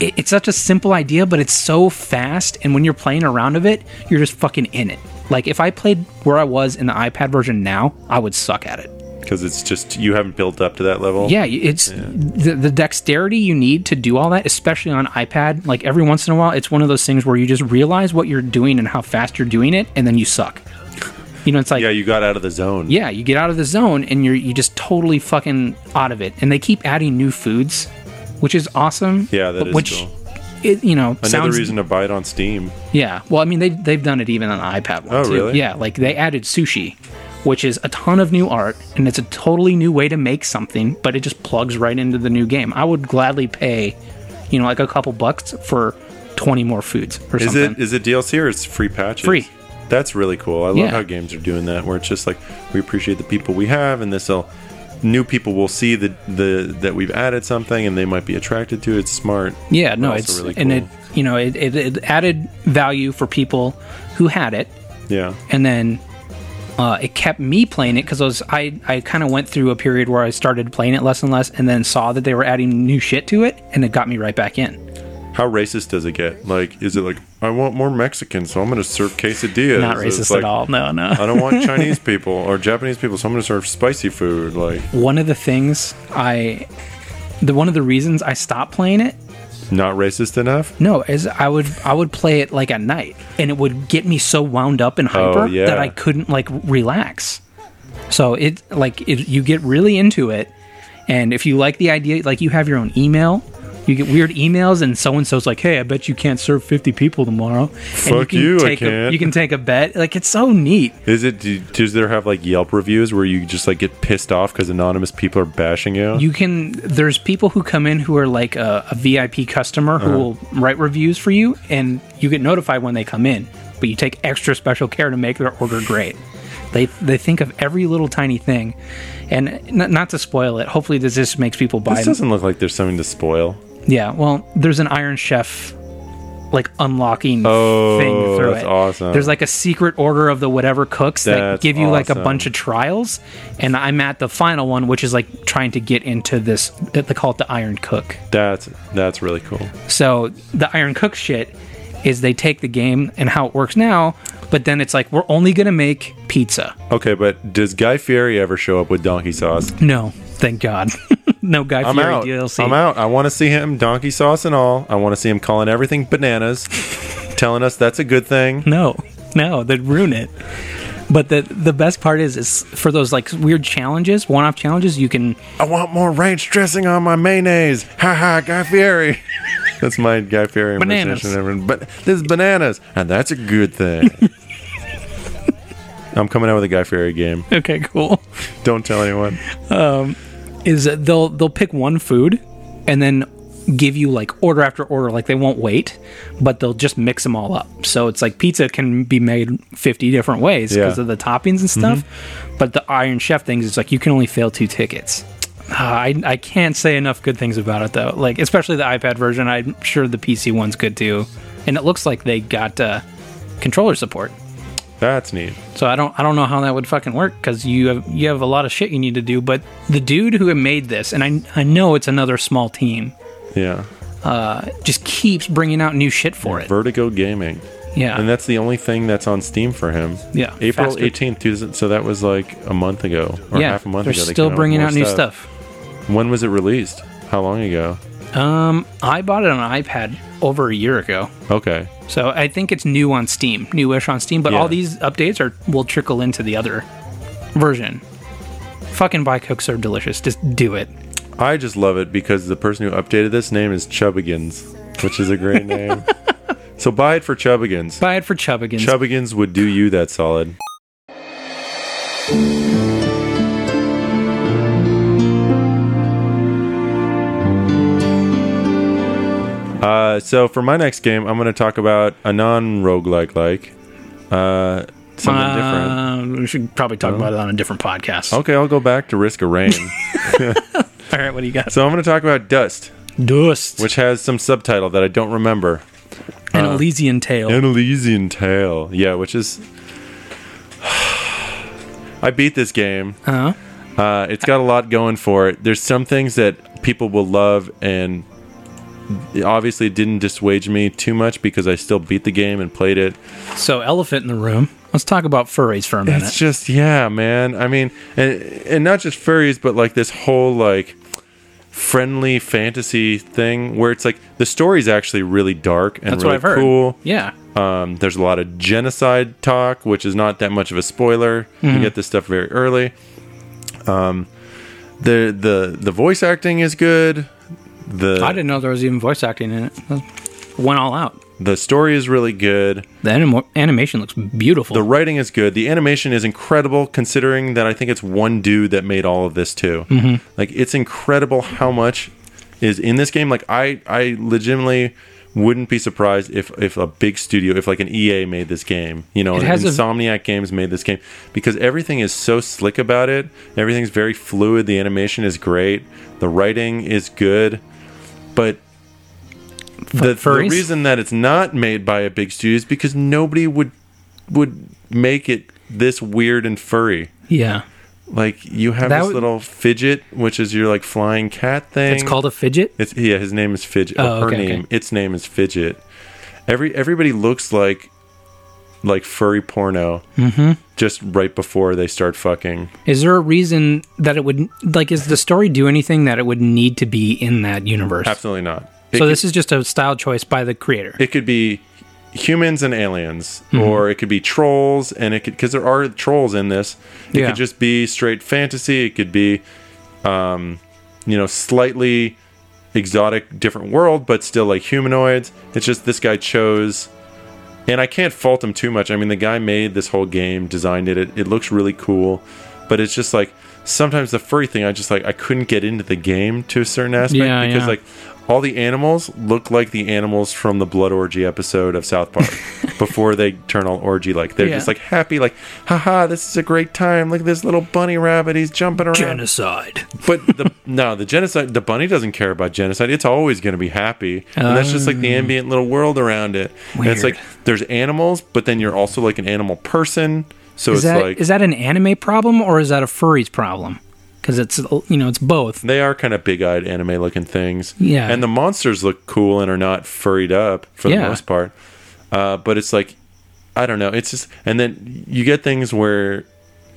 Speaker 1: It, it's such a simple idea, but it's so fast. And when you're playing around of it, you're just fucking in it. Like if I played where I was in the iPad version now, I would suck at it.
Speaker 2: Because it's just you haven't built up to that level.
Speaker 1: Yeah, you- it's The, the dexterity you need to do all that, especially on iPad. Like every once in a while, it's one of those things where you just realize what you're doing and how fast you're doing it, and then you suck. You know, it's like
Speaker 2: Yeah,
Speaker 1: yeah,
Speaker 2: you got out of the zone.
Speaker 1: you get out of the zone and you're you just totally fucking out of it. And they keep adding new foods, which is awesome.
Speaker 2: Yeah, that
Speaker 1: but
Speaker 2: is
Speaker 1: which
Speaker 2: cool.
Speaker 1: it, you know
Speaker 2: Another
Speaker 1: sounds
Speaker 2: reason to buy it on Steam.
Speaker 1: yeah. Well, I mean, they, they've done it even on the iPad one,
Speaker 2: Oh,
Speaker 1: too.
Speaker 2: really?
Speaker 1: Yeah. Like, they added sushi, which is a ton of new art, and it's a totally new way to make something, but it just plugs right into the new game. I would gladly pay, you know, like a couple bucks for 20 more foods or
Speaker 2: Is
Speaker 1: something.
Speaker 2: it is it DLC or it's free patches?
Speaker 1: Free.
Speaker 2: That's really cool. I love
Speaker 1: Yeah.
Speaker 2: how games are doing that, where it's just like we appreciate the people we have, and this'll new people will see the the that we've added something, and they might be attracted to it. It's smart.
Speaker 1: Yeah,
Speaker 2: but
Speaker 1: no,
Speaker 2: also
Speaker 1: it's,
Speaker 2: really
Speaker 1: and it,
Speaker 2: cool.
Speaker 1: you know, it, it, it added value for people who had it,
Speaker 2: Yeah.
Speaker 1: and then uh, it kept me playing it because I was I, I kind of went through a period where I started playing it less and less, and then saw that they were adding new shit to it, and it got me right back in.
Speaker 2: How racist does it get? Like, is it like I want more Mexican, so I'm going to serve quesadillas?
Speaker 1: Not
Speaker 2: It's
Speaker 1: racist
Speaker 2: like,
Speaker 1: at all. No, no.
Speaker 2: I don't want Chinese people or Japanese people, so I'm going to serve spicy food. Like,
Speaker 1: one of the things I, the one of the reasons I stopped playing it,
Speaker 2: not racist enough.
Speaker 1: no, is I would I would play it like at night, and it would get me so wound up and hyper
Speaker 2: Oh, yeah.
Speaker 1: that I couldn't like relax. So it like it, you get really into it, and if you like the idea, like you have your own email. You get weird emails, and so and so's like, "Hey, I bet you can't serve fifty people tomorrow." and
Speaker 2: Fuck you, I
Speaker 1: take a-
Speaker 2: can't.
Speaker 1: you can take a bet. Like it's so neat.
Speaker 2: Is it? Do, does there have like Yelp reviews where you just like get pissed off because anonymous people are bashing you?
Speaker 1: you can there's people who come in who are like a, a vip customer who will write reviews for you and you get notified when they come in but you take extra special care to make their order great they they think of every little tiny thing and n- not to spoil it hopefully this just makes people buy
Speaker 2: this doesn't look like there's something to spoil.
Speaker 1: yeah well there's an iron chef like unlocking
Speaker 2: Oh,
Speaker 1: thing through
Speaker 2: that's
Speaker 1: it.
Speaker 2: awesome.
Speaker 1: There's like a secret order of the whatever cooks that
Speaker 2: That's
Speaker 1: give you like a
Speaker 2: awesome.
Speaker 1: bunch of trials, and I'm at the final one, which is like trying to get into this. They call it the Iron Cook.
Speaker 2: That's that's really cool.
Speaker 1: So the Iron Cook shit is they take the game and how it works now, but then it's like we're only gonna make pizza.
Speaker 2: Okay, but does Guy Fieri ever show up with donkey sauce?
Speaker 1: No, thank God, no Guy
Speaker 2: I'm
Speaker 1: Fieri
Speaker 2: out.
Speaker 1: DLC.
Speaker 2: I'm out. I want to see him donkey sauce and all. I want to see him calling everything bananas, telling us that's a good thing.
Speaker 1: No, no, they'd ruin it. But the the best part is is for those like weird challenges, one off challenges, you can
Speaker 2: I want more ranch dressing on my mayonnaise. Ha ha, Guy Fieri. That's my Guy Fieri
Speaker 1: Bananas.
Speaker 2: impersonation, everyone. But this is bananas, and that's a good thing. I'm coming out with a Guy Fieri game.
Speaker 1: okay, cool.
Speaker 2: Don't tell anyone.
Speaker 1: Is that they'll they'll pick one food and then give you like order after order, like they won't wait, but they'll just mix them all up. So it's like pizza can be made fifty different ways because
Speaker 2: Yeah.
Speaker 1: of the toppings and stuff. But the Iron Chef things, it's like you can only fail two tickets. Ah, I, I can't say enough good things about it though. Like especially the iPad version. I'm sure the PC one's good too. And it looks like they got uh, controller support.
Speaker 2: That's neat.
Speaker 1: So I don't I don't know how that would fucking work because you have you have a lot of shit you need to do. But the dude who made this, and I I know it's another small team,
Speaker 2: Yeah.
Speaker 1: just keeps bringing out new shit for it.
Speaker 2: Vertigo Gaming.
Speaker 1: Yeah,
Speaker 2: And that's the only thing that's on Steam for him.
Speaker 1: Yeah,
Speaker 2: April
Speaker 1: faster.
Speaker 2: 18th, 2000 so that was like a month ago or
Speaker 1: yeah.
Speaker 2: half a month
Speaker 1: They're
Speaker 2: ago. they
Speaker 1: still
Speaker 2: came
Speaker 1: bringing
Speaker 2: with
Speaker 1: out
Speaker 2: more
Speaker 1: new stuff.
Speaker 2: When was it released? How long ago?
Speaker 1: Um, I bought it on an iPad over a year ago,
Speaker 2: Okay.
Speaker 1: so I think it's new on Steam, newish on Steam. But
Speaker 2: Yeah.
Speaker 1: all these updates are will trickle into the other version. Fucking buy cooks are delicious. Just do it.
Speaker 2: I just love it because the person who updated this name is Chubbigans, which is a great name. So buy it for Chubbigans.
Speaker 1: Buy it for Chubbigans.
Speaker 2: Chubbigans would do you that solid. Uh, so for my next game, I'm going to talk about a non-roguelike like uh, something different.
Speaker 1: Uh, we should probably talk about it on a different podcast.
Speaker 2: Okay, I'll go back to Risk of Rain.
Speaker 1: All right, what do you got?
Speaker 2: so I'm going to talk about Dust,
Speaker 1: Dust.
Speaker 2: which has some subtitle that I don't remember.
Speaker 1: An
Speaker 2: uh,
Speaker 1: Elysian Tale.
Speaker 2: An Elysian Tale. Yeah, which is. I beat this game.
Speaker 1: huh?
Speaker 2: Uh, it's got a lot going for it. There's some things that people will love, and it obviously didn't dissuade me too much because I still beat the game and played it.
Speaker 1: So, elephant in the room. Let's talk about furries for a minute.
Speaker 2: It's just yeah, man. I mean, and and not just furries, but like this whole like friendly fantasy thing where it's like the story's actually really dark and
Speaker 1: That's what
Speaker 2: really
Speaker 1: I've heard.
Speaker 2: cool.
Speaker 1: Yeah.
Speaker 2: Um, there's a lot of genocide talk, which is not that much of a spoiler. You
Speaker 1: Mm-hmm.
Speaker 2: get this stuff very early. Um, the the the voice acting is good.
Speaker 1: I
Speaker 2: The
Speaker 1: didn't know there was even voice acting in it. Went all out.
Speaker 2: the story is really good.
Speaker 1: The anim- animation looks beautiful.
Speaker 2: The writing is good. The animation is incredible, considering that I think it's one dude that made all of this too.
Speaker 1: Mm-hmm.
Speaker 2: Like it's incredible how much is in this game. Like I, I legitimately wouldn't be surprised if if a big studio, if like an EA made this game. You know,
Speaker 1: It has a-
Speaker 2: Insomniac Games made this game because everything is so slick about it. Everything's very fluid. The animation is great. The writing is good, but the, the
Speaker 1: furries?
Speaker 2: reason that it's not made by a big studio is because nobody would would make it this weird and furry.
Speaker 1: yeah.
Speaker 2: Like you have
Speaker 1: That
Speaker 2: this
Speaker 1: would-
Speaker 2: little fidget, which is your like flying cat thing.
Speaker 1: It's called a fidget.
Speaker 2: It's yeah. His name is Fidget.
Speaker 1: Oh,
Speaker 2: or her
Speaker 1: okay, okay.
Speaker 2: name. Its name is Fidget. Every everybody looks like like furry porno.
Speaker 1: Mm-hmm.
Speaker 2: Just right before they start fucking.
Speaker 1: Is there a reason that it would like? Is the story do anything that it would need to be in that universe?
Speaker 2: Absolutely not. It
Speaker 1: So this is just a style choice by the creator.
Speaker 2: it could be humans and aliens
Speaker 1: Mm-hmm.
Speaker 2: or it could be trolls and it could because there are trolls in this it
Speaker 1: Yeah.
Speaker 2: could just be straight fantasy it could be um you know slightly exotic different world but still like humanoids it's just this guy chose and i can't fault him too much i mean the guy made this whole game designed it it, it looks really cool but it's just like sometimes the furry thing, I just like I couldn't get into the game to a certain aspect
Speaker 1: Yeah,
Speaker 2: because
Speaker 1: yeah.
Speaker 2: like all the animals look like the animals from the blood orgy episode of South Park before they turn all orgy like. They're
Speaker 1: Yeah.
Speaker 2: just like happy, like haha, this is a great time. Look at this little bunny rabbit, he's jumping around.
Speaker 1: Genocide.
Speaker 2: But the no, the genocide. The bunny doesn't care about genocide. It's always going to be happy, and that's just like the ambient little world around it. And it's
Speaker 1: Oh. Weird.
Speaker 2: like there's animals, but then you're also like an animal person. So
Speaker 1: Is
Speaker 2: it's
Speaker 1: that is
Speaker 2: like
Speaker 1: that an anime problem or is that a furry's problem? Because it's you know it's both.
Speaker 2: they are kind of big-eyed anime-looking things.
Speaker 1: Yeah.
Speaker 2: and the monsters look cool and are not furried up for the
Speaker 1: Yeah.
Speaker 2: most part. Uh, but it's like I don't know. It's just and then you get things where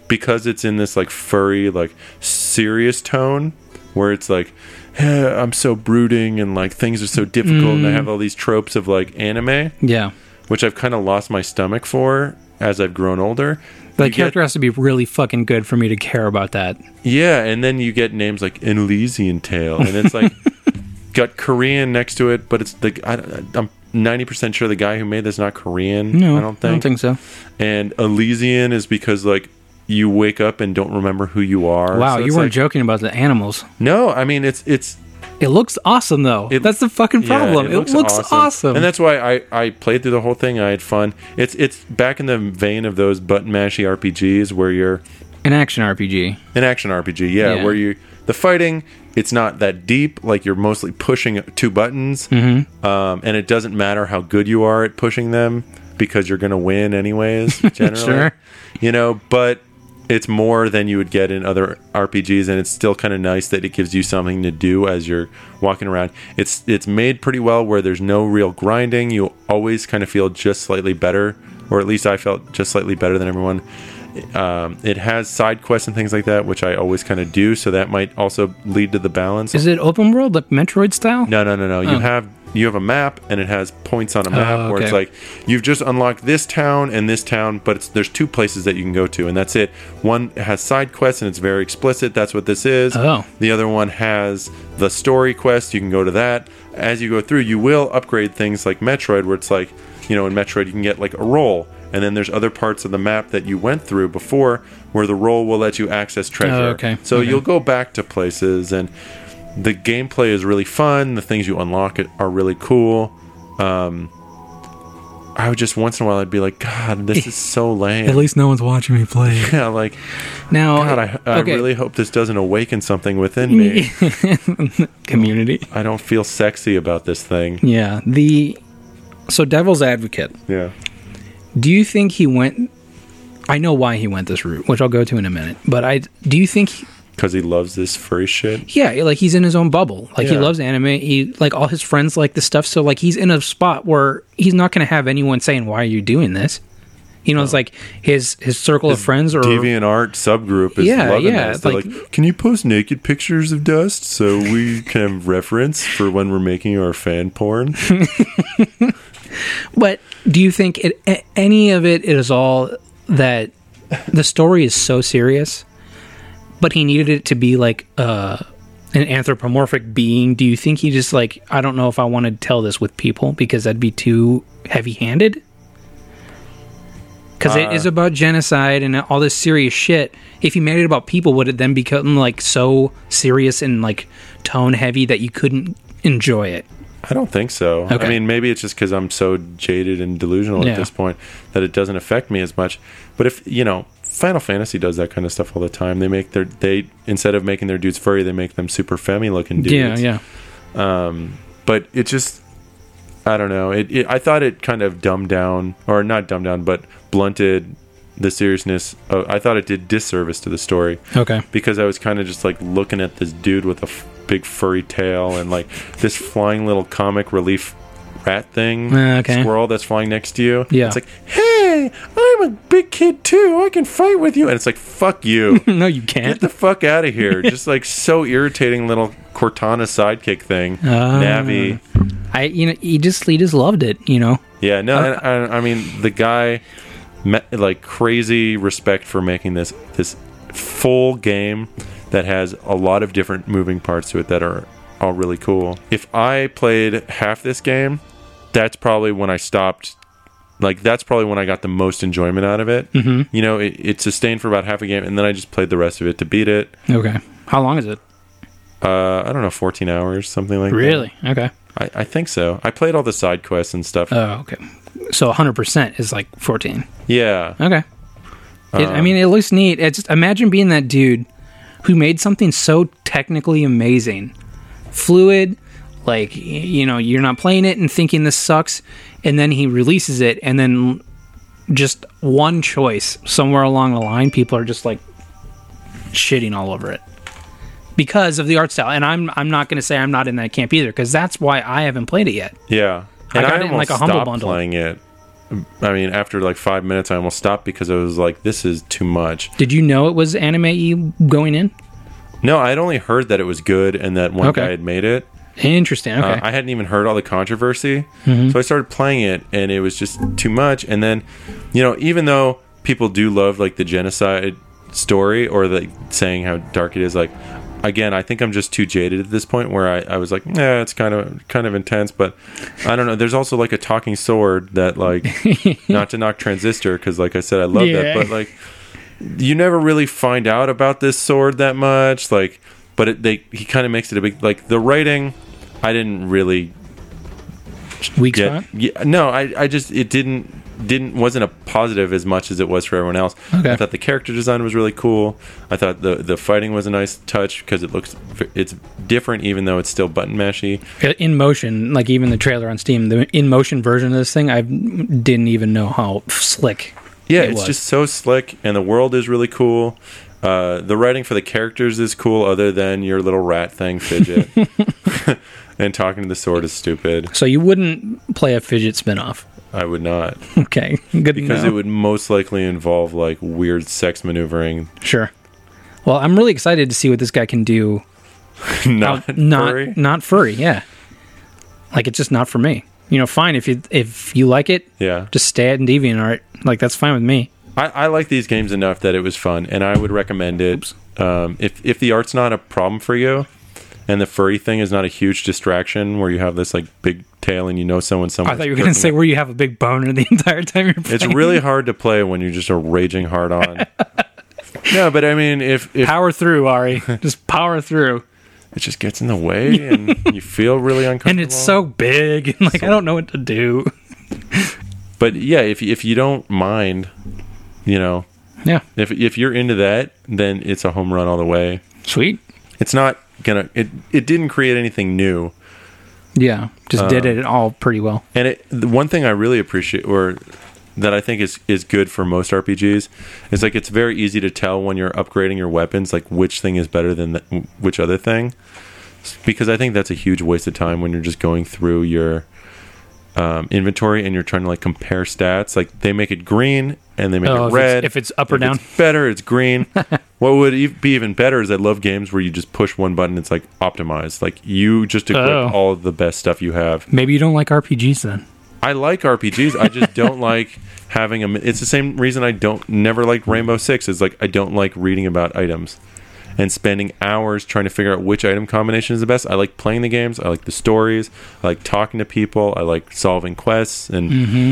Speaker 2: because it's in this like furry, like serious tone, where it's like, "Eh, I'm so brooding and like things are so difficult, and I
Speaker 1: Mm.
Speaker 2: have all these tropes of like anime,
Speaker 1: Yeah,
Speaker 2: which I've kind of lost my stomach for as I've grown older.
Speaker 1: the
Speaker 2: You get-
Speaker 1: character has to be really fucking good for me to care about that.
Speaker 2: yeah, and then you get names like an Elysian Tale, and it's like got Korean next to it, but it's the I, don't- I'm ninety percent sure the guy who made this is not Korean.
Speaker 1: No,
Speaker 2: I don't think.
Speaker 1: so.
Speaker 2: And Elysian is because like you wake up and don't remember who you are.
Speaker 1: Wow,
Speaker 2: So
Speaker 1: you
Speaker 2: it's
Speaker 1: weren't
Speaker 2: like-
Speaker 1: joking about the animals.
Speaker 2: No, I mean it's it's
Speaker 1: It looks awesome though.
Speaker 2: It-
Speaker 1: That's the fucking
Speaker 2: yeah,
Speaker 1: problem. it, looks, awesome.
Speaker 2: and that's why I I played through the whole thing. I had fun. It's it's back in the vein of those button mashy RPGs where you're
Speaker 1: An action RPG.
Speaker 2: an action RPG, yeah,
Speaker 1: Yeah.
Speaker 2: where you the fighting it's not that deep. Like you're mostly pushing two buttons,
Speaker 1: Mm-hmm.
Speaker 2: um, and it doesn't matter how good you are at pushing them because you're going to win anyways. Generally,
Speaker 1: Sure.
Speaker 2: you know, but it's more than you would get in other RPGs, and it's still kind of nice that it gives you something to do as you're walking around. It's it's made pretty well where there's no real grinding. You always kind of feel just slightly better, or at least I felt just slightly better than everyone. Um, it has side quests and things like that, which I always kind of do, so that might also lead to the balance.
Speaker 1: Is it open world like Metroid style?
Speaker 2: No, no, no, no. You have you have a map, and it has points on a map where it's
Speaker 1: Oh. okay.
Speaker 2: like you've just unlocked this town and this town, but it's, there's two places that you can go to, and that's it. One has side quests, and it's very explicit. That's what this is.
Speaker 1: Oh.
Speaker 2: The other one has the story quest. You can go to that. As you go through, you will upgrade things like Metroid, where it's like, you know, in Metroid, you can get like a roll. And then there's other parts of the map that you went through before where the roll will let you access treasure.
Speaker 1: Oh, okay.
Speaker 2: So
Speaker 1: Okay.
Speaker 2: you'll go back to places, and the gameplay is really fun. The things you unlock it are really cool. Um, I would just once in a while, I'd be like, God, this is so
Speaker 1: At
Speaker 2: lame.
Speaker 1: least no one's watching me play.
Speaker 2: Yeah, like,
Speaker 1: Now,
Speaker 2: God, I, I
Speaker 1: okay.
Speaker 2: really hope this doesn't awaken something within me.
Speaker 1: community.
Speaker 2: I don't feel sexy about this thing.
Speaker 1: Yeah. The so Devil's Advocate.
Speaker 2: Yeah.
Speaker 1: Do you think he went? I know why he went this route, which I'll go to in a minute. But I do you think? He,
Speaker 2: Because he loves this furry shit.
Speaker 1: yeah, like he's in his own bubble. Like he
Speaker 2: Yeah.
Speaker 1: loves anime. He like all his friends like this stuff. So like he's in a spot where he's not going to have anyone saying, "Why are you doing this?" You know, it's like his his circle of friends or
Speaker 2: Deviant art subgroup is
Speaker 1: Er. Yeah,
Speaker 2: loving
Speaker 1: yeah,
Speaker 2: this. They're like,
Speaker 1: like-
Speaker 2: can you post naked pictures of dust so we can have reference for when we're making our fan porn?
Speaker 1: But do you think it, a- any of it is all that the story is so serious, but he needed it to be like uh, an anthropomorphic being? Do you think he just like I don't know if I want to tell this with people because that'd be too heavy-handed? Because it is about genocide and all this serious shit. If he made it about people, would it then become like so serious and like tone heavy that you couldn't enjoy it?
Speaker 2: I don't think so. I
Speaker 1: Okay.
Speaker 2: mean, maybe it's just because I'm so jaded and delusional
Speaker 1: Yeah.
Speaker 2: at this point that it doesn't affect me as much. But if you know, Final Fantasy does that kind of stuff all the time. They make their they instead of making their dudes furry, they make them super femmy looking dudes.
Speaker 1: Yeah, yeah.
Speaker 2: But it just, I don't know. It, it I thought it kind of dumbed down or not dumbed down, but blunted the seriousness. Of, I thought it did disservice to the story
Speaker 1: Okay.
Speaker 2: because I was kind of just like looking at this dude with a f- big furry tail and like this flying little comic relief rat thing
Speaker 1: Uh, okay.
Speaker 2: squirrel that's flying next to you.
Speaker 1: Yeah.
Speaker 2: It's like, hey, I'm a big kid too. I can fight with you. And it's like, fuck you.
Speaker 1: No, you can't.
Speaker 2: Get the fuck out of here. just like so irritating little Cortana sidekick thing.
Speaker 1: Ah.
Speaker 2: Navi.
Speaker 1: I you know he just he just loved it you know
Speaker 2: Yeah, no, and, and, I mean the guy, me- like crazy respect for making this this full game that has a lot of different moving parts to it that are all really cool. If I played half this game, that's probably when I stopped like that's probably when I got the most enjoyment out of it. Mm-hmm. You know, it, it sustained for about half a game, and then I just played the rest of it to beat it.
Speaker 1: Okay. How long is it?
Speaker 2: Uh, I don't know, fourteen hours, something like
Speaker 1: Really? Okay.
Speaker 2: that. I, I think so. I played all the side quests and stuff.
Speaker 1: Oh, okay. So 100% is like 14.
Speaker 2: yeah,
Speaker 1: Okay. It, I mean, it looks neat. It's just, imagine being that dude who made something so technically amazing, fluid. Like y- you know, you're not playing it and thinking this sucks, and then he releases it, and then just one choice somewhere along the line, people are just like shitting all over it because of the art style. And I'm I'm not going to say I'm not in that camp either, because that's why I haven't played it yet.
Speaker 2: yeah.
Speaker 1: I got it in, like, a Humble
Speaker 2: stopped
Speaker 1: Bundle.
Speaker 2: playing it. I mean, after like five minutes, I almost stopped because I was like, "This is too much."
Speaker 1: Did you know it was anime E going in?
Speaker 2: No, I had only heard that it was good and that one
Speaker 1: Okay.
Speaker 2: guy had made it.
Speaker 1: Interesting. Okay.
Speaker 2: Uh, I hadn't even heard all the controversy. So I started playing it and it was just too much. And then, you know, even though people do love like the genocide story or like saying how dark it is, like again, I think I'm just too jaded at this point where I, I was like, yeah, it's kind of kind of intense, but I don't know. There's also like a talking sword that like not to knock transistor because like I said, I love
Speaker 1: Yeah.
Speaker 2: that, but like you never really find out about this sword that much like but it, they he kind of makes it a big like the writing i didn't really
Speaker 1: Weak
Speaker 2: get
Speaker 1: spot.
Speaker 2: yeah, no I, I just it didn't didn't wasn't a positive as much as it was for everyone else
Speaker 1: Okay.
Speaker 2: i thought the character design was really cool i thought the the fighting was a nice touch because it looks v- it's different even though it's still button mashy
Speaker 1: uh, in motion like even the trailer on steam the in motion version of this thing i didn't even know how slick
Speaker 2: yeah
Speaker 1: it
Speaker 2: it's
Speaker 1: was.
Speaker 2: just so slick and the world is really cool uh, the writing for the characters is cool other than your little rat thing fidget and talking to the sword is stupid
Speaker 1: so you wouldn't play a fidget spin-off
Speaker 2: I would not
Speaker 1: okay good
Speaker 2: because
Speaker 1: to
Speaker 2: it
Speaker 1: know.
Speaker 2: would most likely involve like weird sex maneuvering,
Speaker 1: sure well i'm really excited to see what this guy can do
Speaker 2: not
Speaker 1: Um, not
Speaker 2: furry.
Speaker 1: not furry yeah like it's just not for me you know fine if you if you like it
Speaker 2: Yeah,
Speaker 1: just stay at deviant art like that's fine with me
Speaker 2: I, I like these games enough that it was fun, and I would recommend it. Um, if if the art's not a problem for you, and the furry thing is not a huge distraction, where you have this like big tail and you know someone somewhere.
Speaker 1: i thought you were going to say where you have a big boner the entire time you're playing.
Speaker 2: it's really hard to play when you're just a raging hard on. no, but I mean, if if
Speaker 1: power through ari just power through
Speaker 2: it just gets in the way and you feel really uncomfortable,
Speaker 1: and it's so big and like i don't know what to do
Speaker 2: But yeah, if if you don't mind, you know,
Speaker 1: yeah
Speaker 2: If if you're into that, then it's a home run all the way.
Speaker 1: Sweet.
Speaker 2: It's not gonna it it didn't create anything new.
Speaker 1: Yeah, just did it all pretty well.
Speaker 2: And it the one thing I really appreciate or that I think is is good for most RPGs is like it's very easy to tell when you're upgrading your weapons like which thing is better than the, which other thing. Because I think that's a huge waste of time when you're just going through your um, inventory and you're trying to like compare stats. Like they make it green and they make
Speaker 1: Oh, if
Speaker 2: it
Speaker 1: it's-
Speaker 2: red.
Speaker 1: if it's up or
Speaker 2: If it's
Speaker 1: down.
Speaker 2: better, it's green. what would ev- be even better is I love games where you just push one button. It's like optimized. Like you just equip
Speaker 1: Oh.
Speaker 2: all of the best stuff you have.
Speaker 1: Maybe you don't like RPGs then.
Speaker 2: I like RPGs. I just don't like having them. It's the same reason I don't never like Rainbow Six. Is like I don't like reading about items and spending hours trying to figure out which item combination is the best. I like playing the games. I like the stories. I like talking to people. I like solving quests and
Speaker 1: Mm. Mm-hmm.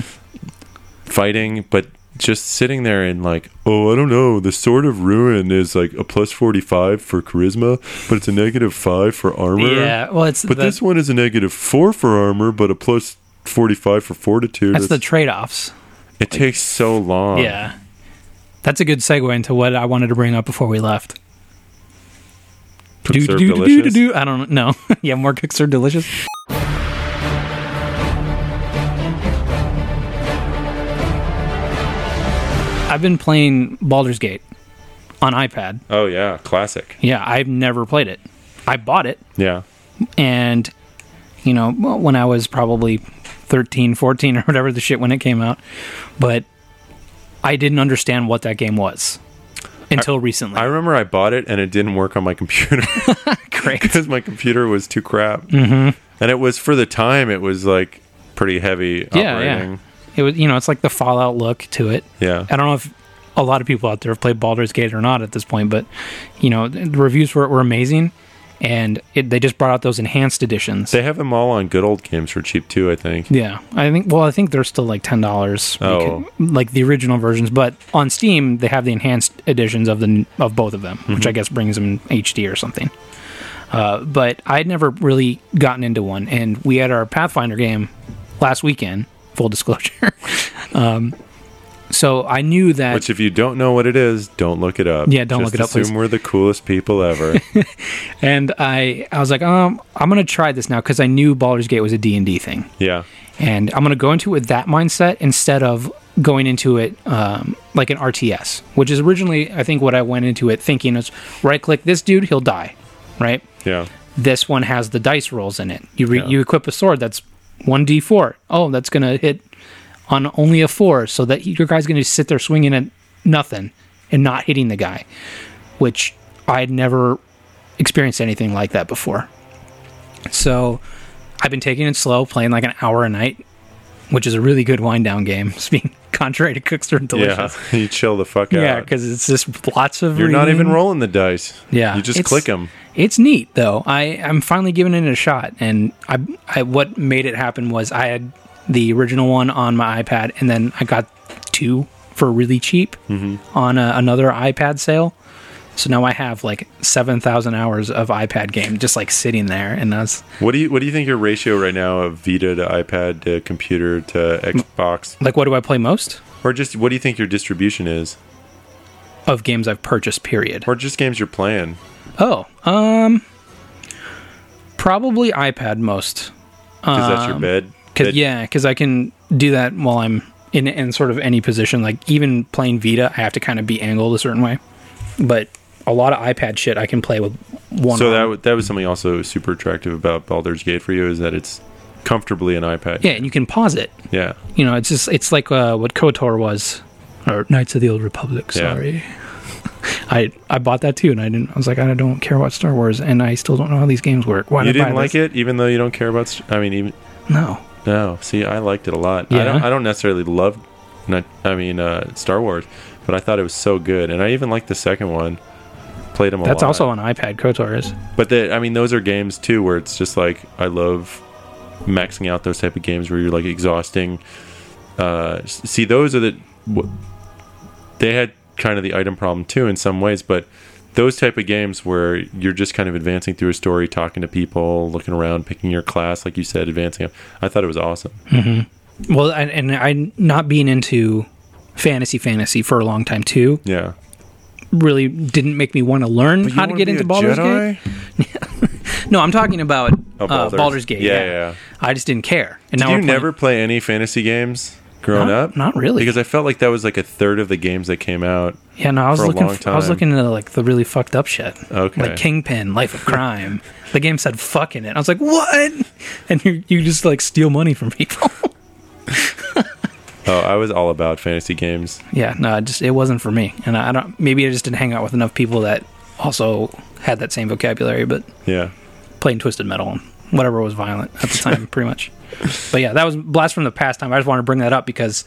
Speaker 2: fighting. But just sitting there and like, oh, I don't know. The Sword of Ruin is like a plus forty five for charisma, but it's a negative five for armor.
Speaker 1: Yeah, well, it's
Speaker 2: But
Speaker 1: the-
Speaker 2: this one is a negative four for armor, but a plus forty-five for fortitude.
Speaker 1: that's the
Speaker 2: It's-
Speaker 1: trade-offs.
Speaker 2: it takes so long.
Speaker 1: yeah, that's a good segue into what I wanted to bring up before we left.
Speaker 2: Cooks
Speaker 1: Do-
Speaker 2: are
Speaker 1: do- do- do-
Speaker 2: delicious.
Speaker 1: do- I don't know. yeah, more cooks are delicious. I've been playing Baldur's Gate on iPad.
Speaker 2: Oh yeah, classic.
Speaker 1: Yeah, I've never played it. I bought it
Speaker 2: Yeah,
Speaker 1: and you know well, when i was probably 13 14 or whatever the shit when it came out but i didn't understand what that game was until recently
Speaker 2: I remember I bought it and it didn't work on my computer
Speaker 1: great
Speaker 2: because my computer was too crap. Mm-hmm. And it was for the time. It was like pretty heavy
Speaker 1: yeah yeah
Speaker 2: operating.
Speaker 1: it was you know it's like the fallout look to it
Speaker 2: Yeah.
Speaker 1: i don't know if a lot of people out there have played Baldur's Gate or not at this point, but you know the reviews were, were amazing, and it, they just brought out those enhanced editions.
Speaker 2: They have them all on good old games for cheap too, I think.
Speaker 1: yeah, I think. Well, I think they're still like ten dollars,
Speaker 2: Oh.
Speaker 1: like the original versions. But on Steam, they have the enhanced editions of the of both of them,
Speaker 2: Mm-hmm.
Speaker 1: which I guess brings them in HD or something. Uh, but I'd never really gotten into one, and we had our Pathfinder game last weekend. Full disclosure, um, so I knew that
Speaker 2: Which, if you don't know what it is, don't look it up.
Speaker 1: Yeah, don't look
Speaker 2: Just
Speaker 1: it up,
Speaker 2: Assume
Speaker 1: please.
Speaker 2: we're the coolest people ever.
Speaker 1: and I I was like, um, I'm gonna try this now because I knew Baldur's Gate was a D and D thing,
Speaker 2: yeah,
Speaker 1: and I'm gonna go into it with that mindset instead of going into it um, like an RTS, which is originally I think what I went into it thinking is right click this dude, he'll die, right?
Speaker 2: yeah.
Speaker 1: This one has the dice rolls in it. You re-
Speaker 2: Yeah.
Speaker 1: you equip a sword that's one D four. Oh, that's gonna hit on only a four, so that your guy's gonna sit there swinging at nothing and not hitting the guy, which I'd never experienced anything like that before. So I've been taking it slow, playing like an hour a night, which is a really good wind down game. Speaking contrary to Cookster and
Speaker 2: Yeah,
Speaker 1: Delicious,
Speaker 2: you chill the fuck
Speaker 1: yeah,
Speaker 2: out.
Speaker 1: because it's just lots of
Speaker 2: You're not even
Speaker 1: reading.
Speaker 2: rolling the dice.
Speaker 1: Yeah,
Speaker 2: you just
Speaker 1: it's-
Speaker 2: click them.
Speaker 1: It's neat though. I I'm finally giving it a shot, and I, I what made it happen was I had the original one on my iPad, and then I got two for really cheap
Speaker 2: Mm-hmm.
Speaker 1: on a, another iPad sale. So now I have like seven thousand hours of iPad game just like sitting there, and I was
Speaker 2: What do you What do you think your ratio right now of Vita to iPad to computer to Xbox,
Speaker 1: like, what do I play most
Speaker 2: or just what do you think your distribution is,
Speaker 1: of games I've purchased? Period.
Speaker 2: or just games you're playing?
Speaker 1: Oh, um, probably iPad most.
Speaker 2: Because that's your bed.
Speaker 1: Um, Cause,
Speaker 2: bed-
Speaker 1: yeah, because I can do that while I'm in in sort of any position. Like even playing Vita, I have to kind of be angled a certain way. But a lot of iPad shit I can play with one.
Speaker 2: So that
Speaker 1: arm.
Speaker 2: w- that was something also super attractive about Baldur's Gate for you is that it's comfortably an iPad.
Speaker 1: yeah, and you can pause it.
Speaker 2: Yeah.
Speaker 1: You know, it's just it's like uh, what KOTOR was, or Knights of the Old Republic.
Speaker 2: Yeah.
Speaker 1: Sorry, I I bought that too, and I didn't. I was like, I don't care about Star Wars, and I still don't know how these games work. Why
Speaker 2: You
Speaker 1: did I
Speaker 2: didn't
Speaker 1: buy
Speaker 2: like
Speaker 1: this?
Speaker 2: it, even though you don't care about. st- I mean, even
Speaker 1: No.
Speaker 2: No, see, I liked it a lot. I
Speaker 1: Yeah?
Speaker 2: don't. I don't necessarily love. Not, I mean, uh, Star Wars, but I thought it was so good, and I even liked the second one. Played them a
Speaker 1: That's
Speaker 2: lot.
Speaker 1: also on iPad. Kotor is.
Speaker 2: But the, I mean, those are games too, where it's just like I love maxing out those type of games where you're like exhausting. Uh, s- see, those are the. W- they had kind of the item problem too in some ways, but those type of games where you're just kind of advancing through a story, talking to people, looking around, picking your class, like you said, advancing up. I thought it was awesome.
Speaker 1: Well, and, and I not being into fantasy fantasy for a long time too.
Speaker 2: Yeah.
Speaker 1: really didn't make me want to learn how to get into Baldur's
Speaker 2: Gate?
Speaker 1: Gate. No, I'm talking about
Speaker 2: Oh,
Speaker 1: Baldur's.
Speaker 2: Baldur's.
Speaker 1: Uh, Baldur's Gate.
Speaker 2: Yeah,
Speaker 1: Yeah,
Speaker 2: yeah.
Speaker 1: I just didn't care. And now
Speaker 2: Did you
Speaker 1: we're playing-
Speaker 2: never play any fantasy games growing
Speaker 1: Not-
Speaker 2: up?
Speaker 1: not really.
Speaker 2: Because I felt like that was like a third of the games that came out.
Speaker 1: Yeah, no, I was
Speaker 2: for a
Speaker 1: looking.
Speaker 2: long
Speaker 1: f- I was
Speaker 2: time.
Speaker 1: looking into like the really fucked up shit.
Speaker 2: Okay.
Speaker 1: Like Kingpin, Life of Crime. the game said "fuck" in it. I was like, what? And you you just like steal money from people.
Speaker 2: Oh, I was all about fantasy games.
Speaker 1: yeah, no, it just it wasn't for me. And I, I don't. Maybe I just didn't hang out with enough people that also had that same vocabulary, but.
Speaker 2: Yeah.
Speaker 1: playing twisted metal and whatever was violent at the time pretty much but yeah that was blast from the past time i just want to bring that up because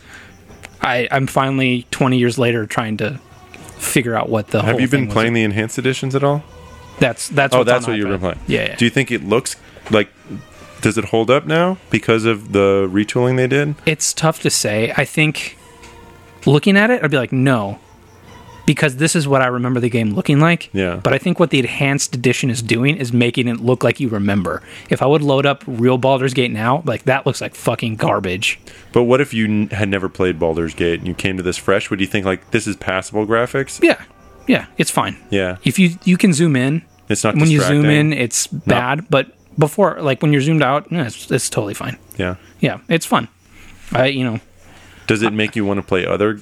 Speaker 1: i i'm finally 20 years later trying to figure out what the
Speaker 2: Have
Speaker 1: whole
Speaker 2: you been
Speaker 1: thing
Speaker 2: playing the enhanced editions at all?
Speaker 1: was. that's that's
Speaker 2: Oh,
Speaker 1: what's
Speaker 2: that's
Speaker 1: on
Speaker 2: what you've been
Speaker 1: iPad.
Speaker 2: playing.
Speaker 1: yeah, yeah.
Speaker 2: Do you think it looks like? Does it hold up now because of the retooling they did?
Speaker 1: it's tough to say i think looking at it i'd be like no because this is what i remember the game looking like
Speaker 2: Yeah.
Speaker 1: but i think what the enhanced edition is doing is making it look like you remember if i would load up real baldur's gate now like that looks like fucking garbage
Speaker 2: But what if you n- had never played Baldur's Gate and you came to this fresh? Would you think like this is passable graphics?
Speaker 1: Yeah, yeah, it's fine.
Speaker 2: Yeah.
Speaker 1: If you you can zoom in,
Speaker 2: It's not
Speaker 1: when you zoom in,
Speaker 2: distracting.
Speaker 1: it's bad. But before, like when you're zoomed out, yeah, it's, it's totally fine.
Speaker 2: Yeah.
Speaker 1: Yeah, it's fun. I you know
Speaker 2: Does it make you want to play other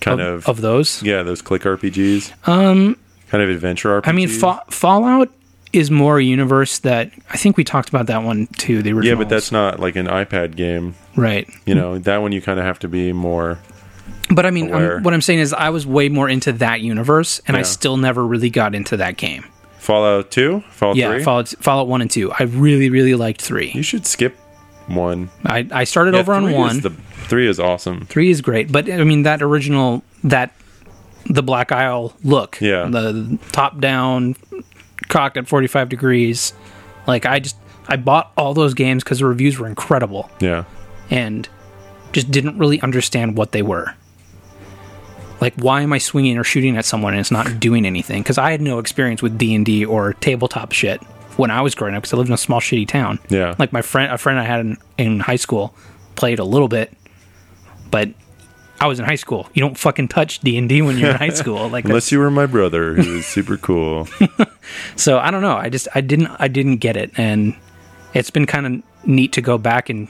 Speaker 2: kind
Speaker 1: of,
Speaker 2: of,
Speaker 1: of those.
Speaker 2: yeah those click RPGs? Um, kind of adventure RPGs.
Speaker 1: I mean, fa- Fallout is more a universe that I think we talked about that one too. The
Speaker 2: yeah,
Speaker 1: original,
Speaker 2: but that's not like an iPad game.
Speaker 1: right.
Speaker 2: You know that one you kind of have to be more.
Speaker 1: But I mean,
Speaker 2: aware.
Speaker 1: I'm, what I'm saying is, I was way more into that universe, and I
Speaker 2: Yeah.
Speaker 1: still never really got into that game.
Speaker 2: Fallout Two, Fallout
Speaker 1: Yeah,
Speaker 2: Three.
Speaker 1: Fallout Fallout one and two. I really really liked
Speaker 2: you
Speaker 1: three.
Speaker 2: should skip one.
Speaker 1: I I started over
Speaker 2: Yeah,
Speaker 1: on
Speaker 2: three
Speaker 1: one.
Speaker 2: Is the, three is awesome.
Speaker 1: Three is great, but I mean that original that the Black Isle look,
Speaker 2: Yeah.
Speaker 1: the top down cocked at 45 degrees. Like I just I bought all those games because the reviews were incredible
Speaker 2: Yeah.
Speaker 1: and just didn't really understand what they were. Like why am I swinging or shooting at someone and it's not doing anything? Because I had no experience with D and D or tabletop shit when I was growing up because I lived in a small shitty town.
Speaker 2: Yeah.
Speaker 1: Like my friend, a friend I had in, in high school played a little bit, but I was in high school. You don't fucking touch D and D when you're in high school. Like that's-
Speaker 2: Unless you were my brother, who is super cool.
Speaker 1: so I don't know. I just I didn't I didn't get it, and it's been kind of neat to go back and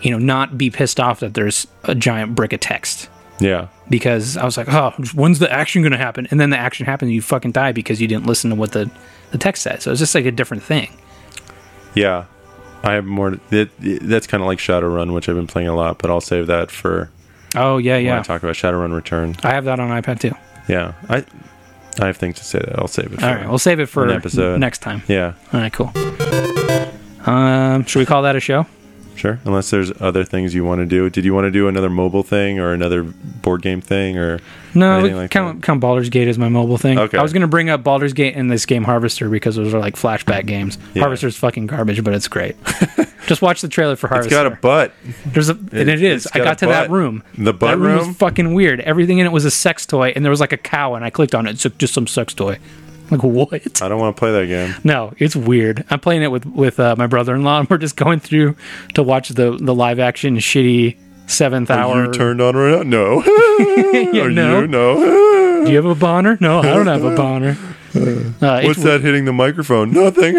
Speaker 1: you know not be pissed off that there's a giant brick of text
Speaker 2: Yeah.
Speaker 1: because I was like, oh, when's the action going to happen? And then the action happens, and you fucking die because you didn't listen to what the the text said. So it's just like a different thing.
Speaker 2: Yeah. I have more. That, that's kind of like Shadowrun, which I've been playing a lot, but I'll save that for
Speaker 1: Oh yeah,
Speaker 2: when I
Speaker 1: yeah.
Speaker 2: talk about Shadowrun Return.
Speaker 1: I have that on iPad too.
Speaker 2: Yeah. I I have things to say that I'll save it for.
Speaker 1: All right, we'll save it for
Speaker 2: An episode.
Speaker 1: next time.
Speaker 2: yeah.
Speaker 1: All right, cool. Um, should we call that a show?
Speaker 2: Sure. Unless there's other things you want to do. Did you want to do another mobile thing or another board game thing or
Speaker 1: No,
Speaker 2: anything
Speaker 1: we
Speaker 2: like
Speaker 1: count count Baldur's Gate as my mobile thing.
Speaker 2: Okay.
Speaker 1: I was gonna bring up Baldur's Gate and this game Harvester because those are like flashback games.
Speaker 2: Yeah.
Speaker 1: Harvester's fucking garbage, but it's great. Just watch the trailer for
Speaker 2: that? It's
Speaker 1: Harvester.
Speaker 2: got a butt.
Speaker 1: There's a, and it is.
Speaker 2: it's
Speaker 1: I
Speaker 2: got
Speaker 1: got
Speaker 2: a
Speaker 1: to that
Speaker 2: butt.
Speaker 1: room.
Speaker 2: The butt
Speaker 1: that room,
Speaker 2: room?
Speaker 1: was fucking weird. Everything in it was a sex toy, and there was like a cow, and I clicked on it. It's just some sex toy. Like what?
Speaker 2: I don't want to play that game.
Speaker 1: No, it's weird. I'm playing it with with uh, my brother-in-law, and we're just going through to watch the the live action shitty seventh hour.
Speaker 2: You turned on right now? No.
Speaker 1: Yeah,
Speaker 2: Are
Speaker 1: no.
Speaker 2: you? No.
Speaker 1: Do you have a boner? No, I don't have a boner. Uh,
Speaker 2: What's
Speaker 1: it's,
Speaker 2: that hitting the microphone? Nothing.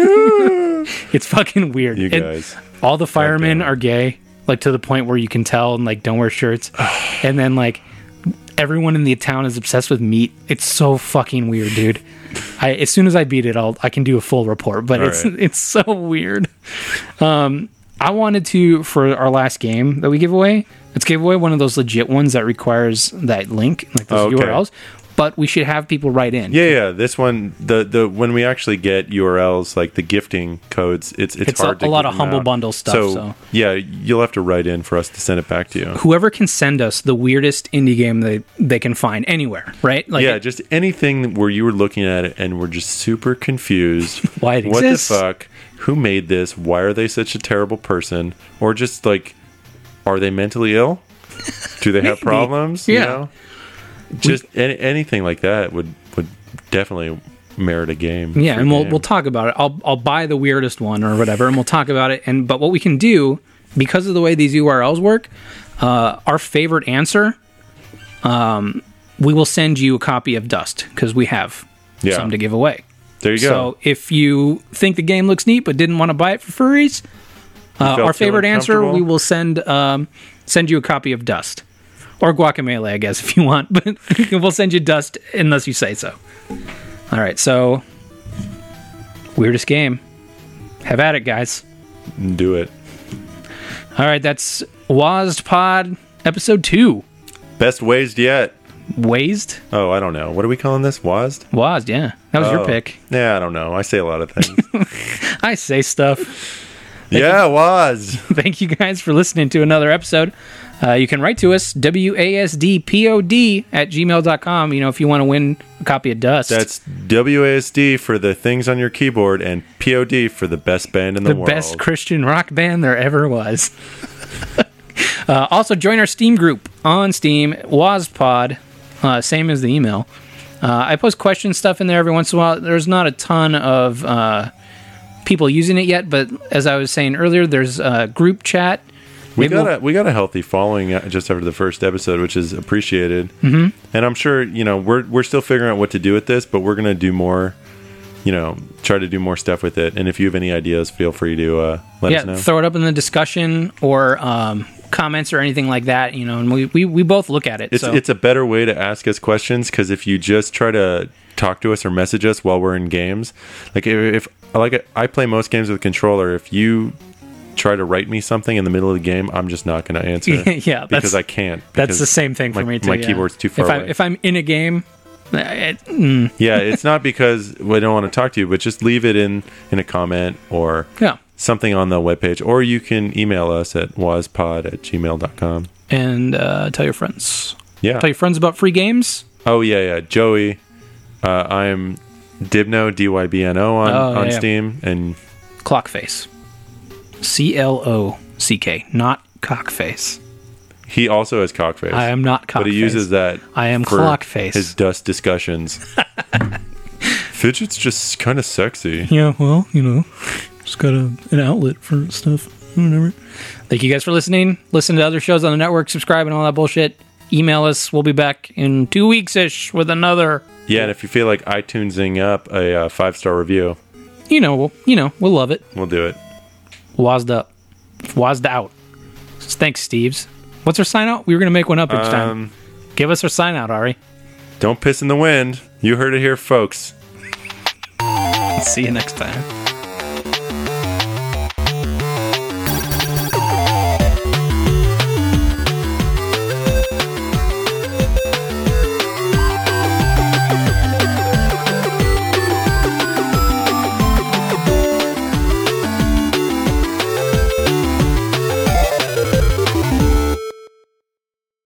Speaker 1: it's fucking weird.
Speaker 2: you
Speaker 1: And
Speaker 2: guys.
Speaker 1: all the firemen
Speaker 2: Goddamn.
Speaker 1: are gay, like to the point where you can tell, and like don't wear shirts. and then like everyone in the town is obsessed with meat. It's so fucking weird, dude. I, as soon as I beat it, I'll I can do a full report. But
Speaker 2: All
Speaker 1: it's
Speaker 2: right.
Speaker 1: it's so weird. Um, I wanted to for our last game that we give away. Let's give away one of those legit ones that requires that link, like those
Speaker 2: Oh, Okay.
Speaker 1: URLs. But we should have people write in.
Speaker 2: Yeah, yeah. This one, the the when we actually get URLs like the gifting codes, it's it's,
Speaker 1: It's a-
Speaker 2: hard
Speaker 1: a
Speaker 2: to
Speaker 1: lot
Speaker 2: give
Speaker 1: of
Speaker 2: them
Speaker 1: humble
Speaker 2: out.
Speaker 1: bundle stuff, so.
Speaker 2: yeah, you'll have to write in for us to send it back to you.
Speaker 1: whoever can send us the weirdest indie game they they can find anywhere, right? Like
Speaker 2: Yeah, just anything where you were looking at it and were just super confused.
Speaker 1: Why it
Speaker 2: what
Speaker 1: exists.
Speaker 2: the fuck? Who made this? Why are they such a terrible person? Or just like, are they mentally ill? Do they have problems?
Speaker 1: Yeah.
Speaker 2: Just any, anything like that would would definitely merit a game.
Speaker 1: yeah,
Speaker 2: for
Speaker 1: and we'll
Speaker 2: game.
Speaker 1: we'll talk about it. I'll I'll buy the weirdest one or whatever, and we'll talk about it. And but what we can do because of the way these URLs work, uh, our favorite answer, um, we will send you a copy of Dust because we have
Speaker 2: Yeah.
Speaker 1: some to give away.
Speaker 2: there you go.
Speaker 1: So uh, if you think the game looks neat but didn't want to buy it for furries, uh,
Speaker 2: felt
Speaker 1: our
Speaker 2: too
Speaker 1: favorite answer
Speaker 2: uncomfortable?
Speaker 1: we will send um, send you a copy of Dust or Guacamole, I guess if you want, but we'll send you Dust unless you say so. All right, so weirdest game. Have at it, guys.
Speaker 2: Do it.
Speaker 1: All right, that's Wazd Pod episode two.
Speaker 2: Best waged yet.
Speaker 1: Wazed,
Speaker 2: Oh, I don't know. What are we calling this? Wazd?
Speaker 1: Wazed, yeah, that was
Speaker 2: Oh.
Speaker 1: your pick.
Speaker 2: Yeah, I don't know. I say a lot of things.
Speaker 1: I say stuff.
Speaker 2: yeah, Wazd.
Speaker 1: thank you guys for listening to another episode. Uh, you can write to us, WASDPOD at gmail.com, you know, if you want to win a copy of Dust.
Speaker 2: That's WASD for the things on your keyboard and POD for the best band in the,
Speaker 1: the
Speaker 2: world.
Speaker 1: best Christian rock band there ever was. uh, also, join our Steam group on Steam, WASPod, uh, same as the email. Uh, I post question stuff in there every once in a while. There's not a ton of uh, people using it yet, but as I was saying earlier, there's uh, group chat.
Speaker 2: we
Speaker 1: Maybe
Speaker 2: got
Speaker 1: we'll-
Speaker 2: a we got a healthy following uh, just after the first episode, which is appreciated. Mm-hmm. And I'm sure you know we're we're still figuring out what to do with this, but we're gonna do more. You know, try to do more stuff with it. And if you have any ideas, feel free to uh, let us
Speaker 1: yeah
Speaker 2: know.
Speaker 1: throw it up in the discussion or um, comments or anything like that you know and we we, we both look at it
Speaker 2: It's
Speaker 1: so
Speaker 2: it's a better way to ask us questions because if you just try to talk to us or message us while we're in games, like if, if like I play most games with controller, if you try to write me something in the middle of the game, I'm just not going to answer.
Speaker 1: Yeah, that's-
Speaker 2: because I can't.
Speaker 1: that's
Speaker 2: because
Speaker 1: the same thing for
Speaker 2: my-
Speaker 1: me too
Speaker 2: My
Speaker 1: yeah.
Speaker 2: keyboard's too far
Speaker 1: if
Speaker 2: away.
Speaker 1: i'm if i'm in a game uh, it, mm,
Speaker 2: yeah, it's not because we don't want to talk to you, but just leave it in in a comment or
Speaker 1: yeah
Speaker 2: something on the webpage, or you can email us at waspod at gmail.com.
Speaker 1: and uh, tell your friends
Speaker 2: Yeah.
Speaker 1: tell your friends about free games
Speaker 2: Oh yeah, yeah. Joey, uh, I'm Dibno D Y B N O on
Speaker 1: Oh,
Speaker 2: on
Speaker 1: yeah.
Speaker 2: Steam, and
Speaker 1: Clockface. C L O C K, not cockface.
Speaker 2: he also has cockface.
Speaker 1: I am not cockface.
Speaker 2: but he uses that.
Speaker 1: I am
Speaker 2: for
Speaker 1: clockface.
Speaker 2: His dust discussions. Fidget's just kind of sexy.
Speaker 1: Yeah, well, you know, just got a, an outlet for stuff. Whatever. Thank you guys for listening. Listen to other shows on the network, subscribe, and all that bullshit. Email us. We'll be back in two weeks ish with another.
Speaker 2: Yeah, and if you feel like iTunesing up a uh, five star review,
Speaker 1: You know, we'll, you know, we'll love it.
Speaker 2: we'll do it.
Speaker 1: Wazda up, Wazda out. Thanks, Steves. What's our sign out? We were gonna make one up each time. Give us our sign out, Ari.
Speaker 2: Don't piss in the wind. You heard it here, folks.
Speaker 1: See you next time.